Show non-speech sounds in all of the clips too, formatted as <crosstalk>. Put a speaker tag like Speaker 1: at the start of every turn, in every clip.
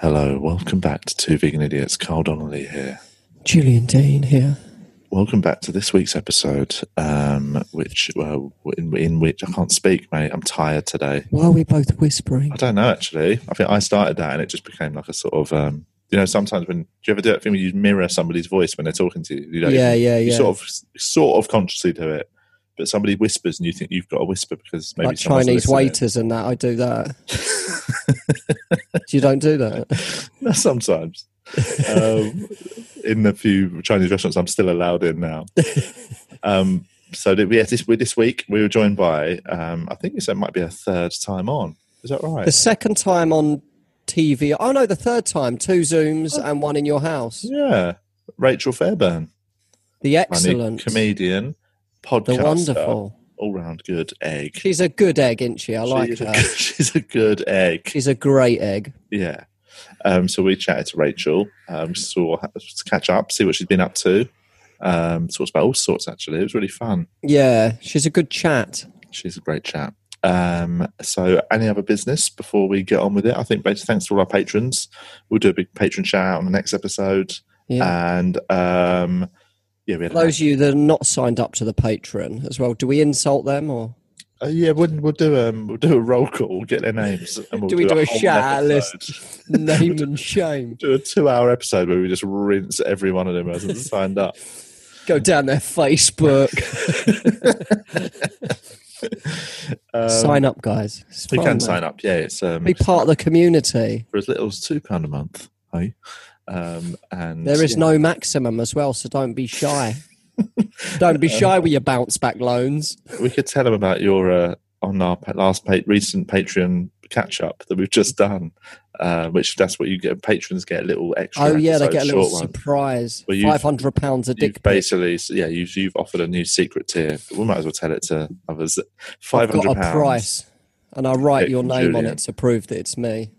Speaker 1: Hello, welcome back to Two Vegan Idiots. Carl Donnelly here.
Speaker 2: Julian Dean here.
Speaker 1: Welcome back to this week's episode, um, which uh, in, in which I can't speak, mate. I'm tired today.
Speaker 2: Why are we both whispering?
Speaker 1: I don't know actually. I think I started that, and it just became like a sort of um, you know. Sometimes when do you ever do that thing where you mirror somebody's voice when they're talking to you? you know,
Speaker 2: Yeah, yeah,
Speaker 1: You
Speaker 2: yeah.
Speaker 1: sort of sort of consciously do it, but somebody whispers, and you think you've got to whisper because maybe
Speaker 2: like
Speaker 1: someone's
Speaker 2: Chinese
Speaker 1: listening.
Speaker 2: waiters and that, I do
Speaker 1: <laughs>
Speaker 2: that. you don't do that.
Speaker 1: <laughs> Sometimes. um, in the few Chinese restaurants I'm still allowed in now. um, so did we, yeah, this, we, this week we were joined by, um, I think you said it might be a third time on. Is that right?
Speaker 2: The second time on TV. Oh no, the third time. Two Zooms and one in your house.
Speaker 1: yeah. Rachel Fairburn.
Speaker 2: The
Speaker 1: funny
Speaker 2: excellent.
Speaker 1: comedian, podcaster.
Speaker 2: The wonderful.
Speaker 1: All round good egg.
Speaker 2: She's a good egg, isn't she? I like
Speaker 1: she's, a
Speaker 2: her.
Speaker 1: good, <laughs> she's a good egg.
Speaker 2: She's a great egg.
Speaker 1: yeah. Um, so we chatted to Rachel, um, saw to catch up, see what she's been up to. Um, talked about all sorts actually. It was really fun.
Speaker 2: Yeah, she's a good chat.
Speaker 1: She's a great chap. Um, so, any other business before we get on with it? I think bas- thanks to all our patrons. We'll do a big patron shout out on the next episode.
Speaker 2: Yeah.
Speaker 1: And um, yeah, we had a
Speaker 2: Those of you that are not signed up to the patron as well, do we insult them or
Speaker 1: Uh, yeah, we'll, we'll do um, we'll do a roll call, we'll get their names, and we'll
Speaker 2: Do we do a
Speaker 1: whole
Speaker 2: shout-out
Speaker 1: episode.
Speaker 2: <laughs> name and shame?
Speaker 1: Do a two-hour episode where we just rinse every one of them as it's signed
Speaker 2: <laughs>
Speaker 1: up.
Speaker 2: Go down their
Speaker 1: <laughs>
Speaker 2: Facebook.
Speaker 1: Um,
Speaker 2: sign up, guys. It's
Speaker 1: You
Speaker 2: fun,
Speaker 1: can
Speaker 2: man.
Speaker 1: sign up. Yeah, it's um,
Speaker 2: Be part of the community.
Speaker 1: for as little as two pound a month. Hey, um, and
Speaker 2: There is
Speaker 1: yeah.
Speaker 2: no maximum as well, so don't be shy.
Speaker 1: <laughs>
Speaker 2: don't
Speaker 1: Uh,
Speaker 2: be shy with your bounce back loans.
Speaker 1: we could tell them about your uh, on our pa- last pa- recent Patreon catch up that we've just done, uh, which that's what you get. Patrons get a little extra.
Speaker 2: Oh yeah, they
Speaker 1: episode,
Speaker 2: get a little
Speaker 1: short one.
Speaker 2: surprise.
Speaker 1: Well, you've-
Speaker 2: Five hundred pounds a
Speaker 1: You've
Speaker 2: dick pic.
Speaker 1: basically, yeah, you've, you've offered a new secret tier. We might as well tell it to others. Five
Speaker 2: I've got
Speaker 1: hundred
Speaker 2: a
Speaker 1: pounds
Speaker 2: price, and I write
Speaker 1: Pick
Speaker 2: your
Speaker 1: from
Speaker 2: name on
Speaker 1: Julian.
Speaker 2: it to prove that it's me.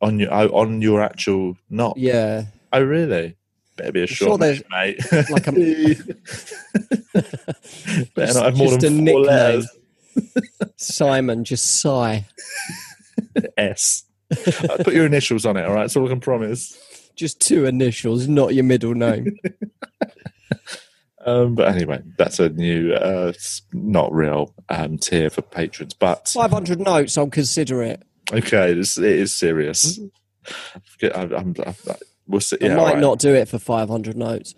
Speaker 1: on your oh, on your actual not.
Speaker 2: Yeah,
Speaker 1: Oh really? Better be a
Speaker 2: sure
Speaker 1: short
Speaker 2: there's-
Speaker 1: name, mate.
Speaker 2: like
Speaker 1: <laughs>
Speaker 2: a- <laughs>
Speaker 1: Better not have more
Speaker 2: just
Speaker 1: than
Speaker 2: a
Speaker 1: four
Speaker 2: nickname.
Speaker 1: letters.
Speaker 2: Simon, just sigh.
Speaker 1: S. Uh, Put your initials on it. All right, that's all I can promise.
Speaker 2: Just two initials, not your middle
Speaker 1: <laughs>
Speaker 2: name.
Speaker 1: Um, but anyway, that's a new, uh, s- not real um, tier for patrons. But
Speaker 2: Five hundred notes, I'll consider it.
Speaker 1: okay, this, it is serious. I, I'm, I, I, we'll see.
Speaker 2: I
Speaker 1: Yeah,
Speaker 2: might not do Mm-hmm. it for five hundred notes.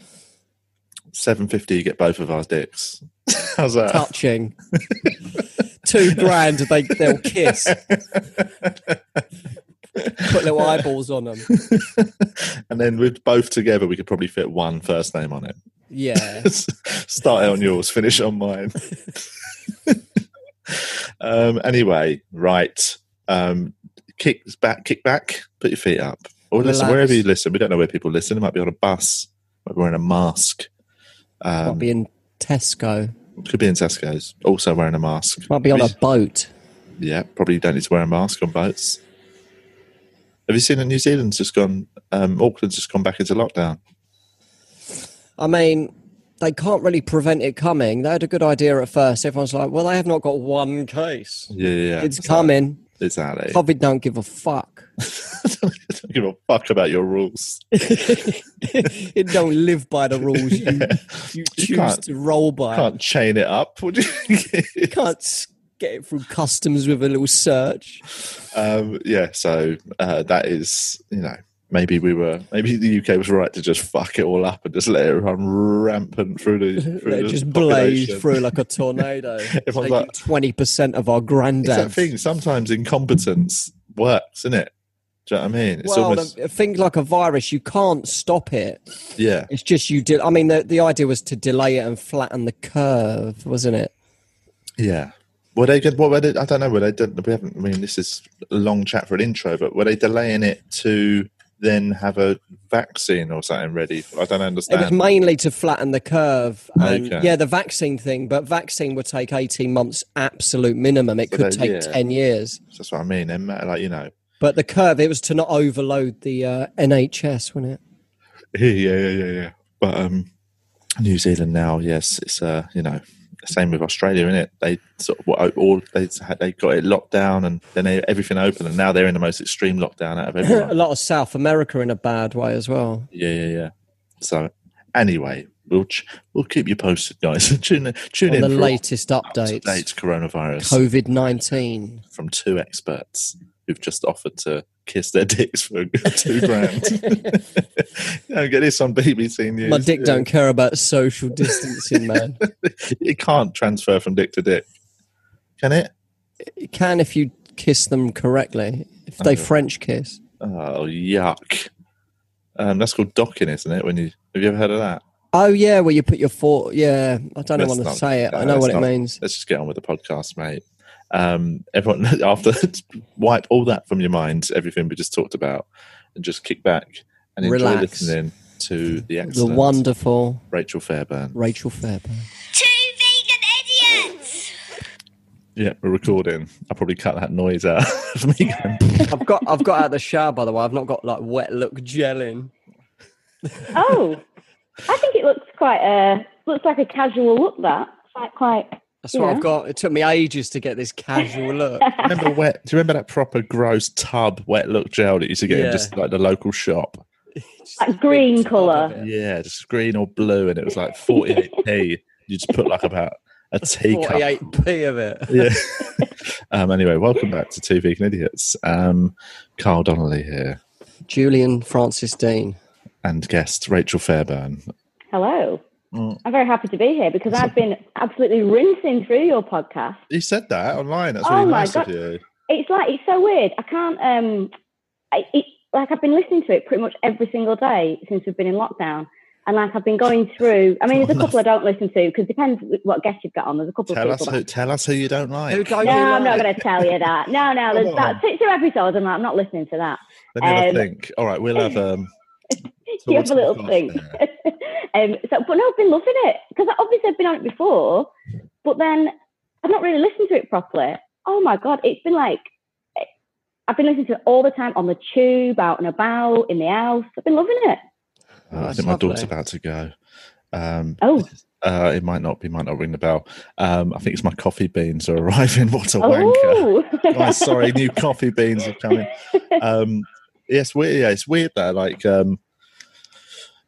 Speaker 1: Seven fifty, you get both of our dicks. <laughs> How's that?
Speaker 2: touching. Two grand, they they'll kiss. Put little eyeballs on them.
Speaker 1: and then with both together, we could probably fit one first name on it. <laughs>
Speaker 2: Yeah,
Speaker 1: Start it on yours, finish on mine. <laughs> um, anyway, right. Um, kick back, kick back, put your feet up. Or listen,
Speaker 2: Relax.
Speaker 1: wherever you listen, we don't know where people listen. It might be on a bus, might be wearing a mask.
Speaker 2: might
Speaker 1: Um,
Speaker 2: be in Tesco.
Speaker 1: Could be in Tesco's, also wearing a mask.
Speaker 2: Might be on a boat.
Speaker 1: Yeah, probably don't need to wear a mask on boats. Have you seen that New Zealand's just gone, um, Auckland's just gone back into lockdown?
Speaker 2: I mean, they can't really prevent it coming. They had a good idea at first. Everyone's like, "Well, they have not got one case.
Speaker 1: Yeah, yeah, yeah.
Speaker 2: It's coming.
Speaker 1: Exactly.
Speaker 2: COVID don't give a fuck.
Speaker 1: <laughs>
Speaker 2: <laughs>
Speaker 1: don't give a fuck about your rules.
Speaker 2: it don't live by the rules <laughs> you, you
Speaker 1: You
Speaker 2: choose
Speaker 1: can't-
Speaker 2: to roll by.
Speaker 1: can't chain it up. Would you?
Speaker 2: can't s- get it through customs with a little search."
Speaker 1: <laughs> um, yeah, so uh, that is, you know, maybe we were, maybe the UK was right to just fuck it all up and just let it run rampant through <laughs> the, through
Speaker 2: They
Speaker 1: the
Speaker 2: just
Speaker 1: population.
Speaker 2: blaze through
Speaker 1: <laughs>
Speaker 2: like a tornado.
Speaker 1: Everyone's like-
Speaker 2: Twenty percent of our
Speaker 1: It's that
Speaker 2: granddad.
Speaker 1: thing. Sometimes incompetence works, isn't it? Do you know what I mean? It's
Speaker 2: Well,
Speaker 1: almost
Speaker 2: the thing like a virus, you can't stop it.
Speaker 1: yeah,
Speaker 2: It's just you did. I mean, the, the idea was to delay it and flatten the curve, wasn't it?
Speaker 1: yeah. Were they good? What were they? I don't know. Were they? We haven't. I mean, this is a long chat for an intro, but were they delaying it to then have a vaccine or something ready? I don't
Speaker 2: It was
Speaker 1: understand.
Speaker 2: mainly to flatten the curve. And
Speaker 1: Okay.
Speaker 2: yeah, the vaccine thing, but vaccine would take eighteen months, absolute minimum. It
Speaker 1: So
Speaker 2: could
Speaker 1: that-
Speaker 2: take
Speaker 1: yeah.
Speaker 2: ten years.
Speaker 1: That's what I mean. And like you know,
Speaker 2: But the curve, it was to not overload the uh, NHS, wasn't it? <clears throat>
Speaker 1: Yeah, yeah, yeah, yeah, yeah. But um, New Zealand now, yes, it's uh, you know, same with Australia, isn't it? They sort of what all they they got it locked down, and then they, everything open, and now they're in the most extreme lockdown out of everyone.
Speaker 2: <laughs> a lot of South America in a bad way as well.
Speaker 1: yeah, yeah, yeah. So anyway, we'll ch- we'll keep you posted, guys. <laughs> tune in- tune
Speaker 2: On
Speaker 1: in
Speaker 2: the
Speaker 1: for
Speaker 2: latest
Speaker 1: up-to-date
Speaker 2: updates,
Speaker 1: coronavirus
Speaker 2: COVID nineteen.
Speaker 1: from two experts who've just offered to kiss their dicks for <laughs> two grand.
Speaker 2: <laughs>
Speaker 1: <laughs> Don't get this on BBC News.
Speaker 2: My dick
Speaker 1: Yeah.
Speaker 2: don't care about
Speaker 1: <laughs>
Speaker 2: social distancing, man.
Speaker 1: It can't transfer from dick to dick, can it?
Speaker 2: It can if you kiss them correctly. If they
Speaker 1: Oh.
Speaker 2: French kiss.
Speaker 1: Oh yuck! Um, that's called docking, isn't it? When you have you ever heard of that?
Speaker 2: Oh yeah, where you put your foot. Yeah, I don't
Speaker 1: Let's
Speaker 2: want to
Speaker 1: not-
Speaker 2: say it.
Speaker 1: no,
Speaker 2: I know
Speaker 1: let's
Speaker 2: what it
Speaker 1: not.
Speaker 2: means.
Speaker 1: Let's just get on with the podcast, mate. Um, everyone, <laughs> after wipe all that from your minds, everything we just talked about, and just kick back and enjoy
Speaker 2: Relax.
Speaker 1: listening to the
Speaker 2: The
Speaker 1: excellent
Speaker 2: wonderful
Speaker 1: Rachel Fairburn.
Speaker 2: Rachel Fairburn.
Speaker 3: Two vegan idiots!
Speaker 1: Yeah, we're recording. I'll probably cut that noise out <laughs> of me. Going,
Speaker 2: I've got I've got out of the shower by the way. I've not got like wet look gel in.
Speaker 4: Oh, I think it looks quite uh looks like a casual look. That it's like quite.
Speaker 2: That's what
Speaker 4: Yeah.
Speaker 2: I've got. It took me ages to get this casual look.
Speaker 4: <laughs>
Speaker 1: remember wet? Do you remember that proper gross tub wet look gel that you used to get
Speaker 2: Yeah.
Speaker 1: in just like the local shop?
Speaker 2: Just
Speaker 4: That
Speaker 2: a big
Speaker 4: green
Speaker 2: tub of
Speaker 4: colour.
Speaker 1: Yeah,
Speaker 2: it.
Speaker 1: just green or blue, and it was like forty-eight p. You just put like about a teacup
Speaker 2: 48p of it.
Speaker 1: yeah. <laughs> um, anyway, welcome back to Two Vegan Idiots. Um, Carl Donnelly here
Speaker 2: Julian Francis Dean.
Speaker 1: and guest Rachel Fairburn.
Speaker 4: Hello.
Speaker 1: Mm.
Speaker 4: I'm very happy to be here because I've been absolutely rinsing through your podcast.
Speaker 1: You said that online. That's
Speaker 4: Oh
Speaker 1: really
Speaker 4: my
Speaker 1: nice of
Speaker 4: God.
Speaker 1: you.
Speaker 4: It's like it's so weird. I can't um, I, it, like I've been listening to it pretty much every single day since we've been in lockdown. And like I've been going through, I mean, there's a couple I don't listen to because depends what guest you've got on. There's a couple
Speaker 1: Tell
Speaker 4: of
Speaker 1: us
Speaker 4: people.
Speaker 1: who. Tell us who you don't like.
Speaker 2: Who don't
Speaker 4: that- no,
Speaker 2: you
Speaker 4: I'm not
Speaker 2: like?
Speaker 4: going to tell you that. No, no, there's
Speaker 1: <laughs> Come on.
Speaker 4: that two, two episodes. I'm like, I'm not listening to that.
Speaker 1: Let me have a
Speaker 4: um,
Speaker 1: think. All right, we'll have um.
Speaker 4: you have a little
Speaker 1: talk
Speaker 4: thing.
Speaker 1: off there.
Speaker 4: <laughs> um, so, but no, I've been loving it because obviously I've been on it before, but then I've not really listened to it properly. Oh my god, it's been like eh, I've been listening to it all the time on the tube, out and about, in the house. I've been loving it.
Speaker 1: Oh, I
Speaker 2: That's
Speaker 1: think my daughter's
Speaker 2: lovely.
Speaker 1: about to go. Um,
Speaker 4: Oh,
Speaker 1: uh, it might not be. Might not ring the bell. Um, I think it's my coffee beans are <laughs> arriving. What a wanker!
Speaker 4: oh,
Speaker 1: Guys, sorry, new coffee beans have come in. Um, yes, weird. Yeah, it's weird that like, um,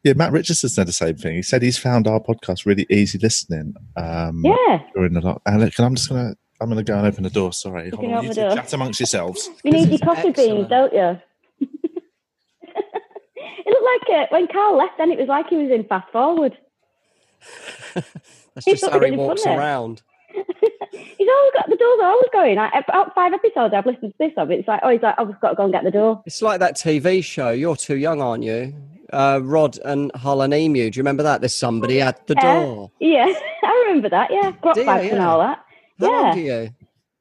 Speaker 1: yeah, Matt Richardson said the same thing. He said he's found our podcast really easy listening um,
Speaker 4: <laughs> yeah.
Speaker 1: during the lock. And look, and I'm just gonna, I'm gonna go and open the door. Sorry,
Speaker 4: can
Speaker 1: on,
Speaker 4: open
Speaker 1: you
Speaker 4: the
Speaker 1: two
Speaker 4: door.
Speaker 1: chat amongst yourselves.
Speaker 4: You
Speaker 2: This
Speaker 4: need your
Speaker 2: is
Speaker 4: coffee beans,
Speaker 2: excellent.
Speaker 4: don't you? <laughs> it looked like uh, when Carl left, then it was like he was in fast forward.
Speaker 2: That's
Speaker 4: He
Speaker 2: just
Speaker 4: thought
Speaker 2: how
Speaker 4: it
Speaker 2: he
Speaker 4: was
Speaker 2: walks
Speaker 4: funny.
Speaker 2: around.
Speaker 4: He's always got the doors are always going. Like, about five episodes I've listened to this of it. It's like, oh, he's like, I've just got to go and get the door.
Speaker 2: It's like that TV show. You're too young, aren't you? Uh, Rod and Hull and Emu. Do you remember that? There's somebody at the
Speaker 4: Yeah.
Speaker 2: door.
Speaker 4: Yeah, <laughs> I remember that. Yeah, grot
Speaker 2: Do you?
Speaker 4: bags and
Speaker 2: Yeah.
Speaker 4: all that.
Speaker 2: How old are
Speaker 4: Yeah.
Speaker 2: you?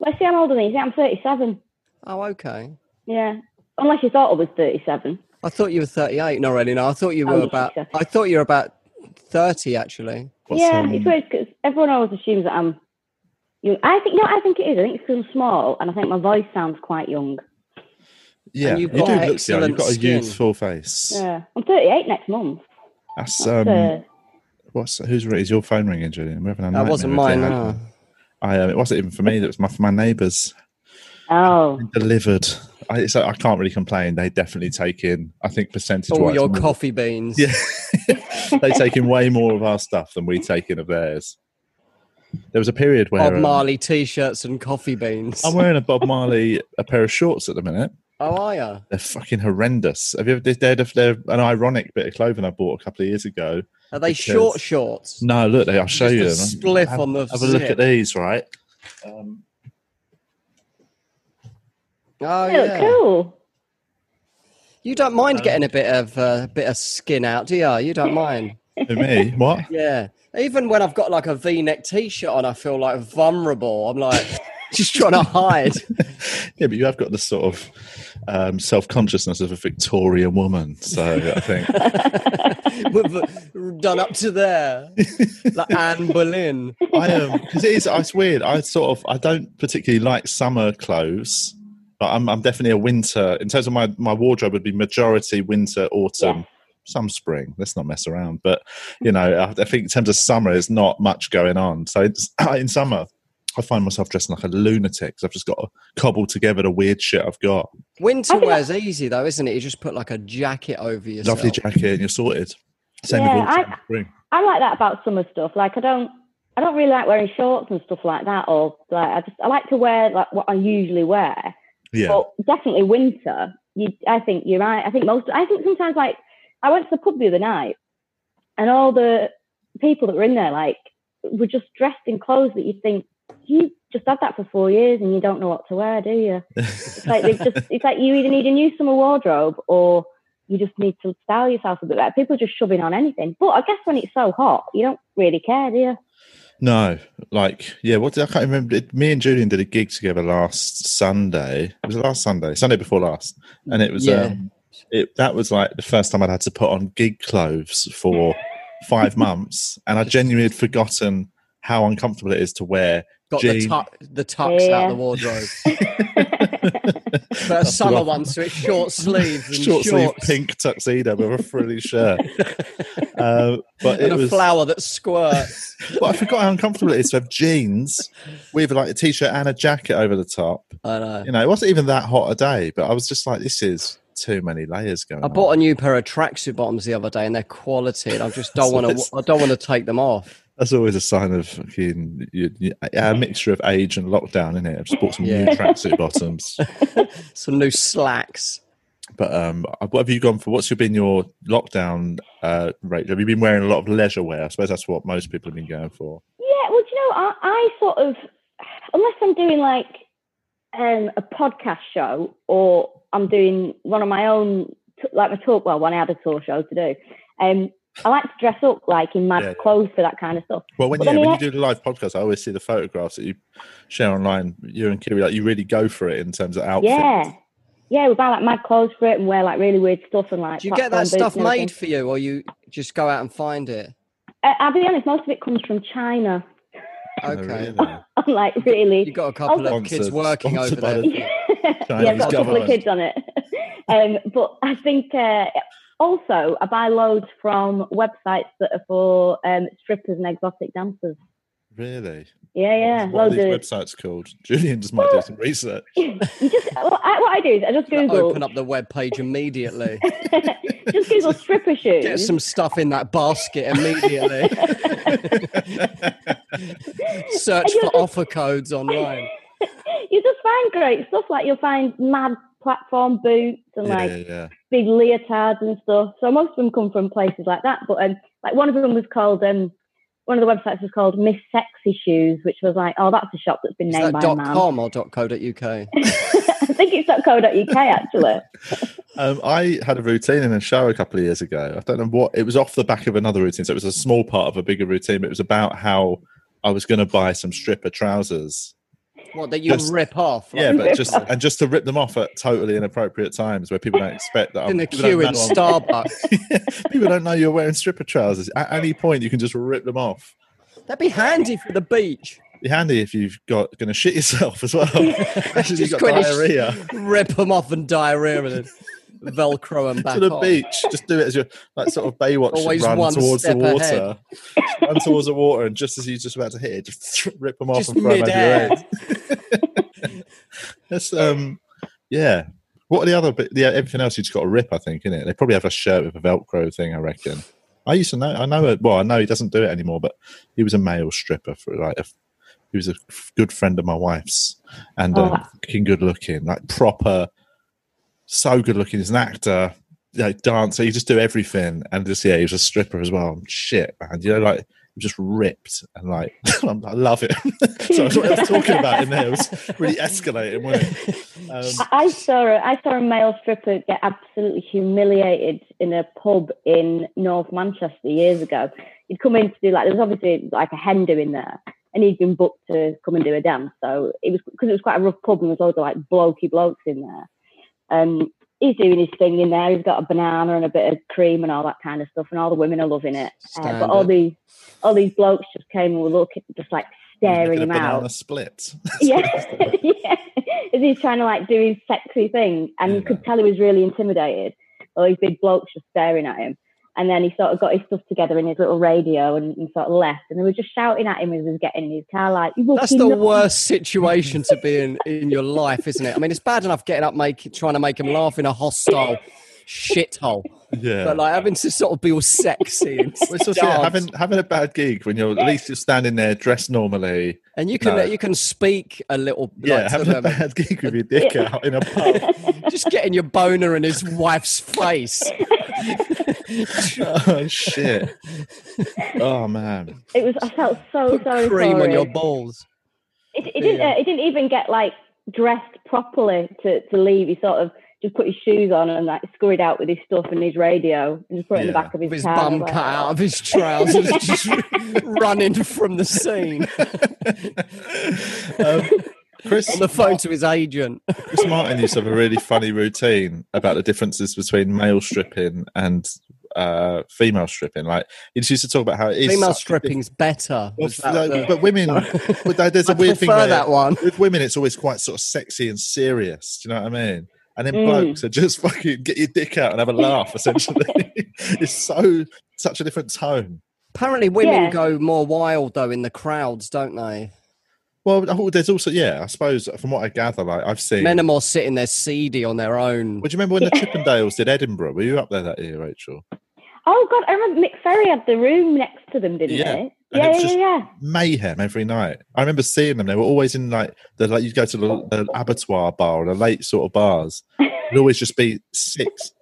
Speaker 4: Let's see, I'm older than you. See, I'm 37.
Speaker 2: Oh, okay.
Speaker 4: Yeah, unless you thought I was 37.
Speaker 2: I thought you were 38. Not really. No, I thought you
Speaker 4: Oh,
Speaker 2: were
Speaker 4: yeah,
Speaker 2: about.
Speaker 4: sure.
Speaker 2: I thought you were about 30 actually.
Speaker 1: What's,
Speaker 4: yeah,
Speaker 1: um,
Speaker 4: it's weird because everyone always assumes that I'm young. I think no, I think it is. I think it's 'cause I'm small, and I think my voice sounds quite young.
Speaker 1: yeah,
Speaker 2: and
Speaker 1: you
Speaker 2: you've
Speaker 1: do
Speaker 2: got
Speaker 1: look young. You've
Speaker 2: excellent
Speaker 1: got a
Speaker 2: skin.
Speaker 1: youthful face.
Speaker 4: Yeah, I'm 38 next month.
Speaker 1: That's um,
Speaker 4: That's, uh,
Speaker 1: what's who's is your phone ringing, Julian? We're having a
Speaker 2: That wasn't
Speaker 1: nightmare with it,
Speaker 2: mine. No.
Speaker 1: aren't we? I um, it wasn't even for me. That was my for my neighbours.
Speaker 4: oh,
Speaker 1: delivered. I, so I can't really complain. They definitely take in, I think, percentage
Speaker 2: All
Speaker 1: wise.
Speaker 2: Oh, your coffee beans.
Speaker 1: Yeah. <laughs> they take in way more of our stuff than we take in of theirs. There was a period where
Speaker 2: Bob
Speaker 1: um,
Speaker 2: Marley t-shirts and coffee beans.
Speaker 1: I'm wearing a Bob Marley a pair of shorts at the minute.
Speaker 2: oh, are ya?
Speaker 1: They're fucking horrendous. Have you ever? They're, they're, they're an ironic bit of clothing I bought a couple of years ago.
Speaker 2: Are they
Speaker 1: Because-
Speaker 2: short shorts?
Speaker 1: No, look, they, I'll show you them.
Speaker 2: Just a spliff
Speaker 1: have,
Speaker 2: on the
Speaker 1: Have a look
Speaker 2: zip.
Speaker 1: at these, right? Um,
Speaker 2: Oh
Speaker 4: they look
Speaker 2: yeah.
Speaker 4: cool.
Speaker 2: You don't mind getting a bit of uh, bit of skin out, do you? You don't mind.
Speaker 1: for
Speaker 2: <laughs>
Speaker 1: me, what? <laughs>
Speaker 2: Yeah. Even when I've got like a V-neck t-shirt on, I feel like vulnerable. I'm like
Speaker 1: <laughs>
Speaker 2: just trying to hide.
Speaker 1: Yeah, but you have got the sort of um, self consciousness of a Victorian woman. So I think
Speaker 2: We've done up to there, like Anne Boleyn.
Speaker 1: I um because it is it's weird. I sort of I don't particularly like summer clothes, but I'm I'm definitely a winter in terms of my my wardrobe would be majority winter autumn some spring. Let's not mess around. But you know, I, I think in terms of summer, there's not much going on. So it's, <clears throat> in summer, I find myself dressing like a lunatic 'cause I've just got to cobble together the weird shit I've got.
Speaker 2: Winter
Speaker 4: I think I-
Speaker 2: wear's easy though, isn't it? You just put like a jacket over yourself.
Speaker 1: Lovely jacket, and you're sorted. Same
Speaker 4: Yeah,
Speaker 1: with autumn,
Speaker 4: I-
Speaker 1: spring.
Speaker 4: I like that about summer stuff. Like I don't, I don't really like wearing shorts and stuff like that. Or like I just, I like to wear like what I usually wear.
Speaker 1: Yeah,
Speaker 4: But definitely winter. You, I think you're right. I think most. I think sometimes like I went to the pub the other night, and all the people that were in there like were just dressed in clothes that you think you just had that for four years and you don't know what to wear, do you? It's like they've just it's like you either need a new summer wardrobe or you just need to style yourself a bit better. People are just shoving on anything. But I guess when it's so hot, you don't really care, do you?
Speaker 1: No, like yeah, what did I can't remember? It- Me and Julian did a gig together last Sunday. It was last Sunday, Sunday before last, and it was
Speaker 2: Yeah.
Speaker 1: um, it that was like the first time I'd had to put on gig clothes for
Speaker 2: <laughs>
Speaker 1: five months, and I genuinely had forgotten how uncomfortable it is to wear.
Speaker 2: Got
Speaker 1: Jean.
Speaker 2: the, tu- the tucks out
Speaker 4: Yeah.
Speaker 2: of the wardrobe. but a summer one, so it's short sleeves and
Speaker 1: Short sleeve
Speaker 2: shorts
Speaker 1: pink tuxedo with a frilly
Speaker 2: <laughs>
Speaker 1: shirt, uh, but
Speaker 2: and
Speaker 1: it
Speaker 2: a
Speaker 1: was.
Speaker 2: flower that squirts.
Speaker 1: But I forgot how uncomfortable it is to have jeans with like a t-shirt and a jacket over the top,
Speaker 2: I know.
Speaker 1: you know, it wasn't even that hot a day, but I was just like, this is too many layers going
Speaker 2: I
Speaker 1: on.
Speaker 2: bought a new pair of tracksuit bottoms the other day, and they're quality. And I just don't
Speaker 1: So
Speaker 2: want
Speaker 1: it's-
Speaker 2: to. I don't want to take them off.
Speaker 1: That's always a sign of fucking you, you, a mixture of age and lockdown, isn't it? I've just bought some new
Speaker 2: Yeah. <laughs>
Speaker 1: tracksuit bottoms.
Speaker 2: Some new slacks.
Speaker 1: But um, what have you gone for? What's been your lockdown uh, rate? Have you been wearing a lot of leisure wear? I suppose that's what most people have been going for.
Speaker 4: Yeah, well, do you know, I, I sort of, unless I'm doing like um, a podcast show or I'm doing one of my own, t- like my talk, well, when I had a tour show to do, um, I like to dress up like in mad
Speaker 1: Yeah, yeah.
Speaker 4: clothes for that kind of stuff.
Speaker 1: Well, when,
Speaker 4: Well,
Speaker 1: yeah,
Speaker 4: then
Speaker 1: when
Speaker 4: yeah.
Speaker 1: you do the live podcast, I always see the photographs that you share online. You and Kiri, like you really go for it in terms of outfit.
Speaker 4: Yeah. Yeah, we buy like mad clothes for it and wear like really weird stuff and like.
Speaker 2: Do you get that
Speaker 4: platform boots
Speaker 2: stuff
Speaker 4: and everything.
Speaker 2: made for you, or you just go out and find it?
Speaker 4: Uh, I'll be honest, most of it comes from China. <laughs>
Speaker 1: Oh,
Speaker 2: Okay.
Speaker 1: really?
Speaker 4: I'm like,
Speaker 2: You
Speaker 4: really?
Speaker 2: got a couple of kids
Speaker 1: Sponsored-
Speaker 2: working over
Speaker 1: sponsored by
Speaker 2: there.
Speaker 1: the-
Speaker 4: yeah, I've
Speaker 1: Chinese
Speaker 4: got a couple of
Speaker 1: government.
Speaker 4: kids on it. <laughs> um, but I think uh, also I buy loads from websites that are for um, strippers and exotic dancers.
Speaker 1: Really?
Speaker 4: Yeah, yeah,
Speaker 1: What are
Speaker 4: loads
Speaker 1: these
Speaker 4: of.
Speaker 1: websites called? <laughs> Julian just might do some research.
Speaker 4: <laughs> you just well, I, what I do is I just Google
Speaker 2: Open up the web page immediately.
Speaker 4: <laughs> just Google stripper shoes.
Speaker 2: Get some stuff in that basket immediately. <laughs>
Speaker 4: <laughs>
Speaker 2: Search for offer codes online.
Speaker 4: you just find great stuff like you'll find mad platform boots and
Speaker 1: yeah,
Speaker 4: like
Speaker 1: yeah, yeah.
Speaker 4: big leotards and stuff. So most of them come from places like that. But um, like one of them was called um, one of the websites was called Miss Sexy Shoes, which was like, oh, that's a shop that's been
Speaker 2: Is
Speaker 4: named
Speaker 2: that
Speaker 4: by a
Speaker 2: dot
Speaker 4: man.
Speaker 2: com or dot co dot uk?
Speaker 4: <laughs> I think it's .co.uk actually.
Speaker 1: Um, I had a routine in a show a couple of years ago. I don't know what it was off the back of another routine, so it was a small part of a bigger routine. But it was about how I was going to buy some stripper trousers.
Speaker 2: What that you
Speaker 1: Just-
Speaker 2: rip off?
Speaker 1: Yeah,
Speaker 2: Like,
Speaker 1: but just and just to rip them off at totally inappropriate times where people don't expect that.
Speaker 2: in the
Speaker 1: um, people don't
Speaker 2: queue in
Speaker 1: know I'm- <laughs>
Speaker 2: Starbucks.
Speaker 1: people don't know you're wearing stripper trousers. At any point, you can just rip them off.
Speaker 2: That'd be handy for the beach.
Speaker 1: Be handy if you've got going to shit yourself as well. <laughs> Actually, you've
Speaker 2: Just
Speaker 1: got
Speaker 2: quickly sh-
Speaker 1: diarrhea.
Speaker 2: Rip them off and
Speaker 1: <laughs>
Speaker 2: diarrhea and then Velcro and back
Speaker 1: to the
Speaker 2: on.
Speaker 1: beach. Just do it as you're like sort of Baywatch
Speaker 2: <laughs> Always
Speaker 1: run
Speaker 2: one
Speaker 1: towards the
Speaker 2: step
Speaker 1: water. run towards the water, and just as you're just about to hit it, just <laughs> rip them off
Speaker 2: Just
Speaker 1: and throw them over your
Speaker 2: mid-air.
Speaker 1: head. That's um, yeah. What are the other? But yeah, everything else you just got to rip. I think in it. They probably have a shirt with a Velcro thing. I reckon. I used to know. I know. it- Well, I know he doesn't do it anymore, but he was a male stripper for like a. He was a f- good friend of my wife's, and
Speaker 4: Oh,
Speaker 1: um,
Speaker 4: wow.
Speaker 1: fucking good looking, like proper, so good looking. He's an actor, like dancer. You just do everything, and just yeah, he was a stripper as well. Shit, man, you know, like he just ripped and like <laughs> I'm- I love it. so I was, what I was talking about in there it was really escalating, wasn't
Speaker 4: <laughs>
Speaker 1: it? Um,
Speaker 4: I- I saw a, I saw a male stripper get absolutely humiliated in a pub in North Manchester years ago. He'd come in to do like there was obviously like a hen do in there, and he'd been booked to come and do a dance. So it was because it was quite a rough pub and there was loads of like blokey blokes in there. Um, he's doing his thing in there. He's got a banana and a bit of cream and all that kind of stuff, and all the women are loving it. Uh, but all
Speaker 2: Standard.
Speaker 4: these all these blokes just came and were looking, just like staring
Speaker 1: a
Speaker 4: him out
Speaker 1: banana split. <laughs>
Speaker 4: yeah, <laughs> yeah. As he's trying to like do his sexy thing, and you could tell he was really intimidated. All these big blokes just staring at him. And then he sort of got his stuff together in his little radio and, and sort of left. And they were just shouting at him as he was getting in his car, like, you
Speaker 2: That's
Speaker 4: fucking
Speaker 2: the
Speaker 4: nut."
Speaker 2: worst situation to be in in your life, isn't it? I mean, it's bad enough getting up, make, trying to make them laugh in a hostile shithole,
Speaker 1: Yeah.
Speaker 2: but like having to sort of be all sexy and,
Speaker 1: <laughs> Well, it's also, yeah,
Speaker 2: dance.
Speaker 1: having having a bad gig when you're at least you're standing there dressed normally.
Speaker 2: and you can
Speaker 1: No.
Speaker 2: you can speak a little.
Speaker 1: Yeah,
Speaker 2: like, to
Speaker 1: having a
Speaker 2: them.
Speaker 1: bad gig with your dick
Speaker 4: Yeah.
Speaker 1: out in a <laughs> pub.
Speaker 4: <laughs>
Speaker 2: just getting your boner in his
Speaker 1: <laughs>
Speaker 2: wife's face.
Speaker 1: oh shit! Oh man!
Speaker 4: <laughs> It was, I felt so
Speaker 2: Put
Speaker 4: sorry
Speaker 2: cream
Speaker 4: for
Speaker 2: on your
Speaker 4: him.
Speaker 2: balls.
Speaker 4: It, it didn't.
Speaker 2: Yeah.
Speaker 4: Uh, it didn't even get like dressed properly to, to leave. He sort of just put his shoes on and like scurried out with his stuff and his radio and just put it in the
Speaker 1: Yeah.
Speaker 4: back of his,
Speaker 2: With his
Speaker 4: car.
Speaker 2: bum
Speaker 4: Like,
Speaker 2: cut out of
Speaker 1: <laughs>
Speaker 2: his trousers, just running from the scene
Speaker 1: Um,
Speaker 2: on
Speaker 1: Chris,
Speaker 2: the phone to his agent.
Speaker 1: Chris Martin used to have a really funny routine about the differences between male stripping and uh, female stripping. Like he just used to talk about how it is
Speaker 2: Female
Speaker 1: such a
Speaker 2: stripping's better.
Speaker 1: Well,
Speaker 2: Was that
Speaker 1: like,
Speaker 2: the-
Speaker 1: but women, but there- there's a
Speaker 2: <laughs> I
Speaker 1: weird thing
Speaker 2: prefer
Speaker 1: where-
Speaker 2: that one.
Speaker 1: With women, it's always quite sort of sexy and serious. Do you know what I mean? And then
Speaker 4: Mm.
Speaker 1: blokes are just <laughs> fucking get your dick out and have a laugh. Essentially, <laughs> it's so such a different tone.
Speaker 2: Apparently, women
Speaker 4: Yeah.
Speaker 2: go more wild though in the crowds, don't they?
Speaker 1: Well, oh, there's also yeah. I suppose from what I gather, like I've seen.
Speaker 2: Men are more sitting there seedy on their own.
Speaker 1: Well, do you remember when the Chippendales did Edinburgh? Were you up there that year, Rachel?
Speaker 4: Oh God! I remember Mick Ferry had the room next to them, didn't
Speaker 1: Yeah.
Speaker 4: it?
Speaker 1: And
Speaker 4: Yeah,
Speaker 1: it's
Speaker 4: yeah,
Speaker 1: just-
Speaker 4: yeah.
Speaker 1: Mayhem every night. I remember seeing them. They were always in like the like you'd go to the, the abattoir bar or the late sort of bars. It'd always just be six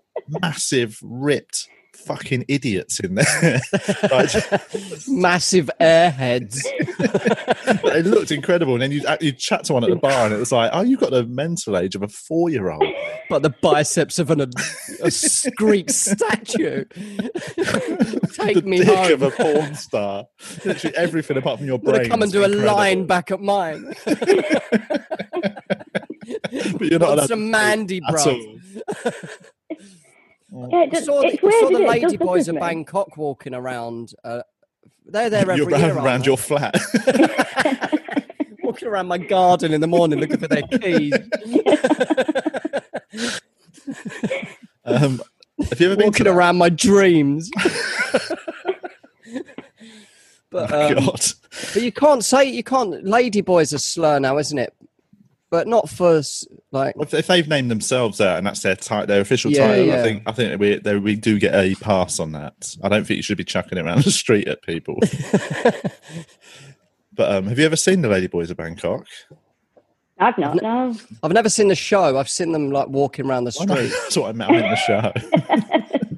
Speaker 1: massive ripped fucking idiots in there. <laughs> like,
Speaker 2: Massive airheads.
Speaker 1: but it looked incredible. And then you'd, you'd chat to one at the bar, and it was like, oh, you've got the mental age of a four year
Speaker 2: <laughs>
Speaker 1: old.
Speaker 2: but the biceps of an a, a s-
Speaker 1: <laughs>
Speaker 2: Greek statue. Take
Speaker 1: the
Speaker 2: me
Speaker 1: dick
Speaker 2: home.
Speaker 1: of a porn star. Literally everything apart from your
Speaker 2: I'm gonna
Speaker 1: brain.
Speaker 2: come and
Speaker 1: is
Speaker 2: do a
Speaker 1: incredible.
Speaker 2: line back at
Speaker 1: <laughs>
Speaker 2: mine.
Speaker 1: But you're not allowed
Speaker 2: What's a
Speaker 1: to
Speaker 2: Mandy,
Speaker 1: at
Speaker 2: bro?
Speaker 1: all.
Speaker 4: yeah it
Speaker 2: I
Speaker 4: just,
Speaker 2: saw the,
Speaker 4: it's
Speaker 2: I
Speaker 4: weird,
Speaker 2: saw the
Speaker 4: isn't it? It
Speaker 2: lady
Speaker 4: does look
Speaker 2: boys of
Speaker 4: at me.
Speaker 2: Bangkok walking around. Uh, they're there every
Speaker 1: You're
Speaker 2: year.
Speaker 1: round,
Speaker 2: aren't
Speaker 1: round
Speaker 2: they?
Speaker 1: your flat. <laughs>
Speaker 2: walking around my garden in the morning looking
Speaker 1: <laughs>
Speaker 2: for their keys.
Speaker 1: um, have you ever been to
Speaker 2: walking
Speaker 1: that?
Speaker 2: around my dreams. but
Speaker 1: Oh,
Speaker 2: um,
Speaker 1: God.
Speaker 2: But you can't say you can't. Ladyboy's a slur now, isn't it? But not for s- like.
Speaker 1: If, if they've named themselves out and that's their ti- their official
Speaker 2: Yeah,
Speaker 1: title,
Speaker 2: yeah.
Speaker 1: I think I think that we that we do get a pass on that. I don't think you should be chucking it around the street at
Speaker 2: <laughs>
Speaker 1: people. but um, have you ever seen the Ladyboys of Bangkok?
Speaker 4: I've not. No.
Speaker 2: I've never seen the show. I've seen them like walking around the
Speaker 1: I know,
Speaker 2: street.
Speaker 1: <laughs> that's what I meant. I meant the show.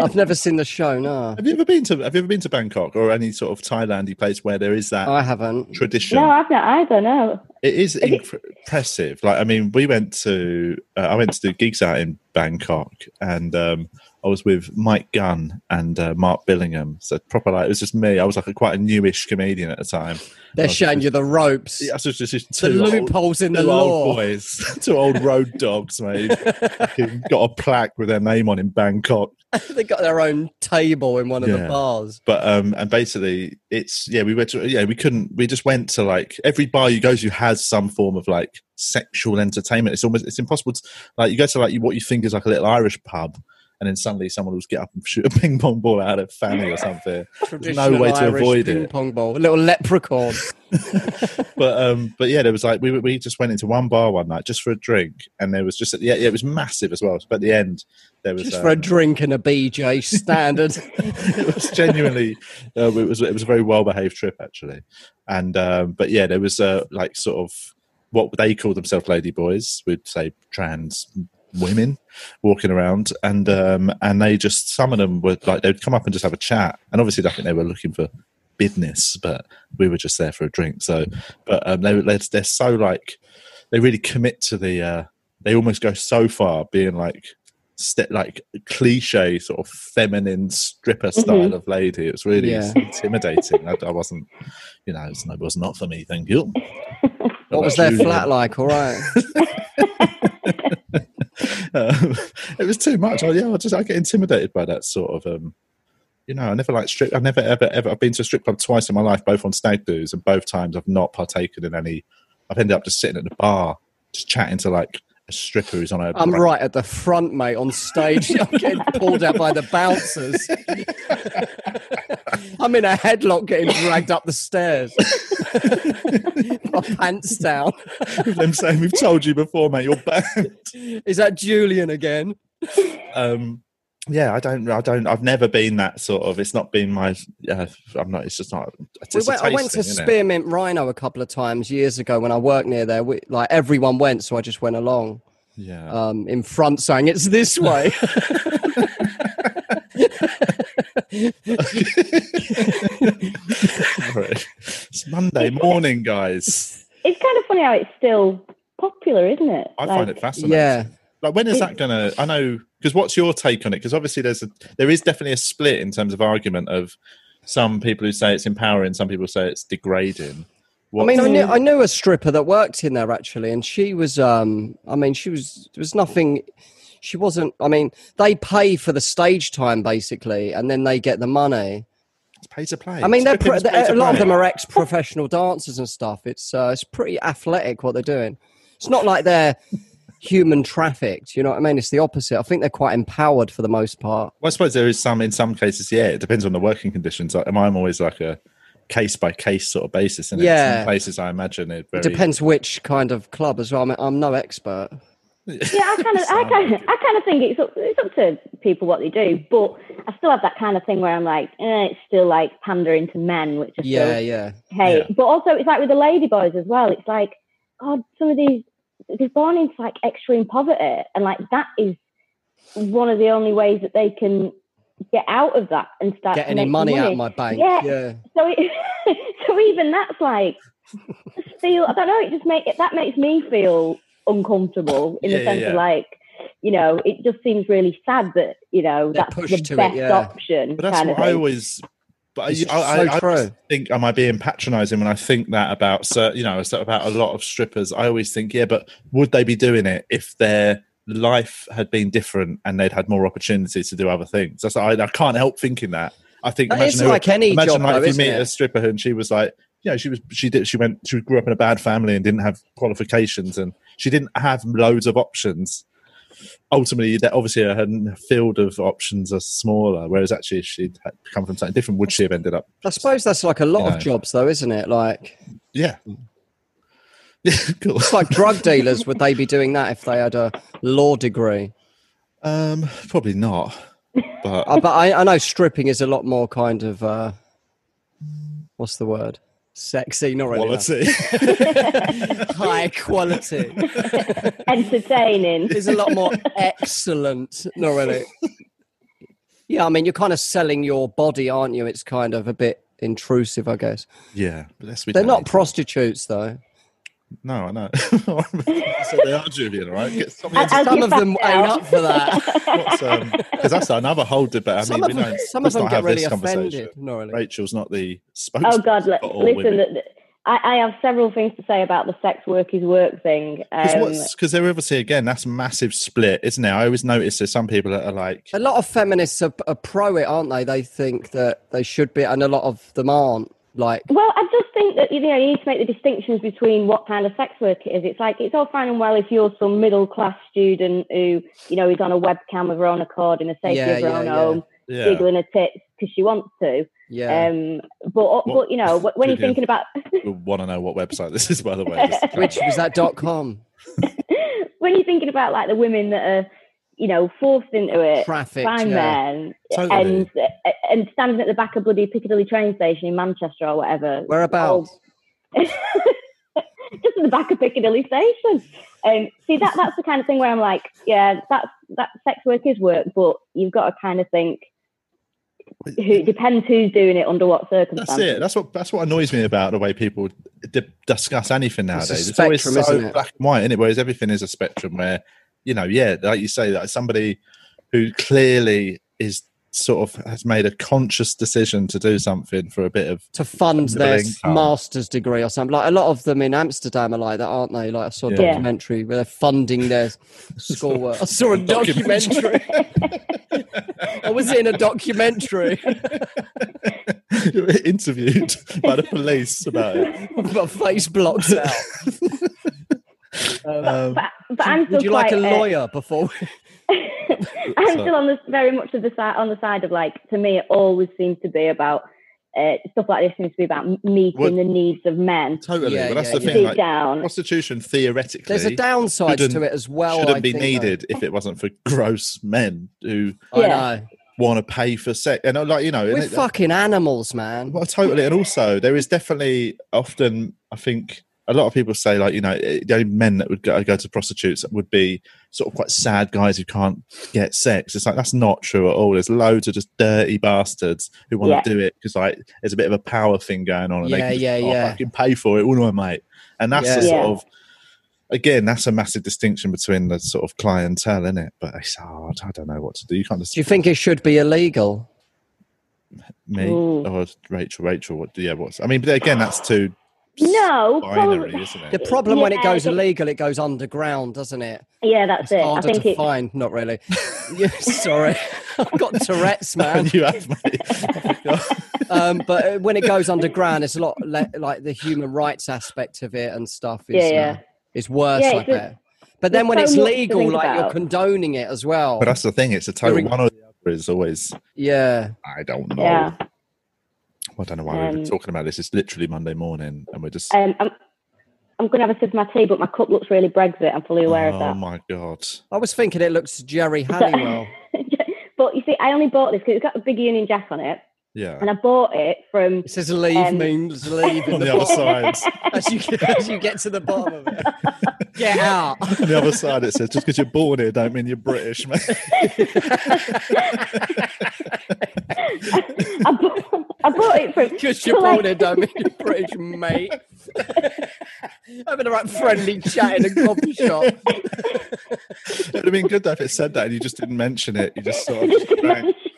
Speaker 2: I've never seen the show. No,
Speaker 1: <laughs> have you ever been to Have you ever been to Bangkok or any sort of Thailandy place where there is that
Speaker 2: I haven't.
Speaker 1: tradition?
Speaker 4: No, I've not either. No.
Speaker 1: It is impre- impressive. Like, I mean, we went to uh, I went to do gigs out in Bangkok, and um, I was with Mike Gunn and uh, Mark Billingham. So proper, like, it was just me. I was like a, quite a newish comedian at the time.
Speaker 2: They're showing you the ropes,
Speaker 1: Yeah, I was just, just
Speaker 2: the
Speaker 1: two old-
Speaker 2: loopholes in the
Speaker 1: two old
Speaker 2: law. <laughs>
Speaker 1: boys, <laughs> two old road dogs, mate. Fucking got a plaque with their name on in Bangkok.
Speaker 2: they got their own table in one of the
Speaker 1: Yeah.
Speaker 2: bars.
Speaker 1: But um, and basically, it's yeah, we went to yeah, we couldn't. We just went to like every bar you go to has some form of like sexual entertainment. It's almost it's impossible to like you go to like you, what you think is like a little Irish pub, and then suddenly someone will just get up and <laughs> shoot a ping pong ball out of fanny or something.
Speaker 2: Traditional
Speaker 1: way to
Speaker 2: Irish
Speaker 1: avoid
Speaker 2: ping
Speaker 1: it.
Speaker 2: Pong ball, a little leprechaun.
Speaker 1: But um, but yeah, there was like we we just went into one bar one night just for a drink, and there was just at the, yeah, yeah, it was massive as well. But at the end, there was
Speaker 2: Just
Speaker 1: um,
Speaker 2: for a drink and a BJ
Speaker 1: <laughs>
Speaker 2: standard.
Speaker 1: it was genuinely uh, it was it was a very well behaved trip actually and um but yeah there was uh, like sort of what they call themselves lady boys would say trans women walking around and um and they just some of them were like they'd come up and just have a chat and obviously i think they were looking for business but we were just there for a drink so but um they, they're, they're so like they really commit to the uh they almost go so far being like ste like cliche sort of feminine stripper style of lady. It was really
Speaker 2: Yeah.
Speaker 1: intimidating. I, I wasn't, you know, it was, it was not for me. Thank
Speaker 2: <laughs>
Speaker 1: you.
Speaker 2: what
Speaker 1: Not
Speaker 2: was their
Speaker 1: you.
Speaker 2: flat like? All right.
Speaker 1: <laughs> Um, it was too much. I, yeah, I just I get intimidated by that sort of. um you know, I never like strip. I've never ever ever. I've been to a strip club twice in my life, both on stag do's, and both times I've not partaken in any. I've ended up just sitting at the bar, just chatting to like a stripper who's on a.
Speaker 2: I'm right at the front, mate, on stage. <laughs> I'm getting pulled out by the bouncers. I'm in a headlock getting dragged up the stairs. My pants down.
Speaker 1: I'm saying we've told you before, mate. You're banned.
Speaker 2: Is that Julian again?
Speaker 1: <laughs> Um, yeah, I don't. I don't. I've never been that sort of. It's not been my. Uh, I'm not. It's just not. It's
Speaker 2: We
Speaker 1: just a
Speaker 2: went, I went
Speaker 1: taste thing, innit?
Speaker 2: to Spearmint Rhino a couple of times years ago when I worked near there. We, like everyone went, so I just went along
Speaker 1: Yeah.
Speaker 2: um, in front saying, It's this way.
Speaker 1: Alright. It's Monday morning, guys.
Speaker 4: It's kind of funny how it's still popular, isn't it?
Speaker 1: I
Speaker 4: Like,
Speaker 1: find it fascinating.
Speaker 2: yeah.
Speaker 1: Like, when is that gonna? I know. Because what's your take on it? Because obviously, there's a there is definitely a split in terms of argument of some people who say it's empowering, some people say it's degrading.
Speaker 2: I
Speaker 1: What,
Speaker 2: mean, I knew I knew a stripper that worked in there actually, and she was. Um, I mean, she was. There was nothing. She wasn't. I mean, they pay for the stage time basically, and then they get the money.
Speaker 1: it's pay to play.
Speaker 2: I mean, they're, pro-
Speaker 1: Stripping's
Speaker 2: they're-
Speaker 1: pay to
Speaker 2: a lot of
Speaker 1: play.
Speaker 2: them are ex-professional dancers and stuff. It's uh, it's pretty athletic what they're doing. It's not like they're human trafficked. You know what I mean? It's the opposite. I think they're quite empowered for the most part.
Speaker 1: Well, I suppose there is some in some cases. Yeah, it depends on the working conditions. Like, I'm always like a case by case sort of basis. And
Speaker 2: Yeah.
Speaker 1: some places I imagine it very
Speaker 2: It depends which kind of club as well. I mean, I'm no expert.
Speaker 4: Yeah, I
Speaker 2: <laughs>
Speaker 4: kind of, I kind of, I kind of think it's up, it's up to people what they do, but I still have that kind of thing where I'm like, eh, it's still like pandering to men, which I still
Speaker 2: Yeah, yeah.
Speaker 4: hate.
Speaker 1: Yeah.
Speaker 4: But also, it's like with the ladyboys as well. It's like, God, some of these they're born into like extreme poverty, and like that is one of the only ways that they can get out of that and start
Speaker 2: Get
Speaker 4: to
Speaker 2: any
Speaker 4: make
Speaker 2: money out of my bank?
Speaker 4: Yeah.
Speaker 2: yeah.
Speaker 4: So, it, <laughs> so even that's like feel. I don't know. It just make it that makes me feel uncomfortable in
Speaker 1: Yeah,
Speaker 4: the
Speaker 1: yeah,
Speaker 4: sense of
Speaker 1: yeah.
Speaker 4: like. You know, it just seems really sad that you know
Speaker 2: They're
Speaker 4: that's
Speaker 2: pushed to
Speaker 4: the
Speaker 2: it,
Speaker 4: best
Speaker 2: yeah.
Speaker 4: option.
Speaker 1: But that's
Speaker 4: kind
Speaker 1: what
Speaker 4: of
Speaker 1: I
Speaker 4: thing.
Speaker 1: always. But
Speaker 2: It's
Speaker 1: I, I,
Speaker 2: so
Speaker 1: I, I always
Speaker 2: true.
Speaker 1: think, am I being patronising when I think that about certain, you know, so about a lot of strippers? I always think, yeah, but would they be doing it if their life had been different and they'd had more opportunities to do other things? That's I, I can't help thinking that. I think
Speaker 2: That
Speaker 1: imagine
Speaker 2: is
Speaker 1: who-
Speaker 2: like any
Speaker 1: imagine
Speaker 2: job,
Speaker 1: like
Speaker 2: though,
Speaker 1: if you
Speaker 2: isn't
Speaker 1: meet
Speaker 2: it?
Speaker 1: a stripper and she was like, you know, she was she did she went she grew up in a bad family and didn't have qualifications and she didn't have loads of options ultimately that obviously her her field of options are smaller whereas actually if she'd had come from something different would she have ended up
Speaker 2: I suppose that's like a lot
Speaker 1: You know.
Speaker 2: of jobs, though, isn't it? Like
Speaker 1: yeah <laughs> yeah cool
Speaker 2: it's like drug dealers. Would they be doing that if they had a law degree?
Speaker 1: um probably not but
Speaker 2: <laughs> Uh, but I, I know stripping is a lot more kind of uh, what's the word? Sexy, not really.
Speaker 1: quality
Speaker 2: that. High quality
Speaker 1: <laughs>
Speaker 4: entertaining.
Speaker 2: is a lot more excellent, not really. Yeah, I mean, you're kind of selling your body, aren't you? It's kind of a bit intrusive, I guess.
Speaker 1: <laughs> yeah but that's we
Speaker 2: They're
Speaker 1: don't
Speaker 2: not
Speaker 1: need-
Speaker 2: prostitutes, though.
Speaker 1: no i know <laughs> so they are julian all right Get something
Speaker 4: I-
Speaker 1: into-
Speaker 4: As
Speaker 2: Some
Speaker 4: you
Speaker 2: of them
Speaker 4: found
Speaker 2: ain't
Speaker 4: out.
Speaker 2: up for that.
Speaker 1: what's
Speaker 4: <laughs>
Speaker 1: um because that's another whole debate i
Speaker 2: Some
Speaker 1: mean
Speaker 2: of
Speaker 1: we
Speaker 2: them,
Speaker 1: don't
Speaker 2: some
Speaker 1: let's
Speaker 2: of them
Speaker 1: not
Speaker 2: get
Speaker 1: have
Speaker 2: really
Speaker 1: this
Speaker 2: offended,
Speaker 1: conversation
Speaker 2: not really.
Speaker 1: rachel's not the spokesperson
Speaker 4: Oh God! Li-
Speaker 1: for all
Speaker 4: listen,
Speaker 1: women.
Speaker 4: that that- I, I have several things to say about the sex work is work thing. Um,
Speaker 1: because they're obviously again that's a massive split isn't it i always notice there's some people that are like
Speaker 2: A lot of feminists are, are pro it, aren't they? They think that they should be, and a lot of them aren't. Like,
Speaker 4: well, I just think that you know you need to make the distinctions between what kind of sex work it is. It's like it's all fine and well if you're some middle class student who you know is on a webcam of her own accord in a safety
Speaker 2: Yeah,
Speaker 4: of her
Speaker 2: yeah,
Speaker 4: own
Speaker 2: yeah.
Speaker 4: home,
Speaker 1: yeah
Speaker 4: giggling her tits because she wants to.
Speaker 2: yeah,
Speaker 4: Um, but but you know wh- when you're
Speaker 1: Good, yeah.
Speaker 4: thinking about <laughs>
Speaker 1: we want to know what website this is, by the way. just to clarify.
Speaker 2: which was that
Speaker 4: <laughs>
Speaker 2: dot com
Speaker 4: when you're thinking about like the women that are you know forced into it
Speaker 2: traffic?
Speaker 4: by
Speaker 2: Yeah.
Speaker 4: men
Speaker 1: Totally.
Speaker 4: and uh, and standing at the back of bloody Piccadilly train station in Manchester or whatever.
Speaker 2: Whereabouts?
Speaker 4: Oh, <laughs> just at the back of Piccadilly station. Um, see that that's the kind of thing where I'm like, yeah, that's that sex work is work, but you've got to kind of think who depends who's doing it under what circumstances.
Speaker 1: that's it. That's what that's what annoys me about the way people d- discuss anything
Speaker 2: It's
Speaker 1: nowadays.
Speaker 2: a
Speaker 1: It's,
Speaker 2: spectrum,
Speaker 1: always so
Speaker 2: isn't it?
Speaker 1: black and white, is it? Whereas everything is a spectrum where, you know, yeah, like you say, that somebody who clearly is sort of has made a conscious decision to do something for a bit of <laughs>
Speaker 2: To fund their
Speaker 1: Middle income.
Speaker 2: master's degree or something. Like a lot of them in Amsterdam are like that, aren't they? Like I saw a
Speaker 1: Yeah.
Speaker 2: documentary where they're
Speaker 1: <laughs>
Speaker 2: funding their schoolwork. I saw a documentary.
Speaker 4: <laughs>
Speaker 2: I was in a documentary <laughs>
Speaker 1: you were interviewed by the
Speaker 2: <laughs>
Speaker 1: police about it.
Speaker 2: I've got face blocks out.
Speaker 1: Um,
Speaker 4: But, but I'm still
Speaker 2: Would you like a
Speaker 4: quite, uh,
Speaker 2: lawyer <laughs> before?
Speaker 4: <laughs> I'm
Speaker 1: So-
Speaker 4: still on this very much of the side on the side of like to me it always seems to be about uh, stuff like this seems to be about m- meeting
Speaker 1: Well-
Speaker 4: the needs of men
Speaker 1: Totally.
Speaker 2: Yeah,
Speaker 1: but that's
Speaker 2: yeah,
Speaker 1: the
Speaker 2: yeah.
Speaker 1: thing.
Speaker 4: deep
Speaker 1: Like,
Speaker 4: down.
Speaker 1: prostitution theoretically
Speaker 2: There's a downside to
Speaker 1: shouldn't-
Speaker 2: it as well.
Speaker 1: shouldn't
Speaker 2: I
Speaker 1: be
Speaker 2: think, though.
Speaker 1: needed if it wasn't for gross men who
Speaker 2: I
Speaker 4: Yeah.
Speaker 2: know.
Speaker 1: want to pay for sex. And uh, like you know, and
Speaker 2: We're
Speaker 1: it-
Speaker 2: fucking animals, man.
Speaker 1: Well, totally. And also, there is definitely often, I think, a lot of people say, like, you know, eh, the only men that would go, go to prostitutes would be sort of quite sad guys who can't get sex. It's like, that's not true at all. There's loads of just dirty bastards who want
Speaker 4: Yeah.
Speaker 1: to do it because, like, there's a bit of a power thing going on. And
Speaker 2: Yeah,
Speaker 1: they can just,
Speaker 2: yeah,
Speaker 1: "Oh,
Speaker 2: yeah.
Speaker 1: fucking pay for it, all right, mate. And that's the
Speaker 4: Yeah.
Speaker 1: sort
Speaker 4: Yeah.
Speaker 1: of, again, that's a massive distinction between the sort of clientele, isn't it? But it's hard. I don't know what to do. You can't just
Speaker 2: Do you think it should be illegal?
Speaker 1: me
Speaker 4: Ooh.
Speaker 1: or Rachel. Rachel, what? Yeah, what's? I mean, but again, that's too
Speaker 4: No,
Speaker 1: binary,
Speaker 4: probably.
Speaker 1: isn't
Speaker 2: The
Speaker 1: it?
Speaker 2: problem when it
Speaker 4: Yeah,
Speaker 2: goes
Speaker 4: but-
Speaker 2: illegal, it goes underground, doesn't it?
Speaker 4: Yeah, that's
Speaker 2: It's
Speaker 4: it. I
Speaker 2: harder
Speaker 4: think
Speaker 2: to
Speaker 4: it.
Speaker 2: find.
Speaker 1: <laughs>
Speaker 2: Not really. yeah, sorry, <laughs> I've got Tourette's, man.
Speaker 1: <laughs> you have, mate.
Speaker 2: Um, but uh, when it goes underground, it's a lot le- like the human rights aspect of it and stuff. Is,
Speaker 4: Yeah, yeah.
Speaker 2: uh, is worse,
Speaker 4: Yeah,
Speaker 2: I
Speaker 4: it's just-
Speaker 2: bet. But then
Speaker 4: there's
Speaker 2: when
Speaker 4: so
Speaker 2: it's
Speaker 4: much to
Speaker 2: legal,
Speaker 4: think
Speaker 2: like you're
Speaker 4: about.
Speaker 2: condoning it as well.
Speaker 1: but that's the thing. It's a total
Speaker 2: Very-
Speaker 1: one or the other. Is always
Speaker 2: yeah,
Speaker 1: I don't know.
Speaker 4: Yeah.
Speaker 1: I don't know why we're even
Speaker 4: Um,
Speaker 1: talking about this. It's literally Monday morning, and we're just.
Speaker 4: Um, I'm, I'm going to have a sip of my tea, but my cup looks really Brexit. I'm fully aware
Speaker 1: oh
Speaker 4: of that.
Speaker 1: my god!
Speaker 2: I was thinking it looks Jerry Halliwell.
Speaker 4: <laughs> but you see, I only bought this because it's got a big Union Jack on it,
Speaker 1: Yeah.
Speaker 4: and I bought it from.
Speaker 2: <laughs> It says leave
Speaker 4: Um, <laughs>
Speaker 2: means leave in
Speaker 1: On
Speaker 2: the,
Speaker 1: the other
Speaker 2: bottom.
Speaker 1: side,
Speaker 2: As you, get- as you get to the bottom of
Speaker 4: <laughs>
Speaker 2: it, get out.
Speaker 1: on the other side, it says just because you're born here, don't mean you're British, mate. <laughs>
Speaker 4: I, bought, I bought it from.
Speaker 2: Because <laughs> you're
Speaker 4: Collect-
Speaker 2: born here, don't mean you're British, mate. <laughs> Having a right friendly chat in a
Speaker 4: <laughs>
Speaker 2: coffee shop.
Speaker 1: it would have been good though if it said that and you just didn't mention it. You just sort of
Speaker 4: <laughs> just
Speaker 1: just
Speaker 4: to
Speaker 1: blank.
Speaker 4: mention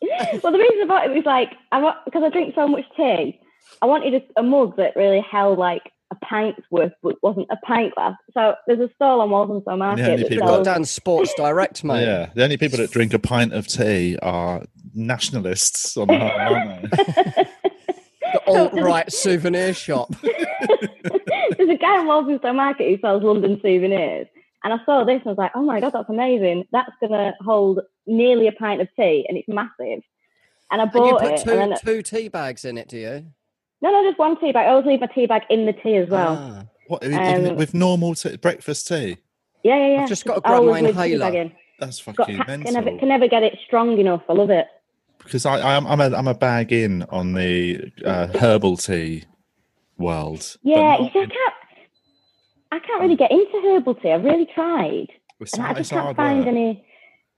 Speaker 4: it. well, the reason about it was like I want because I drink so much tea. I wanted a, a mug that really held like a pint's worth, but wasn't a pint glass. So there's a stall on Walthamstow Market.
Speaker 1: only
Speaker 4: that
Speaker 1: people-
Speaker 4: sells-
Speaker 2: Got
Speaker 4: <laughs>
Speaker 2: down Sports Direct, mate.
Speaker 1: Yeah, the only people that drink a pint of tea are nationalists on the whole, aren't they?
Speaker 2: The alt right souvenir
Speaker 4: <laughs>
Speaker 2: shop.
Speaker 4: There's a guy in Walthamstow Market who sells London souvenirs. And I saw this and I was like, oh my God, that's amazing. That's going to hold nearly a pint of tea and it's massive. And I
Speaker 2: And you
Speaker 4: bought
Speaker 2: put
Speaker 4: it.
Speaker 2: two,
Speaker 4: and then,
Speaker 2: two tea bags in it, do you?
Speaker 4: no, no, just one tea bag. I always leave my tea bag in the tea as well.
Speaker 2: Ah.
Speaker 1: What even
Speaker 4: Um,
Speaker 1: with normal tea, breakfast tea?
Speaker 4: yeah, yeah, yeah.
Speaker 2: I've just got a
Speaker 4: I
Speaker 2: grab
Speaker 4: always
Speaker 2: my
Speaker 4: leave the tea
Speaker 2: inhaler.
Speaker 4: bag in.
Speaker 1: That's
Speaker 4: Got,
Speaker 1: fucking
Speaker 4: can,
Speaker 1: mental.
Speaker 4: never, can never get it strong enough. I love it.
Speaker 1: because I, I'm I'm a, I'm a bag in on the uh, herbal tea world. but
Speaker 4: Yeah,
Speaker 1: not
Speaker 4: you see, I
Speaker 1: in-
Speaker 4: can't. I can't really get into herbal tea. I've really tried,
Speaker 1: it's
Speaker 4: and I
Speaker 1: hard- it's
Speaker 4: just can't
Speaker 1: hard
Speaker 4: find
Speaker 1: work.
Speaker 4: any.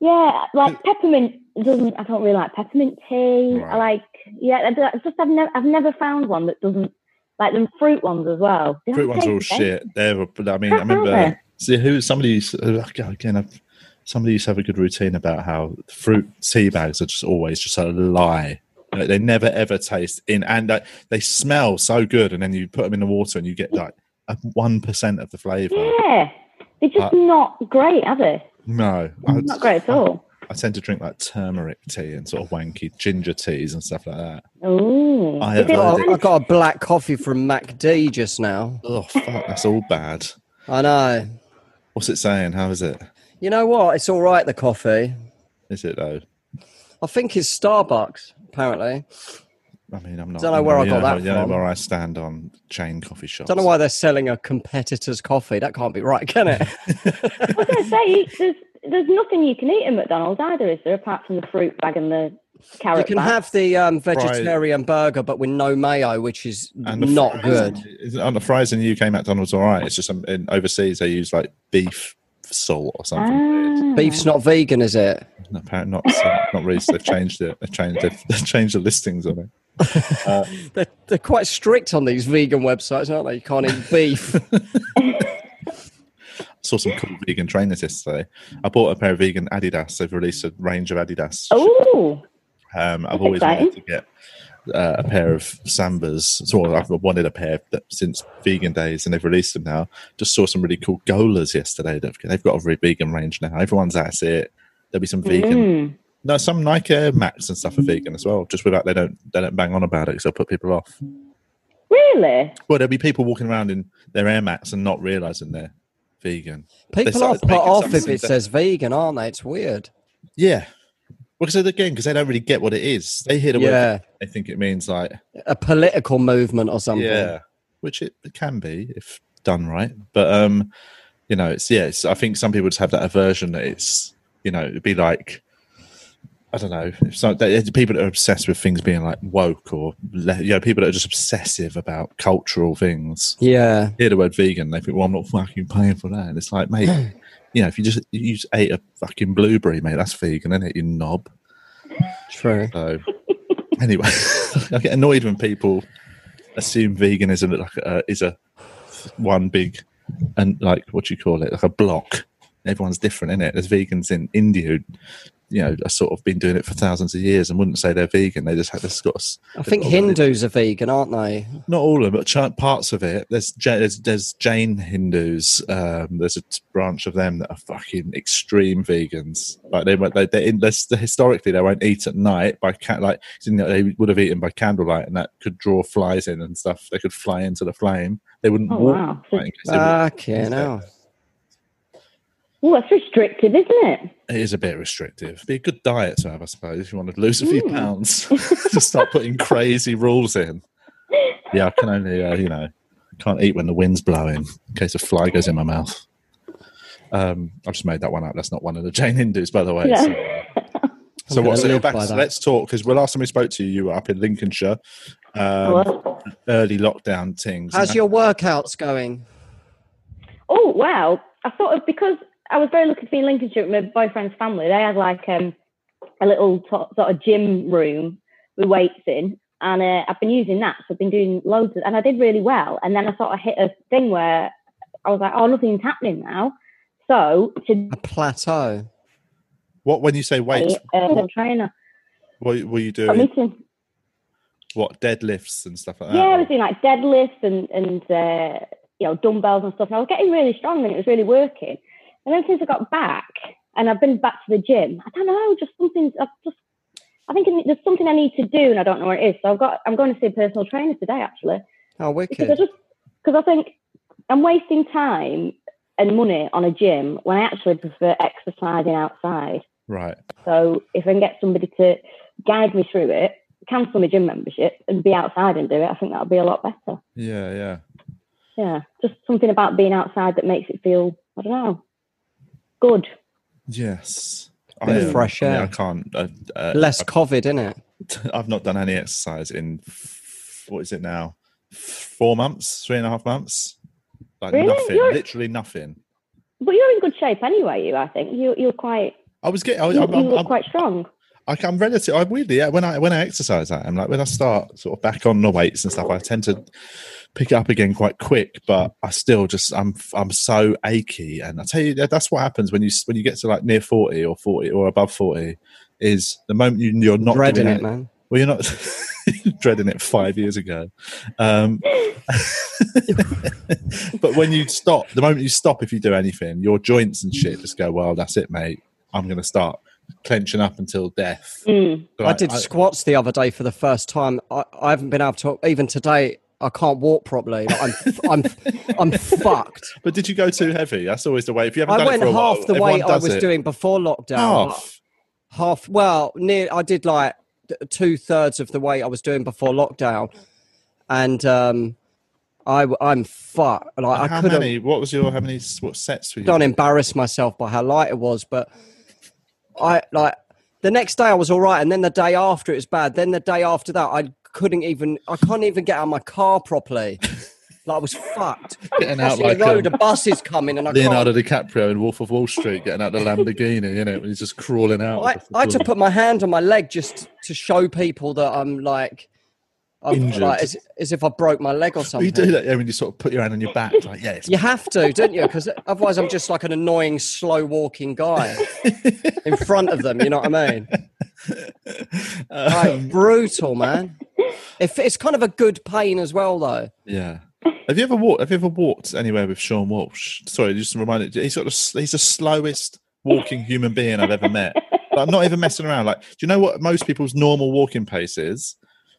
Speaker 4: Yeah, like peppermint doesn't. I don't really like peppermint tea.
Speaker 1: Right.
Speaker 4: I like yeah. I do- It's just I've never I've never found one that doesn't like them fruit ones as well. They
Speaker 1: Fruit
Speaker 4: don't
Speaker 1: ones are all
Speaker 4: taste the same.
Speaker 1: shit. They're, but I mean, I
Speaker 4: eh? Can't find
Speaker 1: remember
Speaker 4: it.
Speaker 1: see who somebody used, uh, again. I've, somebody used to have a good routine about how fruit tea bags are just always just a lie. Like, they never ever taste in, and like, they smell so good. And then you put them in the water, and you get like one percent of the flavor.
Speaker 4: Yeah, they're just
Speaker 1: Uh,
Speaker 4: not great, are they?
Speaker 1: No, I,
Speaker 4: Not great at all.
Speaker 1: I tend to drink like turmeric tea and sort of wanky ginger teas and stuff like that.
Speaker 4: Oh,
Speaker 1: I
Speaker 4: is
Speaker 1: have
Speaker 4: it
Speaker 1: heard
Speaker 2: Oh,
Speaker 1: it.
Speaker 4: one-
Speaker 2: I got a black coffee from MacD just now.
Speaker 1: Oh fuck, that's all bad.
Speaker 2: I know.
Speaker 1: What's it saying? How is it?
Speaker 2: You know what? It's all right, the coffee.
Speaker 1: Is it though?
Speaker 2: I think it's Starbucks, apparently.
Speaker 1: I mean, I'm not.
Speaker 2: Don't know where I
Speaker 1: you
Speaker 2: got
Speaker 1: know-
Speaker 2: that
Speaker 1: You know
Speaker 2: from.
Speaker 1: where I stand on chain coffee shops.
Speaker 2: Don't know why they're selling a competitor's coffee. That can't be right,
Speaker 1: <laughs>
Speaker 2: can it?
Speaker 4: I was going to say there's there's nothing you can eat at McDonald's either, is there? Apart from the fruit bag and the carrot.
Speaker 2: you can
Speaker 4: bag.
Speaker 2: have the um, vegetarian burger, but with no mayo, which is
Speaker 1: the
Speaker 2: not
Speaker 1: fries-
Speaker 2: good.
Speaker 1: Is it, on the fries in the UK, McDonald's all right. It's just um, in overseas they use like beef salt or something. weird.
Speaker 4: Ah.
Speaker 2: Beef's not vegan, is it?
Speaker 1: No, Apparently not. so- not really. so They've changed it. <laughs> They've changed. They've, they've changed the listings on it.
Speaker 2: They're, they're quite strict on these vegan websites, aren't they? You can't eat
Speaker 1: <laughs>
Speaker 2: beef.
Speaker 1: saw some cool vegan trainers yesterday. I bought a pair of vegan Adidas. They've released a range of Adidas.
Speaker 4: Oh,
Speaker 1: Um, I've
Speaker 4: That's
Speaker 1: always wanted to
Speaker 4: exciting.
Speaker 1: get uh, a pair of Sambas. So I've wanted a pair that, since vegan days, and they've released them now. Just saw some really cool Golas yesterday. That they've got a really vegan range now. Everyone's at it. There'll be some vegan.
Speaker 4: Mm.
Speaker 1: No, some Nike Air Max and stuff are vegan as well. Just without they don't they don't bang on about it because they'll put people off.
Speaker 4: really?
Speaker 1: Well, there'll be people walking around in their Air Max and not realizing they're vegan.
Speaker 2: People are
Speaker 1: started
Speaker 2: put
Speaker 1: making
Speaker 2: off if
Speaker 1: something
Speaker 2: it
Speaker 1: that-
Speaker 2: says vegan, aren't they? It's weird.
Speaker 1: Yeah. Because again, because they don't really get what it is. They hear the word,
Speaker 2: Yeah,
Speaker 1: they think it means like
Speaker 2: a political movement or something.
Speaker 1: yeah, which it, it can be if done right. But um, you know, it's yeah. It's, I think some people just have that aversion that it's you know it'd be like I don't know. If some, there's people that are obsessed with things being like woke or le- you know people that are just obsessive about cultural things.
Speaker 2: yeah.
Speaker 1: Hear the word vegan, they think, well, I'm not fucking paying for that. And it's like, mate, you know, if you just you just ate a fucking blueberry, mate, that's vegan, isn't it? You knob.
Speaker 2: True.
Speaker 1: So anyway, <laughs> I get annoyed when people assume veganism like uh, is a one big and like what do you call it like a block. Everyone's different in it. There's vegans in India, who, you know, are sort of been doing it for thousands of years and wouldn't say they're vegan. They just have this got s-
Speaker 2: I think
Speaker 1: they've got-
Speaker 2: Hindus are vegan, aren't they?
Speaker 1: not all of them, but ch- parts of it. There's Ja- there's, there's Jain Hindus. Um, there's a t- branch of them that are fucking extreme vegans. Like they won't- they they in, they're, historically they won't eat at night by cat like you know, they would have eaten by candlelight, and that could draw flies in and stuff. They could fly into the flame. They wouldn't
Speaker 4: Oh,
Speaker 1: walk.
Speaker 4: wow.
Speaker 1: at night in case they walked.
Speaker 2: Fucking hell.
Speaker 4: Oh, that's restrictive, isn't it?
Speaker 1: It is a bit restrictive. Be a good diet to have, I suppose, if you want to lose a few
Speaker 4: Mm.
Speaker 1: pounds. <laughs> Just start putting crazy rules in. Yeah, I can only, uh, you know, can't eat when the wind's blowing in case a fly goes in my mouth. Um, I've just made that one up. That's not one of the Jain Hindus, by the way.
Speaker 4: Yeah.
Speaker 1: So, so
Speaker 2: I'm gonna
Speaker 1: what's it
Speaker 2: live
Speaker 1: back?
Speaker 2: by
Speaker 1: So
Speaker 2: that.
Speaker 1: let's talk because well, last time we spoke to you, you were up in Lincolnshire, um,
Speaker 4: Well,
Speaker 1: early lockdown things.
Speaker 2: How's your workouts going?
Speaker 4: oh wow! I sort of because I was very lucky to be in Lincolnshire with my boyfriend's family. They had like um, a little to- sort of gym room with weights in, and uh, I've been using that. So I've been doing loads of, and I did really well. And then I sort of hit a thing where I was like, oh, nothing's happening now. So today,
Speaker 2: A plateau.
Speaker 1: what when you say weights?
Speaker 4: uh, the trainer,
Speaker 1: What were you
Speaker 4: I'm
Speaker 1: doing?
Speaker 4: meeting
Speaker 1: What deadlifts and stuff like that?
Speaker 4: Yeah, I was doing like deadlifts and and uh, you know dumbbells and stuff. And I was getting really strong, and it was really working. And then since I got back, and I've been back to the gym, I don't know, just something. I've just, I think I need- there's something I need to do, and I don't know what it is. So I've got, I'm going to see a personal trainer today actually,
Speaker 2: Oh,
Speaker 4: because
Speaker 2: wicked.
Speaker 4: I just because I think I'm wasting time and money on a gym when I actually prefer exercising outside.
Speaker 1: right.
Speaker 4: So if I can get somebody to guide me through it, cancel my gym membership and be outside and do it, I think that'll be a lot better.
Speaker 1: Yeah, yeah.
Speaker 4: yeah, just something about being outside that makes it feel, I don't know, good.
Speaker 1: Yes.
Speaker 2: Bit of
Speaker 1: um,
Speaker 2: fresh
Speaker 1: I mean,
Speaker 2: air.
Speaker 1: I can't. Uh, uh,
Speaker 2: Less COVID, innit?
Speaker 1: <laughs> I've not done any exercise in f- what is it now? Four months, three and a half months. Like
Speaker 4: Really?
Speaker 1: nothing,
Speaker 4: You're-
Speaker 1: literally nothing.
Speaker 4: But you're in good shape anyway, you, I think. You, you're quite,
Speaker 1: I was getting. I,
Speaker 4: you,
Speaker 1: Oh, I'm,
Speaker 4: you
Speaker 1: I'm,
Speaker 4: look
Speaker 1: I'm,
Speaker 4: quite strong.
Speaker 1: I, I'm relative. I weirdly yeah, when I when I exercise, I am like when I start sort of back on the weights and stuff. I tend to pick it up again quite quick, but I still just I'm I'm so achy, and I tell you that- that's what happens when you s- when you get to like near forty or forty or above forty. Is the moment you, you're not
Speaker 2: Dreading
Speaker 1: doing
Speaker 2: it, man.
Speaker 1: Well, you're not <laughs> dreading it five years ago. Um, <laughs> but when you stop, the moment you stop, if you do anything, your joints and shit just go, well, that's it, mate. I'm going to start clenching up until death.
Speaker 4: Mm.
Speaker 2: I
Speaker 1: Like,
Speaker 2: did squats the other day for the first time. I, I haven't been able to even today. I can't walk properly. Like, I'm I'm
Speaker 1: <laughs>
Speaker 2: I'm fucked.
Speaker 1: But did you go too heavy? That's always the way. If you haven't
Speaker 2: I
Speaker 1: done
Speaker 2: went
Speaker 1: it for a while,
Speaker 2: half the
Speaker 1: everyone
Speaker 2: weight I
Speaker 1: does
Speaker 2: was
Speaker 1: it. Oh.
Speaker 2: doing Oh, before lockdown.
Speaker 1: half.
Speaker 2: half well near i did like two thirds of the weight i was doing before lockdown and um i i'm fucked like i
Speaker 1: how
Speaker 2: could have
Speaker 1: many? What was your? How many? s- What sets were you?
Speaker 2: don't embarrass myself by how light it was but i like the next day i was all right and then the day after it was bad then the day after that i couldn't even i can't even get out of my car properly like i was fucked
Speaker 1: Getting
Speaker 2: I
Speaker 1: out
Speaker 2: see a
Speaker 1: like
Speaker 2: road
Speaker 1: um,
Speaker 2: a bus is coming and i can't
Speaker 1: Leonardo DiCaprio in Wolf of Wall Street, getting out the Lamborghini, you know, when he's just crawling out.
Speaker 2: I, I had to put my hand on my leg just to show people that I'm like, I'm
Speaker 1: Injured.
Speaker 2: like as, as if I broke my leg or
Speaker 1: you
Speaker 2: something.
Speaker 1: do that, yeah, when you sort of put your hand on your back, like, yeah, it's
Speaker 2: You have to, don't you? Because otherwise, I'm just like an annoying, slow walking guy in front of them. You know what I mean? Like,
Speaker 1: Um, <laughs>
Speaker 2: brutal, man. If it's kind of a good pain as well, though.
Speaker 1: Yeah. Have you ever walked? Have you ever walked anywhere with Sean Walsh? Sorry, just to remind you, he's sort of he's the slowest walking human being I've ever met. But I'm not even messing around. Like, do you know what most people's normal walking pace is?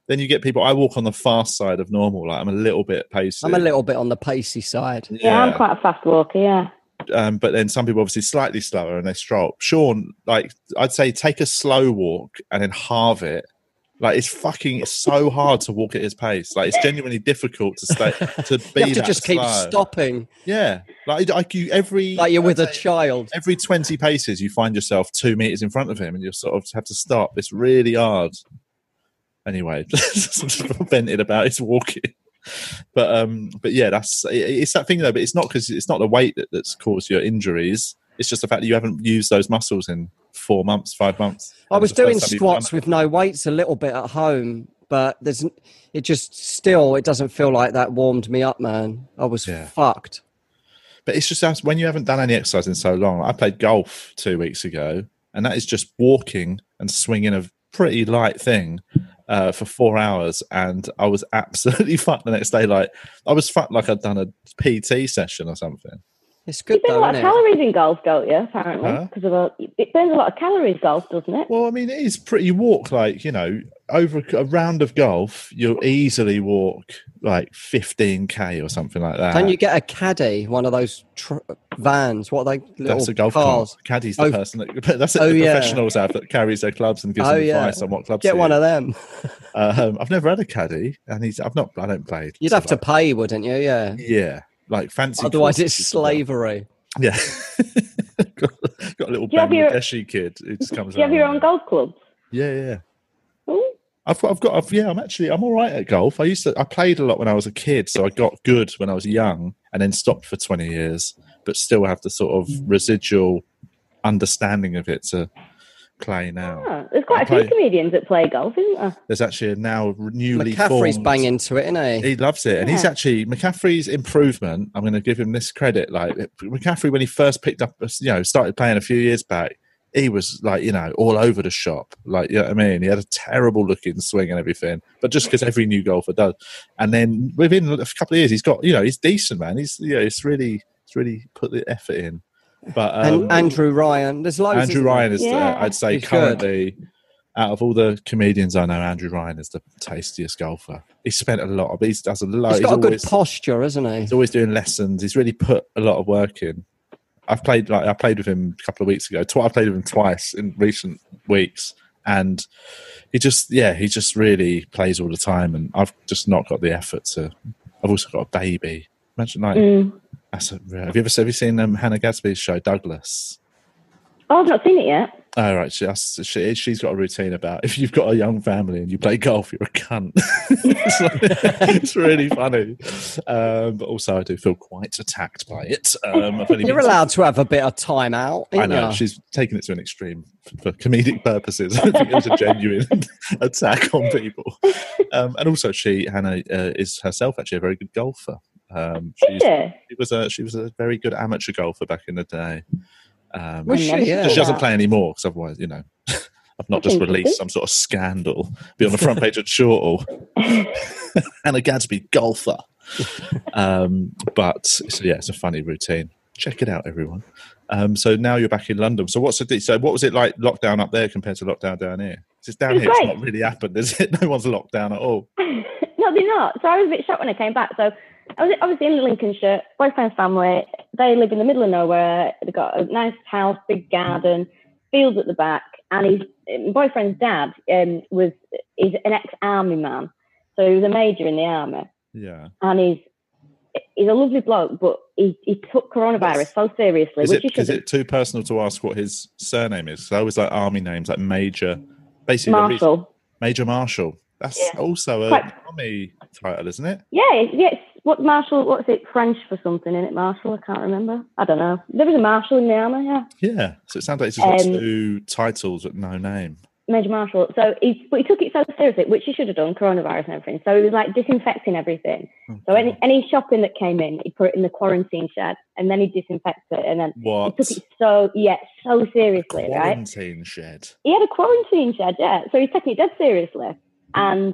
Speaker 1: Then you get people. I walk on the fast side of normal. Like, I'm a little bit pacey.
Speaker 2: I'm a little bit on the pacey side.
Speaker 4: Yeah, I'm quite a fast walker, yeah.
Speaker 1: um, but then some people obviously slightly slower and they stroll. Sean, like I'd say, take a slow walk and then halve it. Like it's fucking it's so hard to walk at his pace. Like it's genuinely difficult to stay to be
Speaker 2: <laughs> You have to
Speaker 1: that
Speaker 2: just keep
Speaker 1: slow.
Speaker 2: stopping,
Speaker 1: Yeah, like like you every
Speaker 2: like you're with a
Speaker 1: I'd say
Speaker 2: child.
Speaker 1: every twenty paces you find yourself two meters in front of him, and you sort of have to stop. It's really hard. Anyway, <laughs> vented about his walking. But um, but yeah, that's it- it's that thing though. But it's not because it's not the weight that, that's caused your injuries. It's just the fact that you haven't used those muscles in four months, five months.
Speaker 2: I
Speaker 1: And
Speaker 2: was
Speaker 1: it's the
Speaker 2: doing
Speaker 1: first time you've done
Speaker 2: squats
Speaker 1: it.
Speaker 2: with no weights a little bit at home, but there's n- it just still it doesn't feel like that warmed me up, man. I was
Speaker 1: Yeah.
Speaker 2: fucked.
Speaker 1: But it's just that's- when you haven't done any exercise in so long. I played golf two weeks ago, and that is just walking and swinging a pretty light thing uh, for four hours, and I was <laughs> absolutely fucked the next day. Like I was fucked, like I'd done a PT session or something.
Speaker 2: It's
Speaker 4: You
Speaker 2: good
Speaker 4: burn a
Speaker 2: though,
Speaker 4: lot of
Speaker 2: isn't it?
Speaker 4: calories in golf, don't you? Apparently,
Speaker 1: Huh?
Speaker 4: because of all, it burns a lot of calories. Golf doesn't it?
Speaker 1: Well, I mean, it is pretty. You walk like you know over a a round of golf, you'll easily walk like fifteen k or something like that.
Speaker 2: Can you get a caddy, one of those tr- vans? What are they? Little
Speaker 1: That's a golf
Speaker 2: cars.
Speaker 1: cart. Caddy's the
Speaker 2: Oh.
Speaker 1: person that <laughs> that's it,
Speaker 2: Oh,
Speaker 1: the
Speaker 2: yeah.
Speaker 1: professionals have that carries their clubs and gives
Speaker 2: Oh,
Speaker 1: them
Speaker 2: yeah.
Speaker 1: advice on what clubs.
Speaker 2: Get
Speaker 1: to
Speaker 2: one
Speaker 1: use.
Speaker 2: of them.
Speaker 1: Um, I've never had a caddy, and he's. I've not. I don't play.
Speaker 2: You'd
Speaker 1: so
Speaker 2: have to
Speaker 1: like-
Speaker 2: pay, wouldn't you? Yeah.
Speaker 1: yeah, like fancy.
Speaker 2: Otherwise, it's
Speaker 1: courses as well.
Speaker 2: slavery.
Speaker 1: Yeah. <laughs> got, got a little
Speaker 4: Do you have your-
Speaker 1: Bangladeshi kid who just comes.
Speaker 4: Do you have
Speaker 1: around
Speaker 4: your
Speaker 1: and-
Speaker 4: own golf clubs?
Speaker 1: Yeah, yeah.
Speaker 4: Ooh.
Speaker 1: I've got, I've got, I've, yeah, I'm actually, I'm all right at golf. I used to, I played a lot when I was a kid, so I got good when I was young and then stopped for 20 years, but still have the sort of
Speaker 4: Mm.
Speaker 1: residual understanding of it to play now.
Speaker 4: Ah, there's quite a few
Speaker 1: Play-
Speaker 4: comedians that play golf, isn't there?
Speaker 1: There's actually a now newly
Speaker 2: McCaffrey's
Speaker 1: formed-
Speaker 2: banging to it, isn't he?
Speaker 1: He loves it, and he's
Speaker 4: Yeah.
Speaker 1: actually McCaffrey's improvement. I'm going to give him this credit. Like McCaffrey, when he first picked up, you know, started playing a few years back, he was like, you know, all over the shop. Like, you know what I mean? He had a terrible looking swing and everything, but just because every new golfer does. And then within a couple of years, he's got, you know, he's decent, man. He's, you know, it's really, it's really put the effort in. But um,
Speaker 2: and Andrew Ryan. There's loads.
Speaker 1: Andrew
Speaker 2: isn't there?
Speaker 1: Ryan is,
Speaker 4: Yeah.
Speaker 1: uh, I'd say,
Speaker 2: He's good.
Speaker 1: currently out of all the comedians I know, Andrew Ryan is the tastiest golfer. He's spent a lot of. He does a lot.
Speaker 2: He's
Speaker 1: He's,
Speaker 2: got a good
Speaker 1: always,
Speaker 2: posture, isn't he?
Speaker 1: he's always doing lessons. He's really put a lot of work in. I've played like I played with him a couple of weeks ago. Tw- I played with him twice in recent weeks, and he just yeah, he just really plays all the time. And I've just not got the effort to. I've also got a baby. Imagine like
Speaker 4: Mm.
Speaker 1: that's a, have you ever have you seen um, Hannah Gadsby's show Douglas?
Speaker 4: Oh, I've not seen it yet.
Speaker 1: Oh, right. She, that's- she, she's got a routine about if you've got a young family and you play golf, you're a cunt. <laughs> it's, like- it's really funny. Um, but also, I do feel quite attacked by it. Um, I've only
Speaker 2: You're
Speaker 1: been-
Speaker 2: allowed to have a bit of time out.
Speaker 1: I
Speaker 2: ain't
Speaker 1: know.
Speaker 2: ya?
Speaker 1: She's taken it to an extreme f- for comedic purposes. <laughs> I don't think it was a genuine <laughs> attack on people. Um, and also, she, Hannah, uh, is herself actually a very good golfer. Um,
Speaker 4: Is
Speaker 1: she's,
Speaker 4: it?
Speaker 1: she was a she was a very good amateur golfer back in the day. Um,
Speaker 2: Was
Speaker 4: I
Speaker 2: she?
Speaker 4: never
Speaker 2: Yeah.
Speaker 4: saw
Speaker 1: she doesn't
Speaker 4: that.
Speaker 1: play anymore because otherwise, you know, <laughs> I've not
Speaker 4: That's
Speaker 1: just released
Speaker 4: interesting.
Speaker 1: some sort of scandal. Be on the front page of
Speaker 4: <laughs>
Speaker 1: Chortle. Hannah Gadsby, golfer. Um, but so yeah, it's a funny routine. Check it out, everyone. Um, so now you're back in London. So what's the so what was it like lockdown up there compared to lockdown down here? 'Cause It's down
Speaker 4: It's
Speaker 1: here. It's
Speaker 4: great.
Speaker 1: not really happened, is it? <laughs> No one's locked down at all.
Speaker 4: <laughs> no, they're not. So I was a bit shocked when I came back. So I was obviously in Lincolnshire, boyfriend's family. They live in the middle of nowhere. They've got a nice house, big garden, fields at the back. And his my boyfriend's dad um, was is an ex-army man, so he was a major in the army.
Speaker 1: Yeah.
Speaker 4: And he's he's a lovely bloke, but he, he took coronavirus so seriously,
Speaker 1: Is
Speaker 4: which
Speaker 1: it
Speaker 4: he
Speaker 1: is
Speaker 4: should.
Speaker 1: it too personal to ask what his surname is? 'Cause I always like army names like Major, basically the reason-
Speaker 4: Marshall.
Speaker 1: Major Marshal. That's
Speaker 4: Yeah.
Speaker 1: also a
Speaker 4: Quite-
Speaker 1: army title, isn't it?
Speaker 4: Yeah, it's, yeah, it's what Marshall, what's it, French for something, isn't it? Marshall, I can't remember. I don't know. There was a Marshall in the army, yeah.
Speaker 1: Yeah. So it sounds like it's just got
Speaker 4: Um,
Speaker 1: two titles with no name.
Speaker 4: Major Marshall. So he, but he took it so seriously, which he should have done, coronavirus and everything. So he was like disinfecting everything. So any, any shopping that came in, he put it in the quarantine shed and then he disinfected it. And then he
Speaker 1: what?
Speaker 4: took it so, yeah, so seriously, right?
Speaker 1: Quarantine shed.
Speaker 4: he had a quarantine shed, yeah. So he's taking it dead seriously, and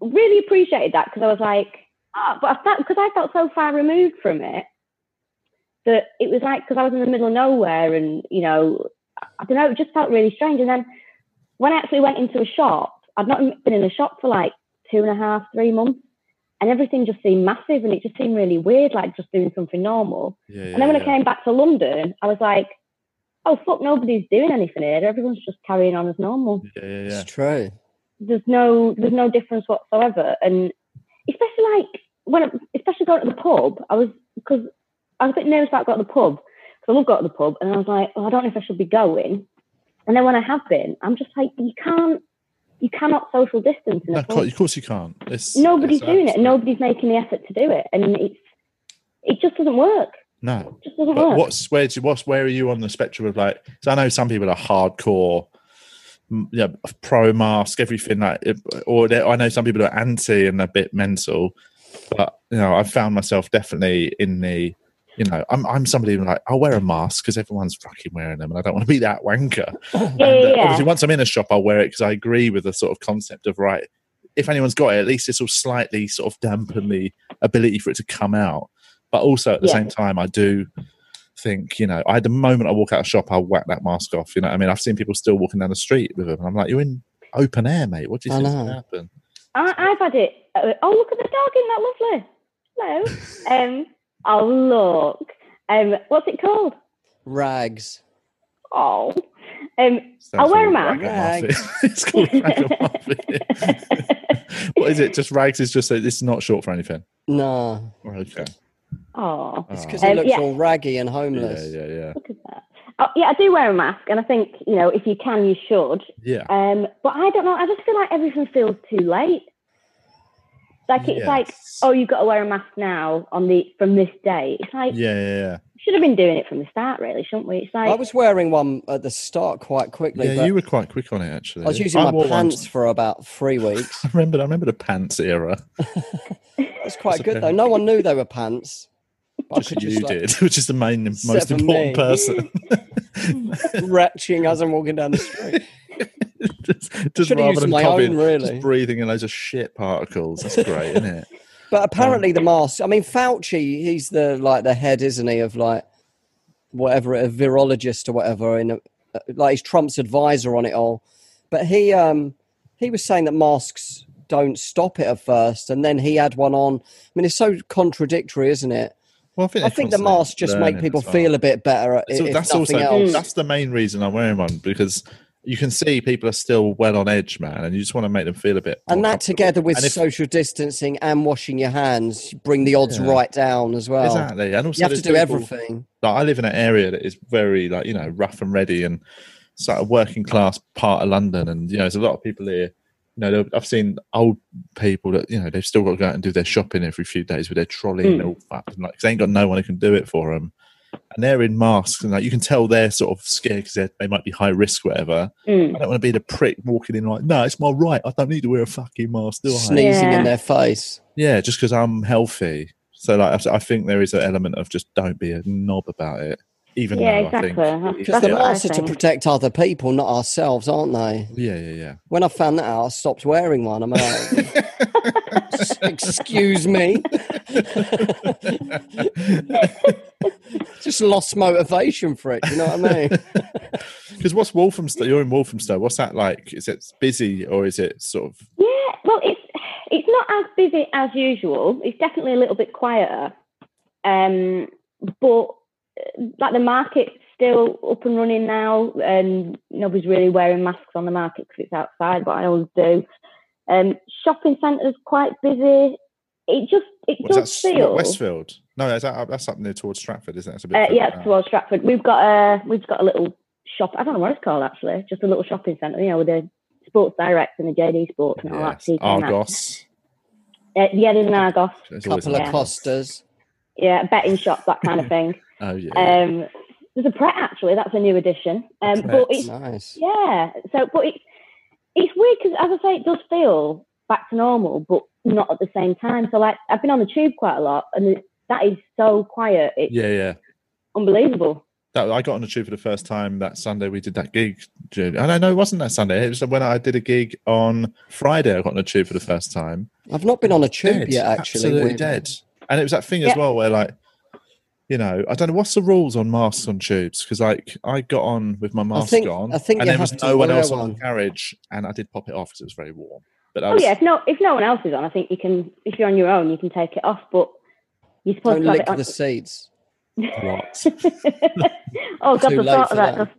Speaker 4: really appreciated that because I was like, oh, but I felt because I felt so far removed from it that it was like because I was in the middle of nowhere, and you know, I- I don't know, it just felt really strange. And then when I actually went into a shop, I'd not been in a shop for like two and a half, three months, and everything just seemed massive and it just seemed really weird, like just doing something normal.
Speaker 1: Yeah,
Speaker 4: And then when I came back to London, I was like, oh, fuck, nobody's doing anything here. Everyone's just carrying on as normal.
Speaker 1: yeah, yeah, yeah.
Speaker 2: It's true.
Speaker 4: There's no there's no difference whatsoever. And especially like when I, especially going to the pub, I was because I was a bit nervous about going to the pub because I love going to the pub, and I was like, oh, I don't know if I should be going. And then when I have been, I'm just like, you can't, you cannot social distance in
Speaker 1: No,
Speaker 4: a
Speaker 1: of
Speaker 4: pub
Speaker 1: course- of course you can't. It's,
Speaker 4: nobody's
Speaker 1: it's
Speaker 4: doing it.
Speaker 1: absolute-
Speaker 4: Nobody's making the effort to do it, and it's it just doesn't work.
Speaker 1: No.
Speaker 4: It just doesn't
Speaker 1: But
Speaker 4: work.
Speaker 1: what's where? Do, what's where are you on the spectrum of like? Because I know some people are hardcore, m- you know, pro mask, everything like. it- Or they- I know some people are anti and a bit mental. But you know, I've found myself definitely in the. You know, I'm I'm somebody who's like I'll wear a mask because everyone's fucking wearing them, and I don't want to be that wanker.
Speaker 4: yeah,
Speaker 1: And,
Speaker 4: yeah,
Speaker 1: uh,
Speaker 4: yeah.
Speaker 1: Obviously, once I'm in a shop, I'll wear it because I agree with the sort of concept of right. If anyone's got it, at least this will slightly sort of dampen the ability for it to come out. But also at the
Speaker 4: Yeah.
Speaker 1: same time, I do think you know, I the moment I walk out of shop, I'll whack that mask off. You know, what I mean, I've seen people still walking down the street with them, and I'm like, you're in open air, mate. What do you
Speaker 2: I
Speaker 1: think's
Speaker 2: know.
Speaker 1: gonna happen?
Speaker 4: I, I've had it. uh, Oh, look at the dog! Isn't that lovely? Hello. um. Oh look. Um. What's it called?
Speaker 2: Rags.
Speaker 4: Oh. Um.
Speaker 1: <laughs> Sounds
Speaker 4: I'll wear a
Speaker 1: like
Speaker 2: mask.
Speaker 1: ragamuffin. <laughs> it's called
Speaker 4: <laughs>
Speaker 1: ragamuffin. <laughs> what is it? Just rags is just it's not short for anything.
Speaker 2: No,
Speaker 1: Okay,
Speaker 4: Oh.
Speaker 2: it's because
Speaker 1: Ah,
Speaker 4: Um,
Speaker 2: it looks
Speaker 4: yeah.
Speaker 2: all raggy and
Speaker 4: Um,
Speaker 1: yeah,
Speaker 2: homeless.
Speaker 1: yeah, yeah,
Speaker 4: Look at that. Oh, yeah, I do wear a mask, and I think you know if you can, you should.
Speaker 1: yeah.
Speaker 4: Um, but I don't know. I just feel like everything feels too late. Like it's like,
Speaker 1: Yes.
Speaker 4: oh, you've got to wear a mask now on the from this day. It's like
Speaker 1: yeah, yeah, yeah.
Speaker 4: should have been doing it from the start, really, shouldn't we? It's like,
Speaker 2: I was wearing one at the start quite quickly,
Speaker 1: Yeah,
Speaker 2: but
Speaker 1: you were quite quick on it actually.
Speaker 2: I was using my
Speaker 1: wore one-
Speaker 2: pants for about three weeks.
Speaker 1: I <laughs> remember, I remember the pants era.
Speaker 2: That's
Speaker 1: That's
Speaker 2: quite
Speaker 1: a
Speaker 2: good
Speaker 1: pair.
Speaker 2: though. No one knew they were pants. <laughs> But I
Speaker 1: Just
Speaker 2: could
Speaker 1: you
Speaker 2: just like
Speaker 1: did, <laughs> which is the main, most
Speaker 2: for
Speaker 1: important
Speaker 2: me. <laughs>
Speaker 1: person. <laughs>
Speaker 2: retching as I'm walking down the street.
Speaker 1: just just
Speaker 2: Should've
Speaker 1: rather
Speaker 2: used
Speaker 1: than
Speaker 2: my
Speaker 1: coughing,
Speaker 2: own,
Speaker 1: just
Speaker 2: really.
Speaker 1: breathing in loads of shit particles. That's great, isn't
Speaker 2: <laughs>
Speaker 1: it?
Speaker 2: But apparently the mask. I mean, Fauci. He's the like the head, isn't he, of like whatever a virologist or whatever. In a, uh, like he's Trump's advisor on it all. But he um he was saying that masks don't stop it at first, and then he had one on. I mean, it's so contradictory, isn't it?
Speaker 1: Well, think,
Speaker 2: I
Speaker 1: they're
Speaker 2: think the
Speaker 1: constantly
Speaker 2: masks just make
Speaker 1: learning
Speaker 2: people
Speaker 1: as well.
Speaker 2: feel a bit better.
Speaker 1: So
Speaker 2: if
Speaker 1: that's
Speaker 2: nothing
Speaker 1: also
Speaker 2: else.
Speaker 1: that's the main reason I'm wearing one because you can see people are still well on edge, man, and you just want to make them feel a bit.
Speaker 2: and
Speaker 1: more
Speaker 2: that
Speaker 1: comfortable.
Speaker 2: together with
Speaker 1: And if-
Speaker 2: social distancing and washing your hands bring the odds
Speaker 1: Yeah.
Speaker 2: right down as well
Speaker 1: exactly, and also
Speaker 2: you have
Speaker 1: there's
Speaker 2: to do
Speaker 1: people-
Speaker 2: everything
Speaker 1: like I live in an area that is very like you know rough and ready and sort of working class part of London, and you know there's a lot of people here. You know, they'll- I've seen old people that you know they've still got to go out and do their shopping every few days with their trolley and they're all fucked, and like 'cause they ain't got no one who can do it for them, and they're in masks and like you can tell they're sort of scared because they might be high risk, whatever.
Speaker 4: mm,
Speaker 1: I don't want to be the prick walking in like, no, it's my right. I don't need to wear a fucking mask, do I?
Speaker 2: sneezing
Speaker 4: Yeah.
Speaker 2: in their face
Speaker 1: Yeah, just because I'm healthy. So like, I I think there is an element of just don't be a knob about it. Even
Speaker 4: Yeah,
Speaker 1: though I
Speaker 4: exactly.
Speaker 1: think
Speaker 2: because the
Speaker 4: That's what I
Speaker 2: masks are to
Speaker 4: think.
Speaker 2: protect other people not ourselves aren't they
Speaker 1: yeah, yeah, yeah.
Speaker 2: when i found that out i stopped wearing one i'm like <laughs> excuse me <laughs>
Speaker 1: <laughs>
Speaker 2: just lost motivation for it you know what i mean
Speaker 1: Because what's Walthamstow? You're in Walthamstow. What's that like? Is it busy or is it sort of?
Speaker 4: yeah. Well, it's it's not as busy as usual. It's definitely a little bit quieter. Um, but uh, like the market's still up and running now, and nobody's really wearing masks on the market because it's outside. But I always do. Um, shopping centres quite busy. It just it
Speaker 1: What's that?
Speaker 4: does
Speaker 1: S-
Speaker 4: feel
Speaker 1: Westfield? No, that's up, that's up near towards Stratford, isn't it? That's a bit
Speaker 4: Uh,
Speaker 1: further
Speaker 4: yeah,
Speaker 1: down.
Speaker 4: it's towards Stratford. We've got a we've got a little shop. I don't know what it's called actually. Just a little shopping centre, you know, with a Sports Direct and the JD Sports and all that.
Speaker 1: Yes.
Speaker 4: cheeky and that.
Speaker 1: Argos.
Speaker 4: Uh, yeah, there's an Argos.
Speaker 1: There's always
Speaker 2: couple
Speaker 1: an
Speaker 2: of
Speaker 1: Argos.
Speaker 2: costas
Speaker 4: Yeah, betting shop, that kind of thing.
Speaker 1: Oh <laughs> yeah.
Speaker 4: Um, there's a Pret actually. That's a new addition. Um,
Speaker 1: Pret.
Speaker 4: but it's
Speaker 2: nice
Speaker 4: yeah. So, but it's it's weird because as I say, it does feel back to normal, but not at the same time. So, like, I've been on the tube quite a lot, and it, that is so quiet. It's
Speaker 1: yeah, yeah.
Speaker 4: unbelievable.
Speaker 1: That, I got on the tube for the first time that Sunday we did that gig. Jude. I don't know, it wasn't that Sunday. It was when I did a gig on Friday. I got on the tube for the first time.
Speaker 2: i've not been on a tube
Speaker 1: dead,
Speaker 2: yet actually
Speaker 1: absolutely
Speaker 2: weirdly.
Speaker 1: dead. And it was that thing as
Speaker 4: Yeah.
Speaker 1: well where like, you know, I don't know what's the rules on masks on tubes because like I got on with my mask
Speaker 2: think-
Speaker 1: on,
Speaker 2: I think
Speaker 1: and
Speaker 2: you
Speaker 1: there was
Speaker 2: have to
Speaker 1: no one
Speaker 2: wear
Speaker 1: else on
Speaker 2: one.
Speaker 1: the carriage, and I did pop it off because it was very warm. But I
Speaker 4: Oh
Speaker 1: was,
Speaker 4: yeah, if no if no one else is on, I think you can. If you're on your own, you can take it off. But you're supposed
Speaker 2: Don't
Speaker 4: to have
Speaker 2: lick
Speaker 4: it on.
Speaker 2: the seats.
Speaker 1: What?
Speaker 4: <laughs> oh god,
Speaker 2: Too
Speaker 4: the
Speaker 2: late
Speaker 4: thought
Speaker 2: for
Speaker 4: of that,
Speaker 2: that.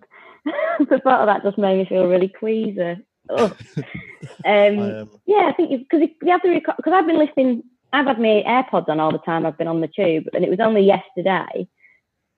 Speaker 4: just <laughs> the thought of that just made me feel really queasy. Ugh. um,
Speaker 1: I, um,
Speaker 4: yeah, I think because you have to record because I've been listening. I've had my AirPods on all the time. I've been on the tube, and it was only yesterday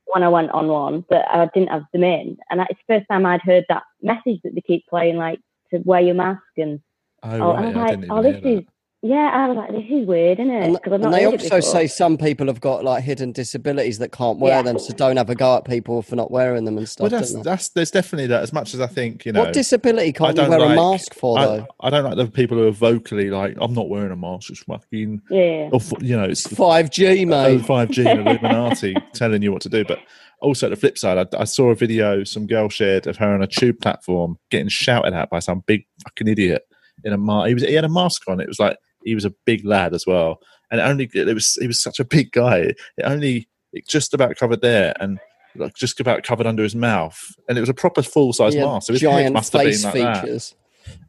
Speaker 4: when I went on one that I didn't have them in, and that- it's the first time I'd heard that message that they keep playing, like to wear your mask and
Speaker 1: oh,
Speaker 4: oh,
Speaker 1: right,
Speaker 4: and
Speaker 1: I
Speaker 4: I
Speaker 1: didn't
Speaker 4: was like,
Speaker 1: even
Speaker 4: oh,
Speaker 1: hear
Speaker 4: this
Speaker 1: that.
Speaker 4: is yeah. I was like, this is weird, isn't it?
Speaker 2: And,
Speaker 4: Because I've
Speaker 2: and
Speaker 4: not
Speaker 2: they
Speaker 4: heard it
Speaker 2: also
Speaker 4: before.
Speaker 2: say some people have got like hidden disabilities that can't wear
Speaker 4: Yeah.
Speaker 2: them, so don't have a go at people for not wearing them and
Speaker 1: Well,
Speaker 2: stuff.
Speaker 1: that's
Speaker 2: don't they?
Speaker 1: that's there's definitely that. As much as I think, you know,
Speaker 2: what disability can't you
Speaker 1: don't
Speaker 2: wear
Speaker 1: like-
Speaker 2: a mask for
Speaker 1: I,
Speaker 2: though?
Speaker 1: I don't like the people who are vocally like, "I'm not wearing a mask." It's
Speaker 2: <laughs>
Speaker 1: fucking,
Speaker 4: yeah,
Speaker 1: or, you know, it's
Speaker 2: Five G, mate.
Speaker 1: five G
Speaker 2: <laughs>
Speaker 1: and Illuminati telling you what to do. But also at the flip side, I, I saw a video some girl shared of her on a tube platform getting shouted at by some big fucking idiot in a mask. He was he had a mask on. It was like he was a big lad as well, and it only it was he was such a big guy. It only it just about covered there and. Like just about covered under his mouth, and it was a proper full size
Speaker 2: Yeah,
Speaker 1: mask. So his head
Speaker 2: giant
Speaker 1: must have been
Speaker 2: face
Speaker 1: like that
Speaker 2: features.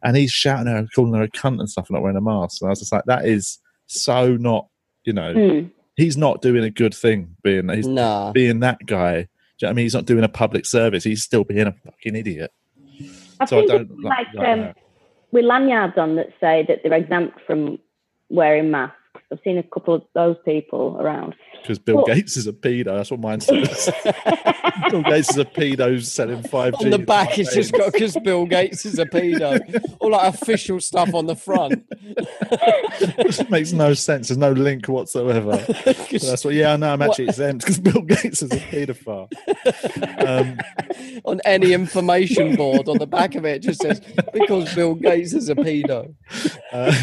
Speaker 1: and he's shouting at her, calling her a cunt and stuff, and not wearing a mask. And I was just like, that is so not, you know,
Speaker 4: Hmm.
Speaker 1: he's not doing a good thing being he's
Speaker 2: Nah.
Speaker 1: being that guy. Do you know what I mean? He's not doing a public service. He's still being a fucking idiot.
Speaker 4: I
Speaker 1: so I
Speaker 4: think
Speaker 1: don't
Speaker 4: it's
Speaker 1: like,
Speaker 4: like,
Speaker 1: like
Speaker 4: um,
Speaker 1: that.
Speaker 4: with lanyards on that say that they're exempt from wearing masks. I've seen a couple of those people around.
Speaker 1: because Bill
Speaker 4: well-
Speaker 1: Gates is a pedo. That's what
Speaker 4: <laughs>
Speaker 1: mine says. Bill Gates is a pedo selling five G
Speaker 2: On the back, it's just
Speaker 1: <laughs>
Speaker 2: got because Bill Gates is a pedo. All like official stuff on the front.
Speaker 1: makes no sense. There's no link
Speaker 2: <laughs>
Speaker 1: whatsoever.
Speaker 2: 'Cause
Speaker 1: So that's what. Yeah, I know. I'm
Speaker 2: What-
Speaker 1: actually exempt because Bill Gates is a paedophile. Um,
Speaker 2: on any information board on the back of it, it just says because Bill Gates is a pedo.
Speaker 1: uh,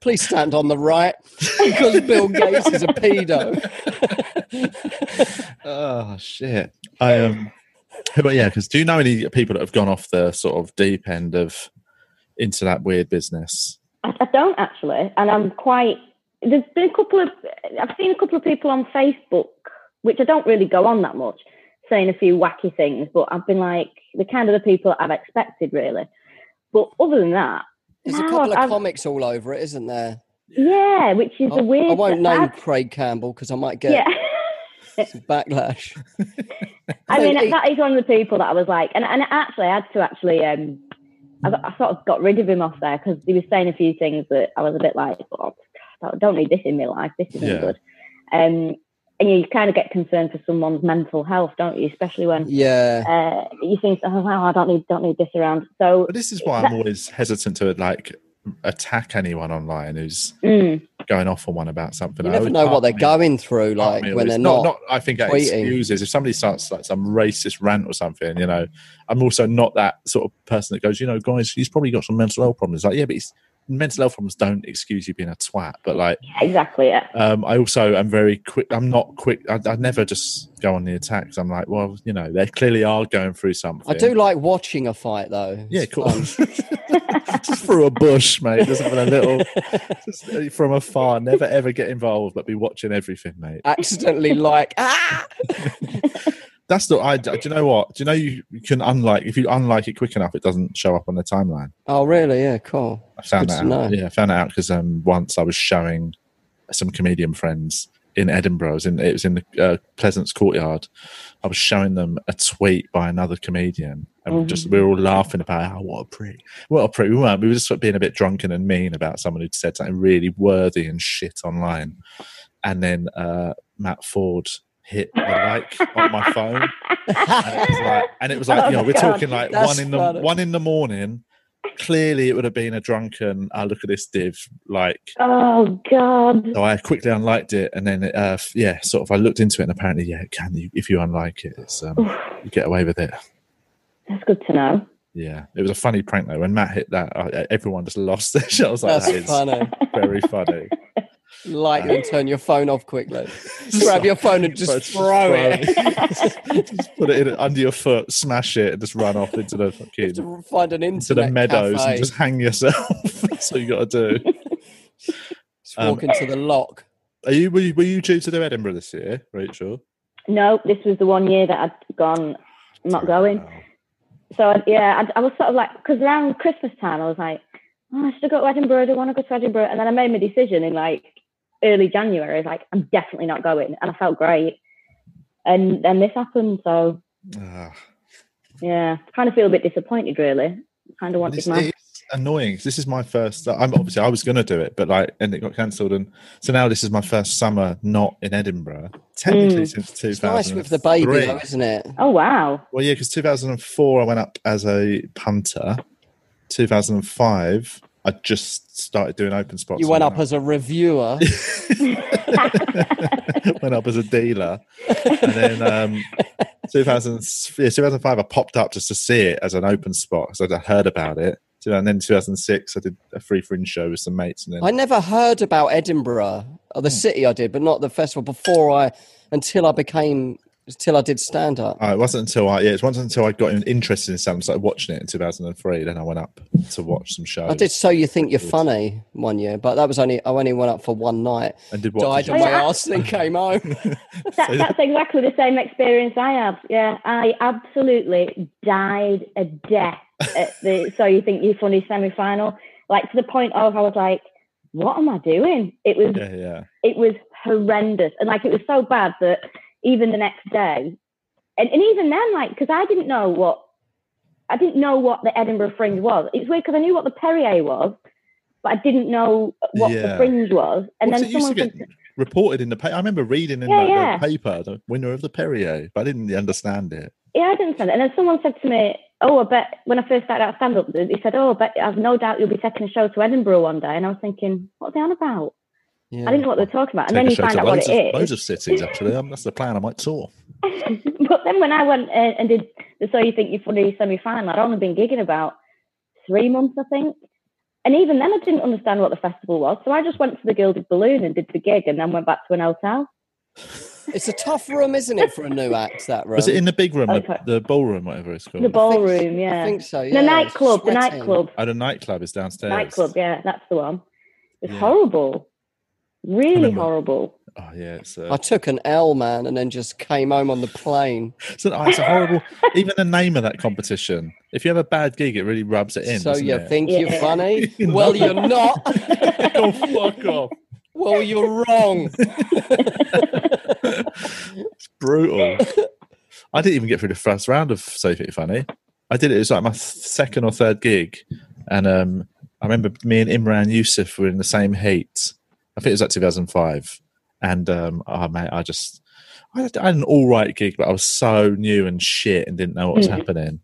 Speaker 2: Please stand on the right <laughs> because Bill Gates is a pedo.
Speaker 1: Oh shit! I um, but yeah, because do you know any people that have gone off the sort of deep end of into that weird business?
Speaker 4: I, I don't actually, and I'm quite. There's been a couple of. I've seen a couple of people on Facebook, which I don't really go on that much, saying a few wacky things, but I've been like the kind of the people I've expected really. But other than that,
Speaker 2: There's a
Speaker 4: no,
Speaker 2: couple of
Speaker 4: I've-
Speaker 2: comics all over it, isn't there?
Speaker 4: yeah, which is
Speaker 2: I,
Speaker 4: the weird.
Speaker 2: I won't
Speaker 4: that
Speaker 2: name
Speaker 4: I've-
Speaker 2: Craig Campbell because I might get
Speaker 4: Yeah.
Speaker 2: some <laughs> backlash.
Speaker 4: I
Speaker 2: No,
Speaker 4: mean,
Speaker 2: it-
Speaker 4: that is one of the people that I was like, and, and actually, I had to actually, um, I, got, I sort of got rid of him off there because he was saying a few things that I was a bit like, oh, I don't need this in my life. This isn't
Speaker 1: Yeah.
Speaker 4: good. Um, and you, kind of get concerned for someone's mental health, don't you? Especially when
Speaker 2: Yeah.
Speaker 4: uh, you think, oh wow, I don't need, don't need this around. So,
Speaker 1: But this is why I'm always hesitant to like attack anyone online who's
Speaker 4: mm,
Speaker 1: going off on one about something.
Speaker 2: You
Speaker 1: I
Speaker 2: never
Speaker 1: always-
Speaker 2: know what they're
Speaker 1: part
Speaker 2: going
Speaker 1: of
Speaker 2: through,
Speaker 1: me- part of
Speaker 2: like
Speaker 1: me
Speaker 2: when
Speaker 1: always-
Speaker 2: they're not.
Speaker 1: not. I think that
Speaker 2: tweeting.
Speaker 1: excuses if somebody starts like some racist rant or something. You know, I'm also not that sort of person that goes, you know, guys, he's probably got some mental health problems. Like, yeah, but he's, mental health problems don't excuse you being a twat. But like.
Speaker 4: yeah, exactly. Yeah.
Speaker 1: Um, I also am very quick. I'm not quick. I, I never just go on the attacks. I'm like, well, you know, they clearly are going through something.
Speaker 2: I do like watching a fight though.
Speaker 1: Yeah,
Speaker 2: It's um,
Speaker 1: cool. <laughs>
Speaker 2: fun.
Speaker 1: just through a bush, mate. Just having a
Speaker 2: <laughs>
Speaker 1: little, just uh, from afar. Never ever get involved, but be watching everything, mate.
Speaker 2: <laughs> Accidentally, like ah,
Speaker 1: That's the. I do you know what? Do you know you, you can unlike if you unlike it quick enough, it doesn't show up on the timeline.
Speaker 2: oh really? Yeah,
Speaker 4: <laughs>
Speaker 2: cool.
Speaker 1: I found
Speaker 2: Good
Speaker 1: that
Speaker 2: to
Speaker 1: out.
Speaker 2: know.
Speaker 1: Yeah, I found that out because um, once I was showing some comedian friends in Edinburgh. It was in, it was in the uh, Pleasance Courtyard. I was showing them a tweet by another comedian, and we just we were all laughing about how what a prick, what a prick. We weren't. We were just sort of being a bit drunken and mean about someone who'd said something really worthy and shit online. And then uh, Matt Ford hit the like on my phone. And it was like, and it was like,
Speaker 4: Oh,
Speaker 1: you
Speaker 2: <laughs>
Speaker 1: know, we're
Speaker 4: God.
Speaker 1: talking like
Speaker 2: That's
Speaker 1: one in the
Speaker 2: funny.
Speaker 1: one in the morning. Clearly, it would have been a drunken. I look at this div. Like,
Speaker 4: Oh God.
Speaker 1: so I quickly unliked it, and then uh, f- yeah, sort of. I looked into it, and apparently, yeah, it can you, if you unlike it, it's um, you get away with it.
Speaker 4: That's good to know.
Speaker 1: Yeah, it was a funny prank though. When Matt hit that, I, everyone just lost their shit. I was like,
Speaker 2: <laughs> That's
Speaker 1: that is
Speaker 2: funny.
Speaker 1: very
Speaker 2: <laughs>
Speaker 1: funny.
Speaker 2: Like and turn your phone
Speaker 1: <laughs>
Speaker 2: off quickly.
Speaker 1: So-
Speaker 2: Grab your
Speaker 1: <laughs>
Speaker 2: phone and
Speaker 1: but
Speaker 2: just throw it.
Speaker 1: just put it <laughs> in, under your foot, smash it, and just run off into the
Speaker 2: <laughs>
Speaker 1: fucking
Speaker 2: To Find an internet
Speaker 1: into the meadows
Speaker 2: cafe.
Speaker 1: and just hang yourself. <laughs> That's what you got to do.
Speaker 2: Just
Speaker 1: um,
Speaker 2: walk into the lock.
Speaker 1: Are you were, you were you due to do Edinburgh this year, Rachel?
Speaker 4: No, this was the one year that I'd gone, not going. so I- yeah, I, I was sort of like because around Christmas time I was like, oh, I should have got to Edinburgh. I don't want to go to Edinburgh. And then I made my decision in like early January. I was like, I'm definitely not going. And I felt great. And then this happened. So
Speaker 1: Ah,
Speaker 4: yeah, kind of feel a bit disappointed, really. Kind of wanted
Speaker 1: this
Speaker 4: my.
Speaker 1: is annoying. 'cause This is my first. uh, I'm obviously I was going to do it, but like, and it got cancelled, and so now this is my first summer not in Edinburgh. Technically, since 2000.
Speaker 2: It's nice with the baby, though, isn't it?
Speaker 4: Oh, wow.
Speaker 1: Well, yeah, because 2004 I went up as a punter. 2005 I just started doing open spots.
Speaker 2: You went
Speaker 1: and
Speaker 2: up as a reviewer.
Speaker 1: <laughs> went up as a dealer, and then um, 2000 yeah, 2005 I popped up just to see it as an open spot because I'd heard about it. So, And then 2006 I did a free fringe show with some mates, and then
Speaker 2: I never heard about Edinburgh, or
Speaker 1: Hmm.
Speaker 2: the city I did, but not the festival before I, until I became, until I did stand up.
Speaker 1: Oh, it wasn't until I yeah, it wasn't until I got interested in something, started watching it in 2003. Then I went up to watch some shows.
Speaker 2: I did So You Think You're Funny one year, but that was only, I only went up for one night,
Speaker 1: and did what?
Speaker 2: died
Speaker 1: did
Speaker 2: on
Speaker 1: you- <laughs>
Speaker 2: my arse, and then came home.
Speaker 4: That,
Speaker 1: So-
Speaker 4: that's exactly the same experience I had. Yeah, I absolutely died a death at the So You Think You're Funny semi final. Like to the point of I was like, what am I doing? It was
Speaker 1: yeah, yeah.
Speaker 4: it was horrendous and like it was so bad that even the next day and, and even then like because i didn't know what i didn't know what the edinburgh fringe was it's weird because i knew what the perrier was but i didn't know what
Speaker 1: Yeah.
Speaker 4: the fringe was and
Speaker 1: What's
Speaker 4: then
Speaker 1: it used to
Speaker 4: someone
Speaker 1: get
Speaker 4: said
Speaker 1: reported in the paper. I remember reading in
Speaker 4: Yeah,
Speaker 1: like,
Speaker 4: yeah.
Speaker 1: the paper the winner of the Perrier, but I didn't understand it.
Speaker 4: yeah i didn't understand it. and then someone said to me oh i bet when i first started out stand up he said oh but i've no doubt you'll be taking a show to edinburgh one day and i was thinking what are they on about i didn't know what they were talking about
Speaker 1: Take
Speaker 4: and then
Speaker 1: a
Speaker 4: you
Speaker 1: show
Speaker 4: find
Speaker 1: to
Speaker 4: out what
Speaker 1: loads
Speaker 4: it
Speaker 1: of,
Speaker 4: is
Speaker 1: loads of cities actually. Um, that's the plan. I might tour.
Speaker 4: <laughs> but then when I went uh, and did the So You Think You're Funny semi final, I'd only been gigging about three months, I think. And even then, I didn't understand what the festival was. So I just went to the Gilded Balloon and did the gig and then went back to an hotel.
Speaker 2: It's a tough room, isn't it, for a new act? That room.
Speaker 1: Was it in the big room,
Speaker 4: Okay.
Speaker 1: the, the ballroom, whatever it's called?
Speaker 4: The
Speaker 2: I
Speaker 4: ballroom,
Speaker 2: think-
Speaker 4: yeah.
Speaker 2: I think so. Yeah.
Speaker 4: The nightclub, the
Speaker 2: Sweating.
Speaker 4: nightclub.
Speaker 1: At a nightclub is downstairs.
Speaker 4: Nightclub, yeah, that's the one. It's
Speaker 1: Yeah.
Speaker 4: horrible. Really
Speaker 1: Remember.
Speaker 4: horrible.
Speaker 1: Oh yeah, it's,
Speaker 2: I
Speaker 1: uh,
Speaker 2: took an L, man, and then just came home on the plane.
Speaker 1: it's, an, it's a horrible. even the name of that competition. If you have a bad gig, it really rubs it in.
Speaker 2: so
Speaker 1: doesn't
Speaker 2: you
Speaker 1: it?
Speaker 2: think you're
Speaker 4: Yeah.
Speaker 2: funny?
Speaker 1: You're
Speaker 2: well,
Speaker 1: not.
Speaker 2: you're not.
Speaker 1: <laughs> oh fuck off.
Speaker 2: well, you're wrong.
Speaker 1: <laughs> it's brutal. I didn't even get through the first round of Sophie It Funny. I did it. It was like my th- second or third gig, and um, I remember me and Imran Yusuf were in the same heat. I think it was like 2005, and um, oh mate, I just I had, I had an all right gig, but I was so new and shit and didn't know
Speaker 2: Hmm.
Speaker 1: what was
Speaker 4: Mhm.
Speaker 1: happening.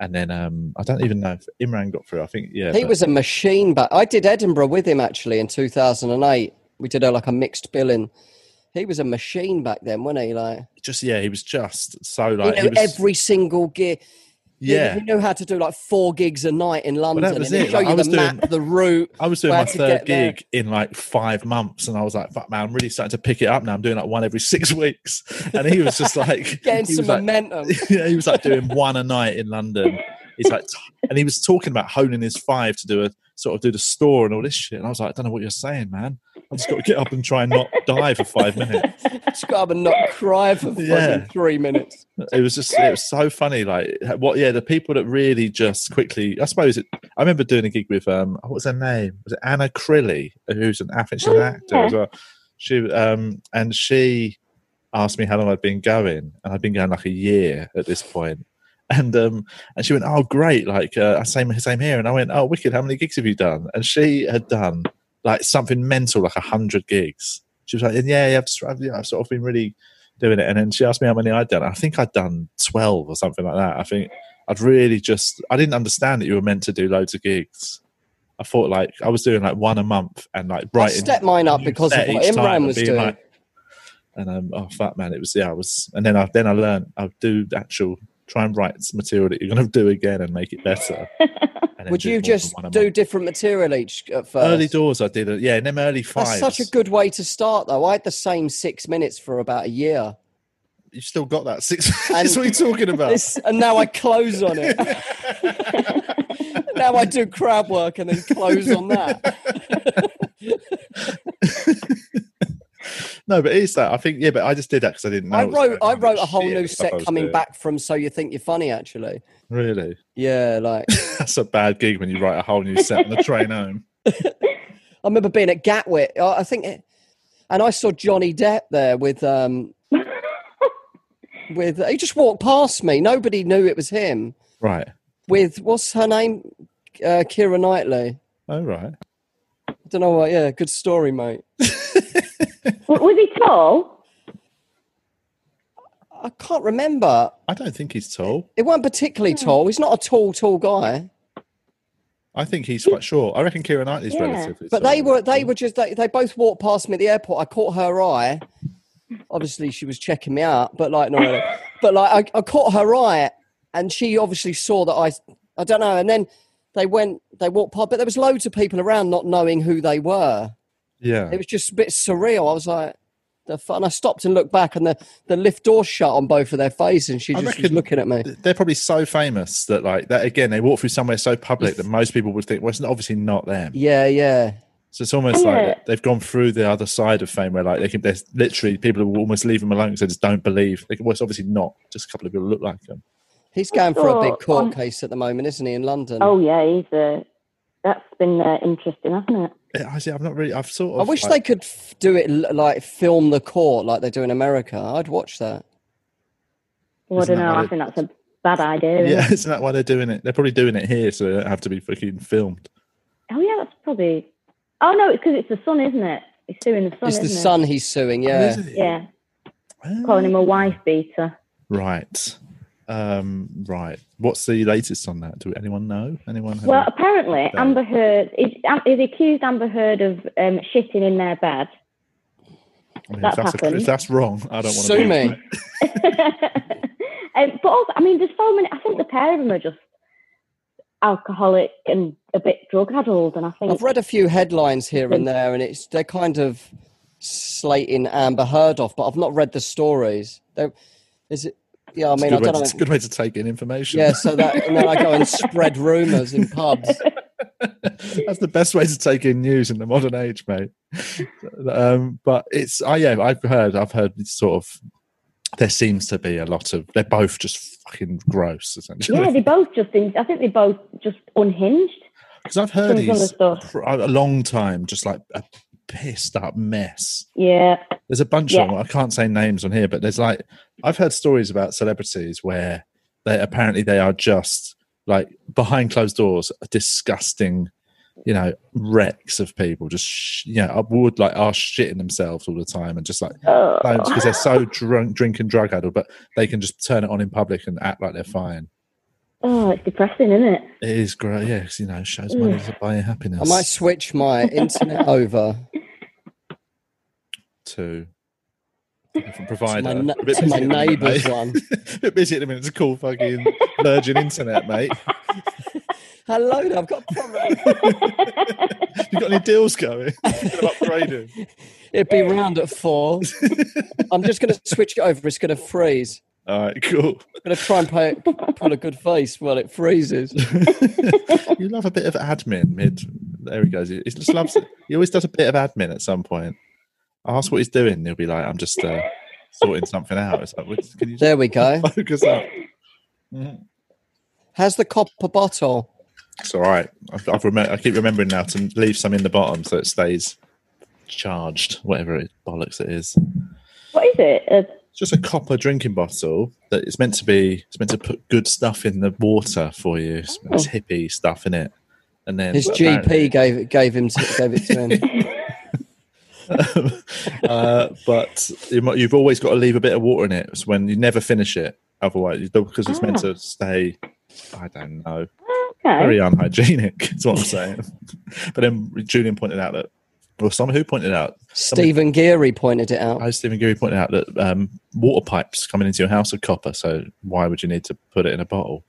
Speaker 1: And then um, I don't even know if Imran got through. I think yeah,
Speaker 2: He
Speaker 1: but-
Speaker 2: was a machine, but I did Edinburgh with him actually in 2008. We did a, like a mixed billing. He was a machine back then, wasn't he? Like,
Speaker 1: just yeah, he was just so
Speaker 2: he
Speaker 1: like
Speaker 2: knew
Speaker 1: he was,
Speaker 2: every single gig. He-
Speaker 1: yeah.
Speaker 2: he, knew how to do like four gigs a night in London.
Speaker 1: was
Speaker 2: and he'd
Speaker 1: it.
Speaker 2: show
Speaker 1: Like, I
Speaker 2: you
Speaker 1: was
Speaker 2: the
Speaker 1: doing-
Speaker 2: map, the route.
Speaker 1: I was doing
Speaker 2: where
Speaker 1: my
Speaker 2: to
Speaker 1: third
Speaker 2: get there.
Speaker 1: gig in like five months, and I was like, "Fuck, man, I'm really starting to pick it up now. I'm doing like one every six <laughs> weeks." And he was just like,
Speaker 2: <laughs>
Speaker 1: <laughs>
Speaker 2: Getting
Speaker 1: he
Speaker 2: some
Speaker 1: was like,
Speaker 2: momentum.
Speaker 1: <laughs> yeah, he was like doing one a night in London. He's like, <laughs> and he was talking about honing his five to do a sort of do the store and all this shit. And I was like, I don't know what you're saying, man. I just got to get up and try and not die for five minutes.
Speaker 2: Just got up and not cry for fucking
Speaker 1: Yeah.
Speaker 2: three
Speaker 1: <laughs>
Speaker 2: minutes.
Speaker 1: It was just, it was so funny. Like, what? Yeah, the people that really just quickly. I suppose it. I remember doing a gig with um, what was her name? Was it Anna Crilly, who's an act- she's an
Speaker 4: Oh,
Speaker 1: actor as well. She um, and she asked me how long I'd been going, and I'd been going like a year at this point. And um, and she went, "Oh, great! Like, uh, same same here." And I went, "Oh, wicked! How many gigs have you done?" And she had done like something mental, like a hundred gigs. She was like, "And "Yeah, yeah, I've, just, I've, yeah, I've sort of been really doing it." And then she asked me how many I'd done. I think I'd done twelve or something like that. I think I'd really just I didn't understand that you were meant to do loads of gigs. I thought like I was doing like one a month and like
Speaker 2: I
Speaker 1: writing
Speaker 2: stepped mine up
Speaker 1: new
Speaker 2: because of
Speaker 1: set
Speaker 2: what
Speaker 1: each time
Speaker 2: Imran
Speaker 1: and
Speaker 2: was
Speaker 1: being
Speaker 2: doing.
Speaker 1: like- and um, oh fuck, man, it was yeah, I was, and then I then I learned I do the actual try and write some material that you're going to <laughs> do again and make it
Speaker 2: <laughs>
Speaker 1: better. And then
Speaker 2: Would
Speaker 1: do
Speaker 2: you
Speaker 1: more than
Speaker 2: just
Speaker 1: one a
Speaker 2: do
Speaker 1: month.
Speaker 2: different material each at first?
Speaker 1: early doors? I did it, yeah, in them early
Speaker 2: That's
Speaker 1: fives.
Speaker 2: such a good way to start, though. I had the same six minutes for about a year,
Speaker 1: You've still got that six. <laughs>
Speaker 2: And-
Speaker 1: That's what you're talking about.
Speaker 2: This- and now I close
Speaker 1: <laughs>
Speaker 2: on it. now I do crowd work and then close on that.
Speaker 1: No, but it is that. I think, yeah, but I just did that because I didn't know.
Speaker 2: I
Speaker 1: it was
Speaker 2: wrote
Speaker 1: how
Speaker 2: I wrote a
Speaker 1: much
Speaker 2: whole
Speaker 1: shit
Speaker 2: new
Speaker 1: stuff I
Speaker 2: set
Speaker 1: was
Speaker 2: coming
Speaker 1: doing.
Speaker 2: back from So You Think You're Funny, actually.
Speaker 1: Really? <laughs>
Speaker 2: Yeah, like
Speaker 1: That's a bad gig when you write a whole new set on the train home. <laughs>
Speaker 2: I remember being at Gatwick. I I think, it, and I saw Johnny Depp there with um with he just walked past me. Nobody knew it was him.
Speaker 1: Right.
Speaker 2: With what's her name, uh, Kira Knightley.
Speaker 1: Oh, right.
Speaker 2: I don't know what. Yeah, good story, mate.
Speaker 4: W- Was he
Speaker 1: <laughs>
Speaker 4: tall?
Speaker 2: I can't remember.
Speaker 1: I don't think he's tall.
Speaker 2: It wasn't particularly
Speaker 1: Hmm.
Speaker 2: tall. He's not a tall, tall guy.
Speaker 1: I think he's quite short. I reckon Kieran Knightley's
Speaker 4: Yeah.
Speaker 1: relatively
Speaker 2: But
Speaker 1: tall.
Speaker 2: they were they were just they, they both walked past me at the airport. I caught her eye. Obviously, she was checking me out, but like, no, really. but like, I, I caught her eye, and she obviously saw that I I don't know. And then they went they walked past, but there was loads of people around not knowing who they were.
Speaker 1: Yeah.
Speaker 2: It was just a bit surreal. I was like. The fu- and I stopped and looked back, and the, the lift door shut on both of their faces, and she
Speaker 1: I
Speaker 2: just was
Speaker 1: reckon-
Speaker 2: looking at me.
Speaker 1: They're probably so famous that, like, that again, they walk through somewhere so public that most people would think, well, it's obviously not them.
Speaker 2: Yeah, yeah.
Speaker 1: So it's almost
Speaker 4: Yeah.
Speaker 1: like they've gone through the other side of fame where, like, they can, they're literally people will almost leave them alone because they just don't believe. They can, well, it's obviously not. Just a couple of people look like them.
Speaker 2: He's going for a big
Speaker 4: saw
Speaker 1: um,
Speaker 4: on-
Speaker 2: court case at the moment, isn't he, in London?
Speaker 4: Oh yeah, he's a. That's been uh, interesting, hasn't it?
Speaker 1: Yeah, I see. I'm not really. I've sort
Speaker 2: I
Speaker 1: of.
Speaker 2: wish
Speaker 1: like,
Speaker 2: they could f- do it l- like film the court like they do in America. I'd watch that.
Speaker 4: Well, I
Speaker 1: Isn't that
Speaker 4: don't know.
Speaker 1: what
Speaker 4: I
Speaker 1: it-
Speaker 4: think that's a bad idea. isn't
Speaker 1: Yeah, <laughs>
Speaker 4: it?
Speaker 1: isn't that why they're doing it? They're probably doing it here, so they don't have to be fucking filmed.
Speaker 4: Oh yeah, that's probably. Oh no, it's because it's the sun, isn't it? He's suing the sun.
Speaker 2: it's
Speaker 4: isn't
Speaker 2: the
Speaker 4: it?
Speaker 2: son he's suing. Yeah,
Speaker 1: Is it?
Speaker 4: Yeah,
Speaker 1: Ah.
Speaker 4: calling him a wife beater.
Speaker 1: Right. Um, right. What's the latest on that? Do anyone know? Anyone? Have
Speaker 4: Well, apparently
Speaker 1: Yeah.
Speaker 4: Amber Heard is he's accused Amber Heard of um, shitting in their bed.
Speaker 1: I mean,
Speaker 4: that's
Speaker 1: if, that's a,
Speaker 4: happened.
Speaker 1: if that's wrong, I don't want
Speaker 2: sue
Speaker 1: to.
Speaker 2: me.
Speaker 4: um, but also, I mean, there's so many. I think the pair of them are just alcoholic and a bit drug addled, and I think
Speaker 2: I've read a few headlines here and there, and it's they're kind of slating Amber Heard off, but I've not read the stories. They're, is it? Yeah, I
Speaker 1: It's a
Speaker 2: mean, I
Speaker 1: good way
Speaker 2: don't
Speaker 1: to-
Speaker 2: know.
Speaker 1: it's a good way to take in information.
Speaker 2: Yeah, so that and then
Speaker 1: <laughs>
Speaker 2: I go and spread rumours in pubs.
Speaker 1: That's the best way to take in news in the modern age, mate. um, but it's I yeah, I've heard I've heard it's sort of there seems to be a lot of they're both just fucking gross essentially.
Speaker 4: yeah,
Speaker 1: <laughs>
Speaker 4: they both just. In, I think they both just unhinged.
Speaker 1: Because I've heard
Speaker 4: Some
Speaker 1: he's
Speaker 4: sort of
Speaker 1: for a long time just like a pissed up mess.
Speaker 4: Yeah,
Speaker 1: There's a bunch
Speaker 4: Yeah.
Speaker 1: of them. I can't say names on here, but there's like I've heard stories about celebrities where they apparently they are just like behind closed doors, disgusting, you know, wrecks of people. Just sh- you know, would like are shitting themselves all the time and just like
Speaker 4: oh.
Speaker 1: because they're so drunk, drink and drug addled, but they can just turn it on in public and act like they're fine.
Speaker 4: oh, it's depressing, isn't it?
Speaker 1: It is great, yeah, 'cause, you know, shows money
Speaker 4: Mm.
Speaker 1: to buy you happiness.
Speaker 2: I might switch my internet over. <laughs>
Speaker 1: to a different provider.
Speaker 2: my, na-
Speaker 1: A bit
Speaker 2: to my
Speaker 1: busy at the minute,
Speaker 2: neighbour's
Speaker 1: mate.
Speaker 2: one.
Speaker 1: a bit <laughs> busy at the minute. It's a cool fucking virgin internet, mate.
Speaker 2: Hello, there, I've got a problem.
Speaker 1: You got any deals going? <laughs> Thinking of upgrading.
Speaker 2: It'd be round
Speaker 1: <laughs>
Speaker 2: at four. I'm just going to switch it over. It's going to freeze.
Speaker 1: All right, cool. <laughs>
Speaker 2: I'm going to try and play, pull a good face while it freezes.
Speaker 1: you love a bit of admin mid. There he goes. He, he just loves it. He always does a bit of admin at some point. I ask what he's doing. and He'll be like, "I'm just uh, sorting something out." It's like, "Well, can you just <laughs>
Speaker 2: There we go.
Speaker 1: focus up?
Speaker 2: Has the copper bottle?
Speaker 1: It's all right. I've, I've remem- I keep remembering now to leave some in the bottom so it stays charged, whatever it bollocks it is.
Speaker 4: What is it? Uh, A
Speaker 1: It's just a copper drinking bottle that it's meant to be. It's meant to put good stuff in the water for you. It's, it's hippie stuff in it, and then
Speaker 2: His
Speaker 1: apparently-
Speaker 2: GP gave it gave him to, gave it to
Speaker 1: <laughs>
Speaker 2: him.
Speaker 1: uh, but you, mu- you've always got to leave a bit of water in it so when you never finish it. Otherwise, you don't- because it's meant to stay. I don't know.
Speaker 4: Okay.
Speaker 1: Very unhygienic. <laughs> Is what I'm saying. but then Julian pointed out that, or some who pointed out
Speaker 2: Stephen Geary pointed it out.
Speaker 1: I Stephen Geary pointed out that um, water pipes coming into your house are copper, so why would you need to put it in a bottle?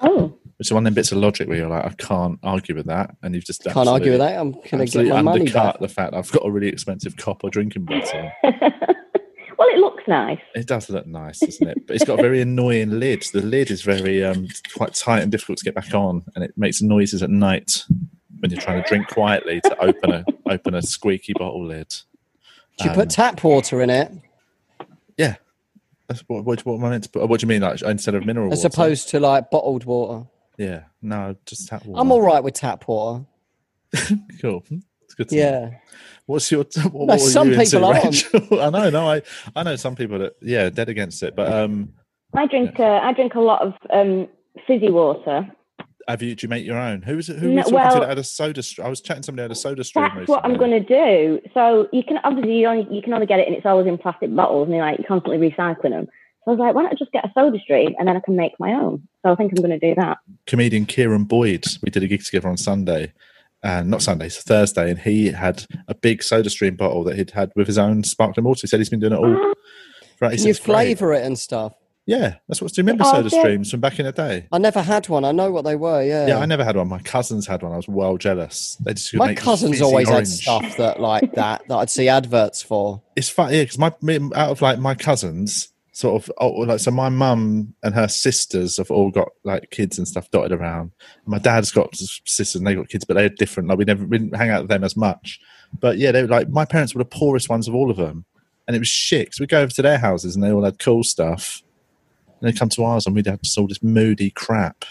Speaker 4: Oh,
Speaker 1: It's one of them bits of logic where you're like, I can't argue with that, and you've just
Speaker 2: Can't
Speaker 1: absolutely-
Speaker 2: argue with that. I'm going to get
Speaker 1: absolutely
Speaker 2: my money
Speaker 1: undercut
Speaker 2: back.
Speaker 1: the fact I've got a really expensive copper drinking bottle.
Speaker 4: well, it looks nice.
Speaker 1: it does look nice, doesn't it? But it's got a very annoying lid. The lid is very um, quite tight and difficult to get back on, and it makes noises at night when you're trying to drink quietly to open a open a squeaky bottle lid.
Speaker 2: She put tap water in it
Speaker 1: Yeah. That's what, what, what am I meant to put? What do you mean, like instead of mineral
Speaker 2: as
Speaker 1: water?
Speaker 2: opposed to like bottled water.
Speaker 1: Yeah. No, just tap water.
Speaker 2: I'm all right with tap water.
Speaker 1: Cool. It's good. To know.
Speaker 2: Yeah.
Speaker 1: What's your? <laughs> What, what
Speaker 2: No,
Speaker 1: were
Speaker 2: some
Speaker 1: you into,
Speaker 2: people aren't.
Speaker 1: Rachel? <laughs> I know. No, I I know some people that yeah, dead against it. But um,
Speaker 4: I drink uh, I drink a lot of um, fizzy water.
Speaker 1: have you? Do you make your own? Who was it? Who
Speaker 4: No,
Speaker 1: was talking to
Speaker 4: well-
Speaker 1: that had a soda? Stream? I was chatting to somebody who had a soda stream.
Speaker 4: That's what I'm
Speaker 1: recently.
Speaker 4: going to do. So you can obviously you only you can only get it, and it's always in plastic bottles, and you're like you're constantly recycling them. So I was like, why not just get a Soda Stream, and then I can make my own. So I think I'm going to do that.
Speaker 1: comedian Kieran Boyd. We did a gig together on Sunday, and not Sunday, it's Thursday, and he had a big soda stream bottle that he'd had with his own sparkling water. He said he's been doing it
Speaker 2: <gasps>
Speaker 1: all. Right,
Speaker 2: Can you flavour it and stuff?
Speaker 1: Yeah, that's what. Do you remember
Speaker 4: Oh,
Speaker 1: soda
Speaker 4: yeah.
Speaker 1: streams from back in the day?
Speaker 2: I never had one. I know what they were. Yeah.
Speaker 1: Yeah, I never had one. My cousins had one. I was well jealous. They just could
Speaker 2: My
Speaker 1: make this
Speaker 2: cousins
Speaker 1: fizzy
Speaker 2: always had
Speaker 1: orange.
Speaker 2: stuff that like that that I'd see adverts for.
Speaker 1: It's funny yeah, because my me- out of like my cousins, sort of oh, like so, my mum and her sisters have all got like kids and stuff dotted around. My dad's got s- sisters and they got kids, but they're different. Like we never we didn't hang out with them as much. But yeah, they were like my parents were the poorest ones of all of them, and it was shit. So we go over to their houses and they all had cool stuff, and they come to ours and we'd have just all this moody crap.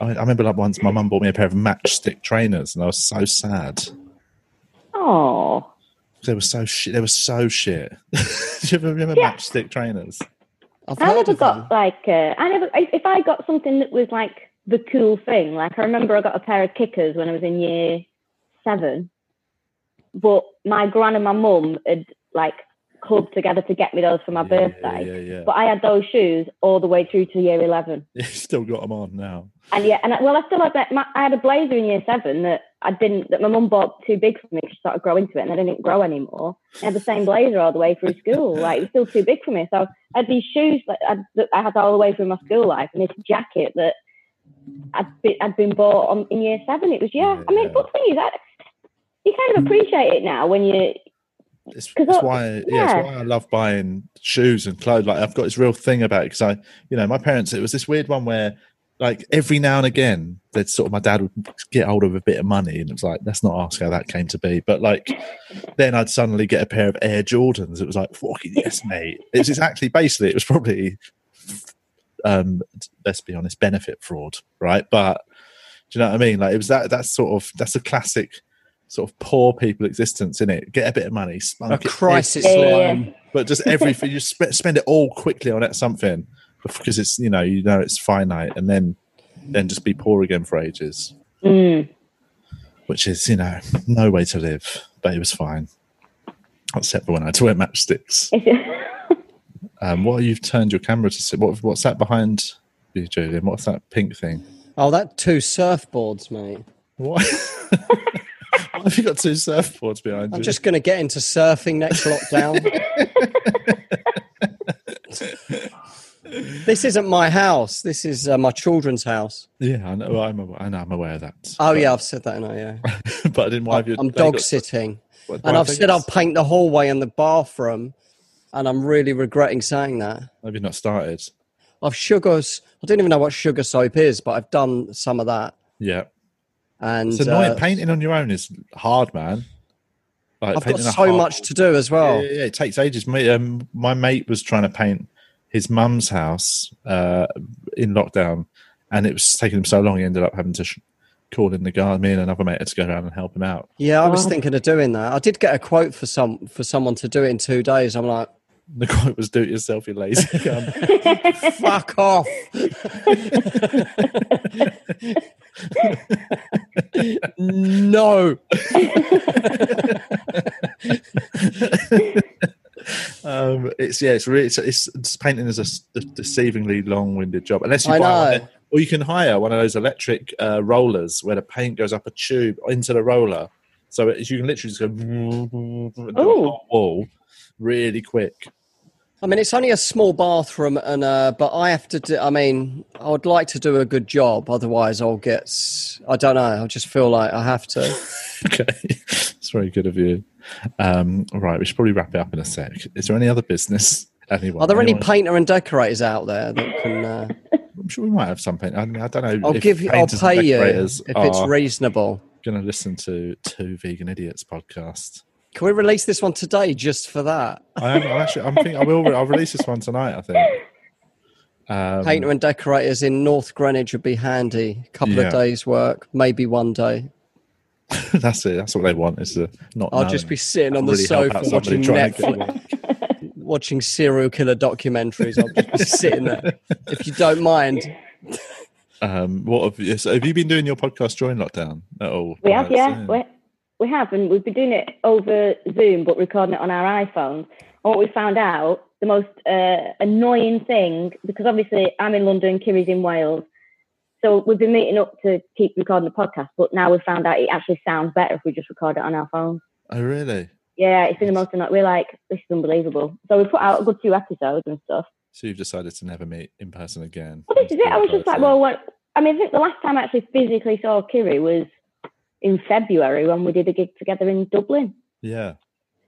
Speaker 1: I, I remember like once my mum bought me a pair of matchstick trainers, and I was so sad.
Speaker 4: Oh,
Speaker 1: They were so shit. They were so shit. <laughs> Do you ever remember
Speaker 4: Yeah.
Speaker 1: matchstick trainers?
Speaker 2: I've
Speaker 4: I
Speaker 2: heard
Speaker 4: never
Speaker 2: of them.
Speaker 4: got like uh, I never if if I got something that was like the cool thing. Like I remember I got a pair of kickers when I was in year seven, but my gran and my mum had like clubbed together to get me those for my birthday.
Speaker 1: Yeah, yeah.
Speaker 4: But I had those shoes all the way through to year eleven.
Speaker 1: <laughs> You've still got them on now.
Speaker 4: And yeah, and I, well, I still had that. My, I had a blazer in year seven that I didn't. That my mum bought too big for me. 'cause She started grow into it, and I didn't grow anymore. I had the same blazer all the way through school. Like it was still too big for me. So I had these shoes that I, that I had all the way through my school life, and this jacket that I'd been, I'd been bought on in year seven. It was yeah. I mean,
Speaker 1: Yeah.
Speaker 4: but the thing is, I, you kind of appreciate it now when you.
Speaker 1: It's,
Speaker 4: 'Cause
Speaker 1: it's
Speaker 4: I-
Speaker 1: why, yeah. it's
Speaker 4: yeah.
Speaker 1: why I love buying shoes and clothes. Like I've got this real thing about it because I, you know, my parents. It was this weird one where, like, every now and again, they'd sort of my dad would get hold of a bit of money, and it was like, let's not ask how that came to be. But like, then I'd suddenly get a pair of Air Jordans. It was like, fucking yes, mate. It's exactly basically. It was probably, um, let's be honest, benefit fraud, right? But do you know what I mean? Like it was that. That's sort of that's a classic. Sort of poor people existence in it. Get a bit of money, spunk
Speaker 2: A
Speaker 1: it,
Speaker 2: crisis
Speaker 4: Yeah, yeah,
Speaker 2: loan.
Speaker 1: but just everything <laughs> you sp- spend it all quickly on that something because it's you know you know it's finite and then then just be poor again for ages
Speaker 4: Mm,
Speaker 1: which is you know no way to live but it was fine except for when i had to wear matchsticks
Speaker 4: <laughs> it's,
Speaker 1: um what you've turned your camera to see what, what's that behind you julian what's that pink thing
Speaker 2: Oh, that two surfboards, mate.
Speaker 1: what <laughs> Why have you got two surfboards behind
Speaker 2: I'm
Speaker 1: you
Speaker 2: just going to get into surfing
Speaker 1: <laughs>
Speaker 2: next lockdown. this isn't my house. This is uh, my children's house.
Speaker 1: yeah i know i'm aware, i know i'm aware of that
Speaker 2: Oh
Speaker 1: But-
Speaker 2: yeah, I've said that. No, yeah.
Speaker 1: <laughs> but i didn't why have you
Speaker 2: I'm
Speaker 1: they got-
Speaker 2: dog sitting,
Speaker 1: why
Speaker 2: and
Speaker 1: have
Speaker 2: I've
Speaker 1: they
Speaker 2: said
Speaker 1: got-
Speaker 2: I'll paint the hallway and the bathroom, and I'm really regretting saying that.
Speaker 1: have you not started
Speaker 2: I've sugars. I don't even know what sugar soap is, but I've done some of that,
Speaker 1: yeah
Speaker 2: and
Speaker 1: It's annoying.
Speaker 2: uh,
Speaker 1: painting on your own is hard, man. Like,
Speaker 2: I've got
Speaker 1: painting a
Speaker 2: so
Speaker 1: hard-
Speaker 2: much to do as well.
Speaker 1: Yeah, yeah, yeah, it takes ages. Me, um, my mate was trying to paint his mum's house uh, in lockdown, and it was taking him so long. He ended up having to sh- call in the guard. Me and another mate had to go around and help him out. <laughs>
Speaker 2: Yeah, I was
Speaker 1: Oh.
Speaker 4: Wow.
Speaker 2: thinking of doing that. I did get a quote for some for someone to do it in two days. I'm like,
Speaker 1: The quote was, "Do it yourself, you
Speaker 2: <laughs>
Speaker 1: lazy." cunt."
Speaker 2: fuck off. no. <laughs>
Speaker 1: um, it's yeah, it's really it's, it's, it's painting is a, s- a deceivingly long-winded job. Unless you
Speaker 2: I
Speaker 1: buy one
Speaker 2: know.
Speaker 1: that- or you can hire one of those electric uh, rollers where the paint goes up a tube into the roller, so it, you can literally just go into the
Speaker 4: Ooh.
Speaker 1: whole wall really quick. <laughs>
Speaker 2: I mean, it's only a small bathroom, and uh, but I have to do. I mean, I would like to do a good job, otherwise I'll get. s- I don't know. I just feel like I have to.
Speaker 1: Okay, it's very good of you. Um, right, we should probably wrap it up in a sec. Is there any other business? Anyone?
Speaker 2: Are there any
Speaker 1: Anyone?
Speaker 2: painter and decorators out there that can? Uh,
Speaker 1: I'm sure we might have some paint. I, mean, I don't know.
Speaker 2: I'll
Speaker 1: if
Speaker 2: give you. I'll
Speaker 1: painters and
Speaker 2: pay you
Speaker 1: decorators
Speaker 2: if it's
Speaker 1: are
Speaker 2: reasonable.
Speaker 1: going to listen to two vegan idiots podcast.
Speaker 2: Can we release this one today just for that?
Speaker 1: I am I'm actually. I'm thinking. I will. re- I'll release this one tonight. I think. Um,
Speaker 2: Painter and decorators in North Greenwich would be handy. A couple
Speaker 1: Yeah.
Speaker 2: of days' work, maybe one day.
Speaker 1: <laughs> that's it. That's what they want. Is to not.
Speaker 2: I'll
Speaker 1: know.
Speaker 2: just be sitting on the
Speaker 1: Really help
Speaker 2: sofa
Speaker 1: out somebody
Speaker 2: watching
Speaker 1: trying to get
Speaker 2: Netflix,
Speaker 1: work.
Speaker 4: <laughs>
Speaker 2: watching serial killer documentaries. I'll just be sitting there. If you don't
Speaker 4: <laughs>
Speaker 2: mind,
Speaker 1: Um, what have you, so have you been doing your podcast during lockdown at all?
Speaker 4: We have,
Speaker 1: Perhaps,
Speaker 4: yeah. We, we have, and we've been doing it over Zoom, but recording it on our iPhones. And what we found out, the most uh, annoying thing, because obviously I'm in London, Kiri's in Wales, so we've been meeting up to keep recording the podcast. But now we've found out it actually sounds better if we just record it on our phones.
Speaker 1: Oh, really?
Speaker 4: Yeah, it's been the most annoying. We're like, this is unbelievable. So we put out a good two episodes and stuff.
Speaker 1: So you've decided to never meet in person again?
Speaker 4: Well, this is it. I was just like, well, what? I mean, I think the last time I actually physically saw Kiri was in February when we did a gig together in Dublin.
Speaker 1: yeah.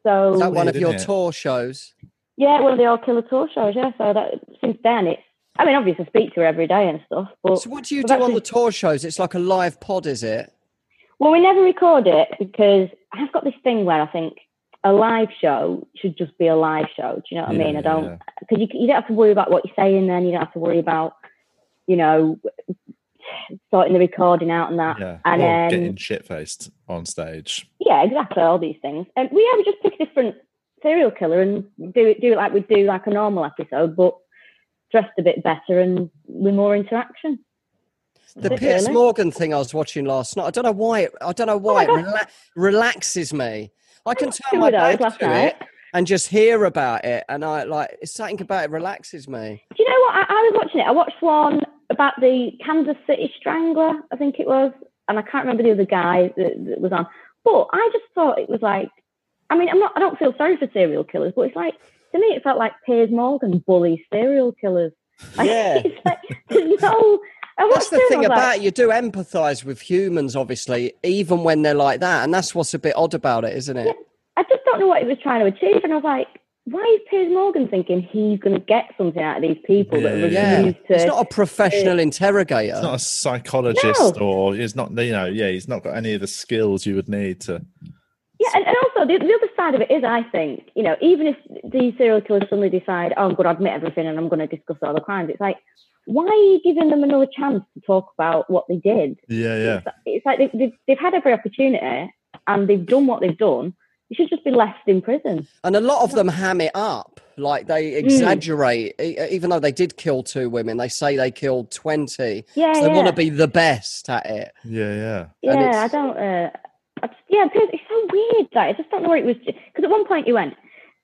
Speaker 4: So
Speaker 2: is that one
Speaker 1: Weird,
Speaker 2: of your
Speaker 1: isn't it?
Speaker 2: tour shows?
Speaker 4: Yeah, one of the old killer tour shows. Yeah, so that since then it's. I mean, obviously, I speak to her every day and stuff, but
Speaker 2: So, what do you
Speaker 4: Well,
Speaker 2: do on the
Speaker 4: that's
Speaker 2: tour shows? It's like a live pod, is it?
Speaker 4: well, we never record it because I've got this thing where I think a live show should just be a live show. Do you know what I mean? I don't because you, you don't have to worry about what you're saying. Then you don't have to worry about you know sorting the recording out and that.
Speaker 1: Yeah.
Speaker 4: uh, And
Speaker 1: or
Speaker 4: then-
Speaker 1: getting shit faced on stage.
Speaker 4: Yeah, exactly. All these things, and we yeah, we just pick a different serial killer and do it do it like we do like a normal episode, but dressed a bit better and with more interaction.
Speaker 2: The
Speaker 4: That's it,
Speaker 2: Piers
Speaker 4: really.
Speaker 2: Morgan thing I was watching last night. I don't know why. It, I don't know why it
Speaker 4: Oh God.
Speaker 2: rela- relaxes me. I can turn
Speaker 4: Two
Speaker 2: my
Speaker 4: of those
Speaker 2: back
Speaker 4: last
Speaker 2: to
Speaker 4: night.
Speaker 2: it and just hear about it, and I like it's something about it relaxes me.
Speaker 4: Do you know what? I, I was watching it. I watched one about the Kansas City Strangler, I think it was, and I can't remember the other guy that, that was on. But I just thought it was like, I mean, I'm not. I don't feel sorry for serial killers, but it's like to me, it felt like Piers Morgan bullies serial killers. Like,
Speaker 2: Yeah.
Speaker 4: <laughs> it's like, there's no. I
Speaker 2: That's
Speaker 4: watched
Speaker 2: the
Speaker 4: it and I
Speaker 2: thing
Speaker 4: was
Speaker 2: about
Speaker 4: like,
Speaker 2: it. You do empathise with humans, obviously, even when they're like that, and that's what's a bit odd about it, isn't it?
Speaker 4: I just don't know what he was trying to achieve, and I was like, why is Piers Morgan thinking he's going to get something out of these people that refuse
Speaker 1: Yeah.
Speaker 2: Yeah,
Speaker 4: to?
Speaker 2: it's not a professional interrogator.
Speaker 1: It's not a psychologist or it's not, you know, yeah, he's not got any of the skills you would need to.
Speaker 4: Yeah, and, and also the, the other side of it is, I think, you know, even if the serial killers suddenly decide, oh, I'm going to admit everything and I'm going to discuss all the crimes, it's like, why are you giving them another chance to talk about what they did?
Speaker 1: Yeah, yeah.
Speaker 4: It's, it's like they, they've, they've had every opportunity and they've done what they've done. They should just be left in prison.
Speaker 2: And a lot of them ham it up, like they
Speaker 4: Mm.
Speaker 2: exaggerate. E- Even though they did kill two women, they say they killed twenty.
Speaker 4: Yeah,
Speaker 2: So they
Speaker 4: yeah.
Speaker 2: want to be the best at it.
Speaker 1: Yeah, yeah.
Speaker 2: and
Speaker 4: yeah,
Speaker 2: it's-
Speaker 4: I don't. Uh, I just, yeah, Piers, it's so weird. Like, I just don't know what it was. Because at one point you went,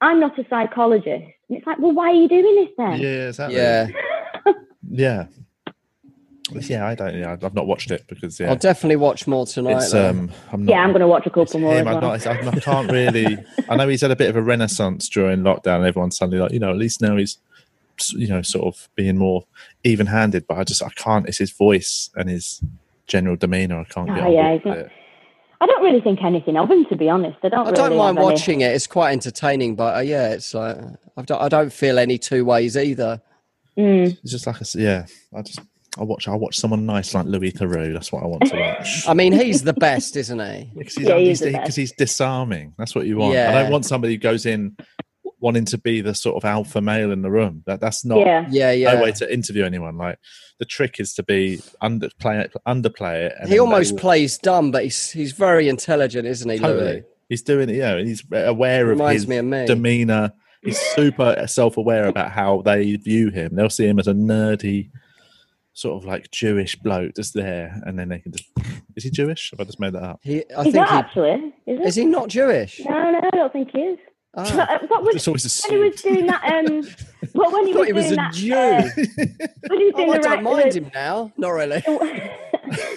Speaker 4: "I'm not a psychologist," and it's like, well, why are you doing this
Speaker 1: Yeah,
Speaker 4: then?
Speaker 1: yeah, exactly.
Speaker 2: Yeah,
Speaker 1: Yeah. Yeah, I don't, yeah, I've not watched it because, yeah.
Speaker 2: I'll definitely watch more tonight.
Speaker 1: it's,
Speaker 2: though.
Speaker 1: um, I'm not,
Speaker 4: Yeah, I'm going to watch a couple more.
Speaker 1: him,
Speaker 4: as
Speaker 1: I'm
Speaker 4: well.
Speaker 1: not, I'm not- I can't really. I know he's had a bit of a renaissance during lockdown. And everyone's suddenly like, you know, at least now he's, you know, sort of being more even-handed. But I just, I can't. It's his voice and his general demeanor. I can't get
Speaker 4: Oh,
Speaker 1: on
Speaker 4: yeah,
Speaker 1: board
Speaker 4: he's
Speaker 1: with
Speaker 4: not-
Speaker 1: it.
Speaker 4: I don't really think anything of him, to be honest. I don't.
Speaker 2: I don't
Speaker 4: really
Speaker 2: mind
Speaker 4: have any-
Speaker 2: watching it. It's quite entertaining, but uh, yeah, it's like I've don't, I don't feel any two ways either.
Speaker 4: Mm.
Speaker 1: It's just like, a s yeah, I just, I watch, I watch someone nice like Louis Theroux. That's what I want to
Speaker 4: <laughs>
Speaker 1: watch.
Speaker 2: I mean, he's the best, isn't he?
Speaker 1: Because he's,
Speaker 4: Yeah, he
Speaker 1: he's,
Speaker 4: is the
Speaker 1: because
Speaker 4: best.
Speaker 1: he's disarming. That's what you want. I
Speaker 2: Yeah.
Speaker 1: don't want somebody who goes in wanting to be the sort of alpha male in the room. That that's not.
Speaker 4: Yeah.
Speaker 2: Yeah, yeah.
Speaker 1: no way to interview anyone. Like the trick is to be underplay it, underplay it. And
Speaker 2: he
Speaker 1: then
Speaker 2: almost
Speaker 1: they-
Speaker 2: plays dumb, but he's he's very intelligent, isn't he?
Speaker 1: totally.
Speaker 2: Louis?
Speaker 1: He's doing it, you know, and he's aware of
Speaker 2: Reminds
Speaker 1: his
Speaker 2: me of me.
Speaker 1: demeanor. He's super self-aware about how they view him. They'll see him as a nerdy, sort of like Jewish bloke just there, and then they can just. Is he Jewish? Have I just made that up?
Speaker 2: He, I
Speaker 4: He's
Speaker 2: think
Speaker 4: not
Speaker 2: he,
Speaker 4: actually. Is it?
Speaker 2: is he not Jewish?
Speaker 4: No, no, I don't think he is.
Speaker 2: Ah.
Speaker 4: But, uh, what was
Speaker 1: It's always
Speaker 4: when he was
Speaker 1: assumed.
Speaker 4: doing that? Um, <laughs> well, when he
Speaker 2: Thought
Speaker 4: was
Speaker 2: he was
Speaker 4: doing
Speaker 2: a <laughs>
Speaker 4: that?
Speaker 2: Jew.
Speaker 4: uh, when he was doing
Speaker 2: Oh, <laughs> I
Speaker 4: the right,
Speaker 2: don't mind
Speaker 4: the,
Speaker 2: him now. Not really.
Speaker 4: <laughs>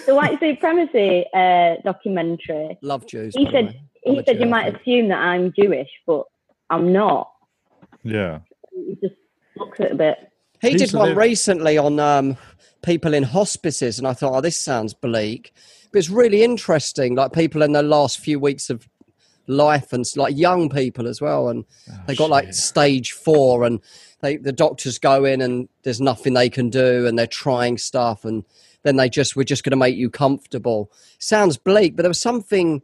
Speaker 4: the white supremacy uh, documentary.
Speaker 2: Love Jews.
Speaker 4: He
Speaker 2: by the
Speaker 4: said
Speaker 2: way. I'm
Speaker 4: he
Speaker 2: a
Speaker 4: said
Speaker 2: Jew,
Speaker 4: you
Speaker 2: I
Speaker 4: might
Speaker 2: think.
Speaker 4: assume that I'm Jewish, but I'm not.
Speaker 1: Yeah,
Speaker 4: He just looks at it a bit.
Speaker 2: He
Speaker 1: Who's
Speaker 2: did
Speaker 1: the
Speaker 2: one
Speaker 1: lyric?
Speaker 2: recently on um, people in hospices, and I thought, oh, this sounds bleak, but it's really interesting. Like people in their last few weeks of life, and s- like young people as well, and they got like
Speaker 1: shit.
Speaker 2: stage four, and they the doctors go in, and there's nothing they can do, and they're trying stuff, and then they just we're just going to make you comfortable. Sounds bleak, but there was something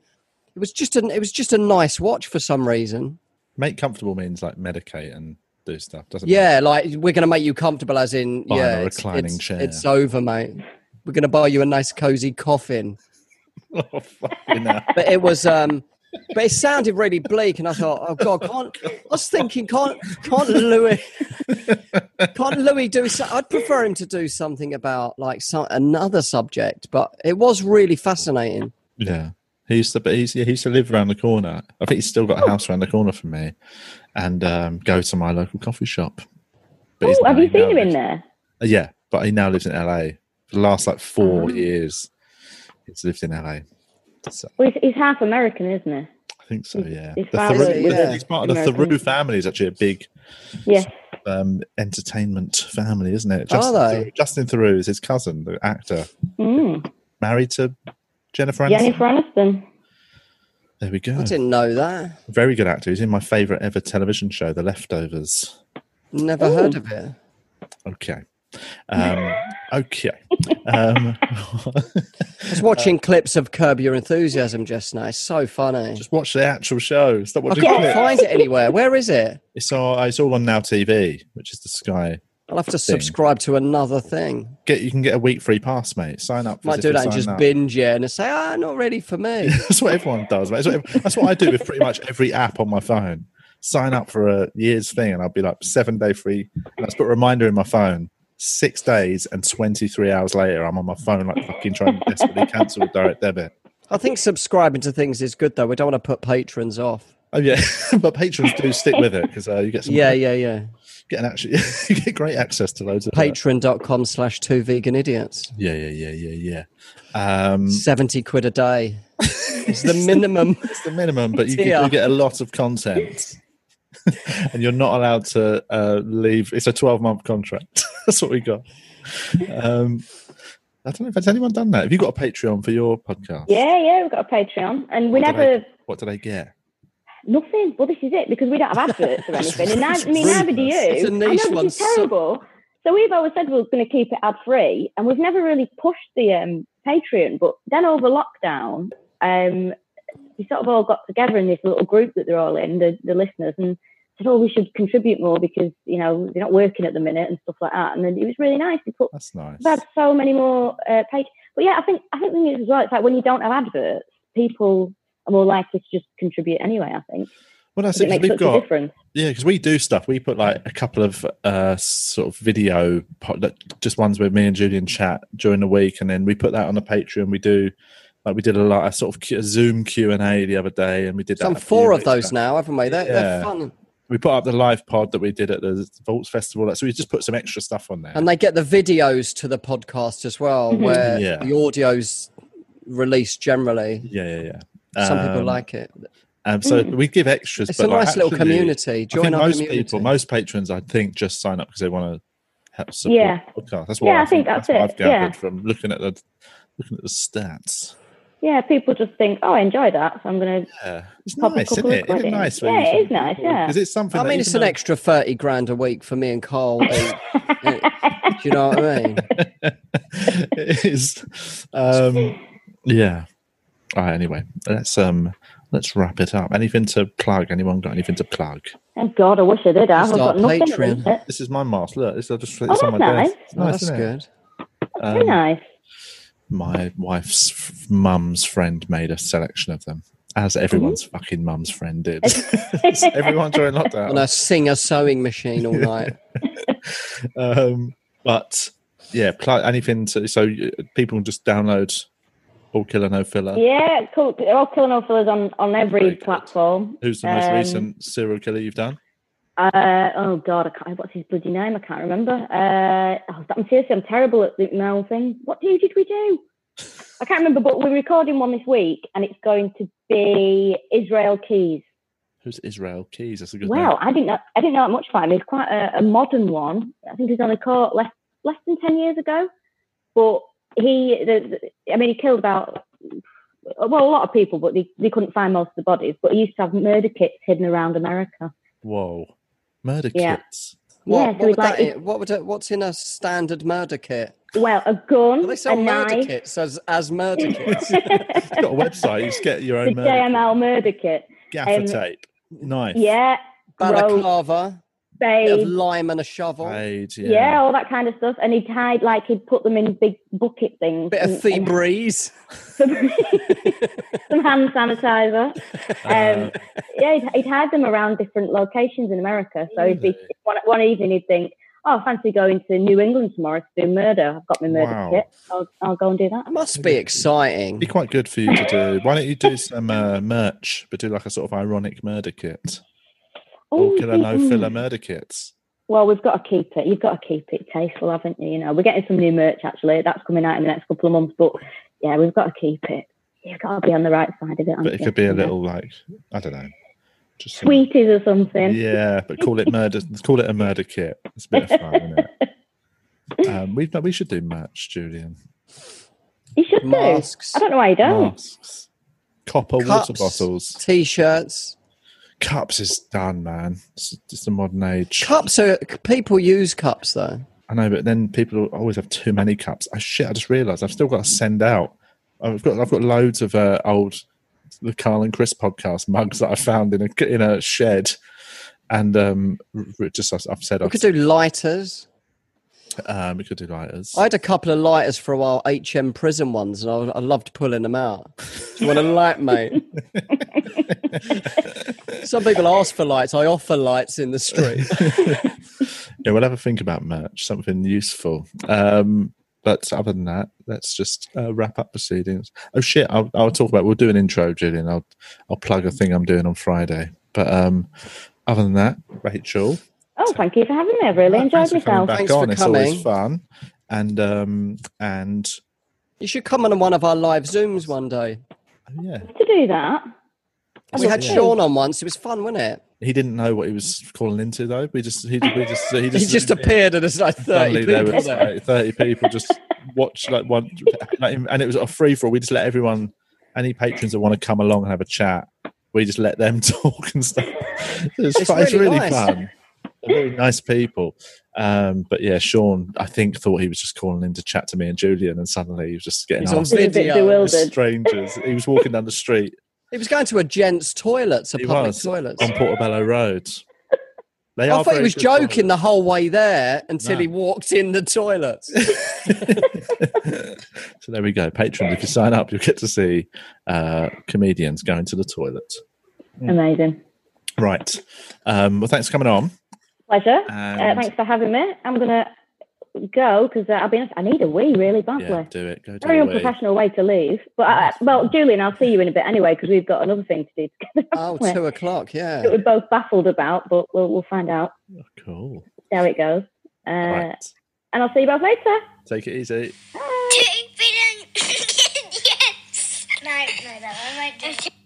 Speaker 2: It was just an it was just a nice watch for some reason.
Speaker 1: Make comfortable means like medicate and do stuff, doesn't it?
Speaker 2: Yeah, like we're gonna make you comfortable, as in
Speaker 1: Buy
Speaker 2: yeah,
Speaker 1: a
Speaker 2: it's,
Speaker 1: reclining
Speaker 2: it's-
Speaker 1: chair.
Speaker 2: it's over, mate. We're gonna buy you a nice cozy coffin.
Speaker 1: <laughs> Oh, fucking hell.
Speaker 2: But it was um, but it sounded really bleak, and I thought, oh god, can't. I was thinking, can't can't Louis can't Louis do? So, I'd prefer him to do something about like some, another subject, but it was really fascinating.
Speaker 1: Yeah. He used to, but he's, yeah, he used to live around the corner. I think he's still
Speaker 4: Oh.
Speaker 1: got a house around the corner from me, and um, go to my local coffee shop. But he's
Speaker 4: Oh, have
Speaker 1: now-
Speaker 4: you
Speaker 1: he now
Speaker 4: seen him in
Speaker 1: lives-
Speaker 4: there?
Speaker 1: Uh, Yeah, but he now lives in LA. For the last like four
Speaker 4: Oh.
Speaker 1: years, he's lived in LA. So
Speaker 4: Well, he's, he's half American, isn't
Speaker 1: I think so. Yeah,
Speaker 4: His
Speaker 1: the
Speaker 4: family,
Speaker 1: Theroux,
Speaker 2: yeah.
Speaker 1: he's part of the
Speaker 4: American.
Speaker 1: Theroux family. Is actually a big
Speaker 4: he? Yes.
Speaker 1: um, entertainment family, isn't it?
Speaker 2: Are
Speaker 1: Justin,
Speaker 2: they?
Speaker 1: Theroux, Justin Theroux is his cousin, the actor,
Speaker 4: Mm.
Speaker 1: married to Jennifer Aniston.
Speaker 4: Jennifer Aniston.
Speaker 1: There we go.
Speaker 2: I didn't know that.
Speaker 1: Very good actor. He's in my favorite ever television show, The Leftovers.
Speaker 2: Never
Speaker 4: Ooh.
Speaker 2: heard of it.
Speaker 1: Okay. Um,
Speaker 4: <laughs>
Speaker 1: okay. Um,
Speaker 2: I was watching clips of Curb Your Enthusiasm just now. It's so funny.
Speaker 1: just watch the actual show. Stop
Speaker 2: I
Speaker 1: watching
Speaker 2: can't
Speaker 1: it.
Speaker 2: find it anywhere. Where is it?
Speaker 1: It's all, it's all on Now TV, which is the Sky.
Speaker 2: I'll have to subscribe to another thing.
Speaker 1: Get you can get a week free pass, mate. Sign up.
Speaker 2: Might
Speaker 1: physically
Speaker 2: do that and
Speaker 1: sign
Speaker 2: just
Speaker 1: up.
Speaker 2: binge it and say, ah, not really for me.
Speaker 1: <laughs> That's what everyone does, mate. That's what, ev- that's what I do with pretty much every app on my phone. Sign up for a year's thing, and I'll be like seven day free. And I just put a reminder in my phone. Six days and twenty three hours later, I'm on my phone like fucking trying to desperately cancel a direct debit.
Speaker 2: I think subscribing to things is good though. We don't want to put patrons off.
Speaker 1: Oh yeah, <laughs> but patrons do stick with it because uh, you get some
Speaker 2: Yeah, yeah, yeah.
Speaker 1: get an actually <laughs> you get great access to loads of uh,
Speaker 2: Patreon.com slash two vegan idiots.
Speaker 1: yeah, yeah, yeah, yeah, yeah. Um,
Speaker 2: 70 quid
Speaker 1: <laughs>
Speaker 2: a day. It's the minimum.
Speaker 1: it's the minimum, but you, you
Speaker 2: Dear.
Speaker 1: do get a lot of content, <laughs> and you're not allowed to uh, leave. It's a 12 month contract. <laughs> That's what we got. Um, I don't know if has anyone done that. Have you got a Patreon for your podcast?
Speaker 4: Yeah, yeah, we've got a Patreon. And we
Speaker 1: What do
Speaker 4: never,
Speaker 1: What did I get?
Speaker 4: nothing. Well, this is it because we don't have adverts
Speaker 2: <laughs>
Speaker 4: or anything. And neither, I mean,
Speaker 1: It's
Speaker 4: neither do you.
Speaker 2: It's a niche
Speaker 4: I know
Speaker 2: one,
Speaker 4: this
Speaker 2: so-
Speaker 4: is terrible. So we've always said we were going to keep it ad free, and we've never really pushed the um, Patreon. But then over lockdown, um, we sort of all got together in this little group that they're all in, the, the listeners, and said, "Oh, we should contribute more because you know they're not working at the minute and stuff like that." And then it was really nice. We put
Speaker 1: That's nice.
Speaker 4: We've had so many more uh, pages. But yeah, I think I think the thing is as well. It's like when you don't have adverts, people are more likely to just contribute anyway. I think
Speaker 1: well, that's it. 'cause
Speaker 4: 'Cause it makes
Speaker 1: We've
Speaker 4: such
Speaker 1: got
Speaker 4: a difference.
Speaker 1: Yeah, because we do stuff. We put like a couple of uh, sort of video, po- like, just ones where me and Julian chat during the week, and then we put that on the Patreon. We do like we did a lot, a sort of Q- a Zoom Q and A the other day, and we did that
Speaker 2: Some
Speaker 1: a few
Speaker 2: four of
Speaker 1: weeks
Speaker 2: those
Speaker 1: back.
Speaker 2: now, haven't we? They're, they're
Speaker 1: Yeah.
Speaker 2: fun.
Speaker 1: We put up the live pod that we did at the Vaults Festival, like, so we just put some extra stuff on there.
Speaker 2: And they get the videos to the podcast as well,
Speaker 4: Mhm.
Speaker 2: where
Speaker 1: Mm-hmm. Yeah.
Speaker 2: the audio's released generally.
Speaker 1: yeah, yeah, yeah.
Speaker 2: Some people
Speaker 1: Um,
Speaker 2: like it.
Speaker 1: and so
Speaker 4: Mm.
Speaker 1: we give extras.
Speaker 2: It's
Speaker 1: but,
Speaker 2: a
Speaker 1: like,
Speaker 2: nice little
Speaker 1: actually,
Speaker 2: community.
Speaker 1: I think
Speaker 2: Join our
Speaker 1: most
Speaker 2: community.
Speaker 1: people, most patrons, I think, just sign up because they want to help support
Speaker 4: Yeah.
Speaker 1: the podcast. That's what
Speaker 4: Yeah,
Speaker 1: I think. That's, what I've
Speaker 4: it, yeah.
Speaker 1: gathered from looking at the looking at the stats.
Speaker 4: Yeah, people just think, "Oh, I enjoy that, so I'm going to."
Speaker 1: Yeah, it's
Speaker 4: Pop a
Speaker 1: nice, isn't
Speaker 4: couple
Speaker 1: it?
Speaker 4: of
Speaker 1: Isn't it
Speaker 4: quid in.
Speaker 1: nice?
Speaker 4: Yeah, it is nice, yeah.
Speaker 1: because it's something.
Speaker 2: I
Speaker 1: that
Speaker 2: mean,
Speaker 1: even
Speaker 2: it's an
Speaker 1: though-
Speaker 2: extra 30 grand a week for me and Carl. each. Do you know what I mean?
Speaker 1: it <laughs> is. Um, yeah. All right. Anyway, let's um, let's wrap it up. Anything to plug? Anyone got anything to plug?
Speaker 4: Oh God, I wish I did. I've
Speaker 2: Start
Speaker 4: got nothing. at the
Speaker 2: Patreon.
Speaker 4: minute.
Speaker 1: This is my mask. Look, this I just
Speaker 4: Oh,
Speaker 1: it's on my
Speaker 4: that's nice.
Speaker 1: desk. It's nice,
Speaker 2: that's
Speaker 1: isn't it?
Speaker 2: good.
Speaker 1: Um,
Speaker 4: Very nice.
Speaker 1: my wife's f- mum's friend made a selection of them, as everyone's
Speaker 4: Mm-hmm.
Speaker 1: fucking mum's friend did. <laughs> Everyone during lockdown. <laughs>
Speaker 2: On a singer sewing machine all night.
Speaker 1: um, but yeah, pl- anything to so you, people can just download all killer no filler.
Speaker 4: Yeah, cool. They're all killing all fillers on on
Speaker 1: Um, Very
Speaker 4: every
Speaker 1: good.
Speaker 4: platform.
Speaker 1: Who's the most
Speaker 4: Um,
Speaker 1: recent serial killer you've done?
Speaker 4: Uh, oh God, I can't, what's his bloody name? I can't remember. Uh, oh, I'm seriously, I'm terrible at the mail thing. What do did we do? I can't remember, but we're recording one this week, and it's going to be Israel Keys.
Speaker 1: Who's Israel Keys? That's a good
Speaker 4: Wow, I didn't know. I didn't know that much about him. He's quite a, a modern one. I think he's on a court less less than ten years ago. But he, the, the- I mean, he killed about well a lot of people, but they, they couldn't find most of the bodies. But he used to have murder kits hidden around America.
Speaker 1: name. Whoa, murder
Speaker 4: Yeah.
Speaker 1: kits.
Speaker 2: What,
Speaker 4: so
Speaker 2: what,
Speaker 4: we'd
Speaker 2: would
Speaker 4: like
Speaker 2: that, what would it, what's in a standard murder kit?
Speaker 4: Well, a gun,
Speaker 2: Well, they sell
Speaker 4: a
Speaker 2: murder
Speaker 4: <laughs> knife,
Speaker 2: kits as, as murder kits.
Speaker 1: You've got a website. You just get
Speaker 4: <laughs>
Speaker 1: your
Speaker 4: the
Speaker 1: own murder,
Speaker 4: JML murder kit.
Speaker 1: gaffer
Speaker 4: um,
Speaker 1: tape, knife,
Speaker 4: Yeah, rope,
Speaker 2: Balaclava, bit of
Speaker 4: spade.
Speaker 2: lime and a shovel,
Speaker 1: blade,
Speaker 4: Yeah. all that kind of stuff. And he'd hide like he'd put them in big bucket things.
Speaker 2: bit
Speaker 4: and-
Speaker 2: of thea
Speaker 4: Mm, and
Speaker 2: breeze. <laughs>
Speaker 4: some, <laughs> some hand sanitizer.
Speaker 1: Uh-huh. Uh,
Speaker 4: Um, yeah, he'd, he'd hide them around different locations in America. So he'd be
Speaker 1: Really?
Speaker 4: one, one evening he'd think, "Oh, I fancy going to New England tomorrow to do murder. I've got my murder
Speaker 1: Wow.
Speaker 4: kit. I'll, I'll go and do that."
Speaker 2: Must be exciting.
Speaker 1: be quite good for you to
Speaker 4: <laughs>
Speaker 1: do. Why don't you do some uh, merch, but do like a sort of ironic murder kit or
Speaker 4: Oh,
Speaker 1: killer no
Speaker 4: mm.
Speaker 1: filler murder kits?
Speaker 4: Well, we've got to keep it. You've got to keep it tasteful, haven't you? You know, we're getting some new merch actually. That's coming out in the next couple of months. But yeah, we've got to keep it. You've got to be on the right side of it.
Speaker 1: But it could be a little like I don't know, just some-
Speaker 4: sweeties or something.
Speaker 1: Yeah, but call it murder. <laughs> call it a murder kit. It's a bit of fun,
Speaker 4: <laughs>
Speaker 1: isn't it? Um, we we should do merch, Julian.
Speaker 4: You should do.
Speaker 2: Masks,
Speaker 4: I don't know why you don't.
Speaker 1: Masks, copper water
Speaker 2: Cups.
Speaker 1: bottles,
Speaker 2: t-shirts.
Speaker 1: cups is done, man. It's just a modern age.
Speaker 2: Cups are people use cups though.
Speaker 1: I know, but then people always have too many cups. Oh, shit! I just realised I've still got to send out. I've got I've got loads of uh, old the Carl and Chris podcast mugs that I found in a in a shed, and um, r- r- just I've I've said
Speaker 2: We
Speaker 1: I've,
Speaker 2: could do lighters.
Speaker 1: um, we could do lighters.
Speaker 2: I had a couple of lighters for a while, HM prison ones, and I, I loved pulling them out. Do you want a light, mate? Some people ask for lights. I offer lights in the street.
Speaker 1: <laughs> Yeah, we'll have a think about merch, something useful. Um, but other than that, let's just uh, wrap up proceedings. Oh shit, I'll, I'll talk about. We'll do an intro, Julian. I'll I'll plug a thing I'm doing on Friday. But um, other than that, Rachel,
Speaker 4: Oh, thank you for having me. I've really enjoyed
Speaker 1: thanks for coming
Speaker 4: myself.
Speaker 1: back
Speaker 2: Thanks for
Speaker 1: on. It's always
Speaker 2: coming.
Speaker 1: fun. And um, and
Speaker 2: You should come on one of our live Zooms one day.
Speaker 1: oh, yeah,
Speaker 4: To do that. I'd
Speaker 2: We
Speaker 4: love
Speaker 2: had
Speaker 4: to.
Speaker 2: Sean on once. It was fun, wasn't it?
Speaker 1: he didn't know what he was calling into though. We just he, we just
Speaker 2: <laughs>
Speaker 1: he
Speaker 2: He
Speaker 1: just
Speaker 2: just appeared and there's like 30
Speaker 1: Suddenly there
Speaker 2: people
Speaker 1: was
Speaker 2: there.
Speaker 1: like 30 people
Speaker 2: <laughs>
Speaker 1: just watched like one like, and it was a free for all. We just let everyone any patrons that want to come along and have a chat, we just let them <laughs> talk and stuff. It's,
Speaker 2: It's
Speaker 1: fun, it's
Speaker 2: really
Speaker 1: really
Speaker 2: nice.
Speaker 1: fun. They're Very nice people. Um, but yeah, Sean, I think thought he was just calling in to chat to me and Julian and suddenly he was just getting
Speaker 2: He's on
Speaker 1: asked
Speaker 4: He was a bit
Speaker 2: video.
Speaker 1: by
Speaker 4: bewildered.
Speaker 1: strangers. He was walking down the street
Speaker 2: He was going to a gents' toilet, to
Speaker 1: He
Speaker 2: public
Speaker 1: was.
Speaker 2: toilets.
Speaker 1: on Portobello
Speaker 2: <laughs>
Speaker 1: Road. They
Speaker 2: I
Speaker 1: are
Speaker 2: thought he
Speaker 1: very
Speaker 2: was
Speaker 1: good
Speaker 2: joking
Speaker 1: toilets.
Speaker 2: the whole way there until
Speaker 1: No.
Speaker 2: he walked in
Speaker 1: <laughs>
Speaker 2: the toilet.
Speaker 1: so there we go. Patrons, if you sign up, you'll get to see uh, comedians going to the toilet. Mm.
Speaker 4: Amazing.
Speaker 1: Right. Um, well, thanks for coming on.
Speaker 4: Pleasure. Uh,
Speaker 1: And
Speaker 4: thanks for having me. I'm going to go because uh, I'll be honest, I need a wee really badly.
Speaker 1: yeah, do it. Go do
Speaker 4: Very
Speaker 1: it. away.
Speaker 4: unprofessional way to leave. But I, I- well, Julian, I'll see you in a bit anyway because we've got another thing to do together
Speaker 2: Oh,
Speaker 4: Wait.
Speaker 2: two o'clock, yeah.
Speaker 4: that we're both baffled about, but we'll, we'll find out
Speaker 1: Cool.
Speaker 4: how it goes. Uh,
Speaker 1: right.
Speaker 4: And I'll see you both later.
Speaker 1: Take it easy.
Speaker 4: Bye.
Speaker 3: <laughs> Two billion idiots. No, no, no, I won't do it.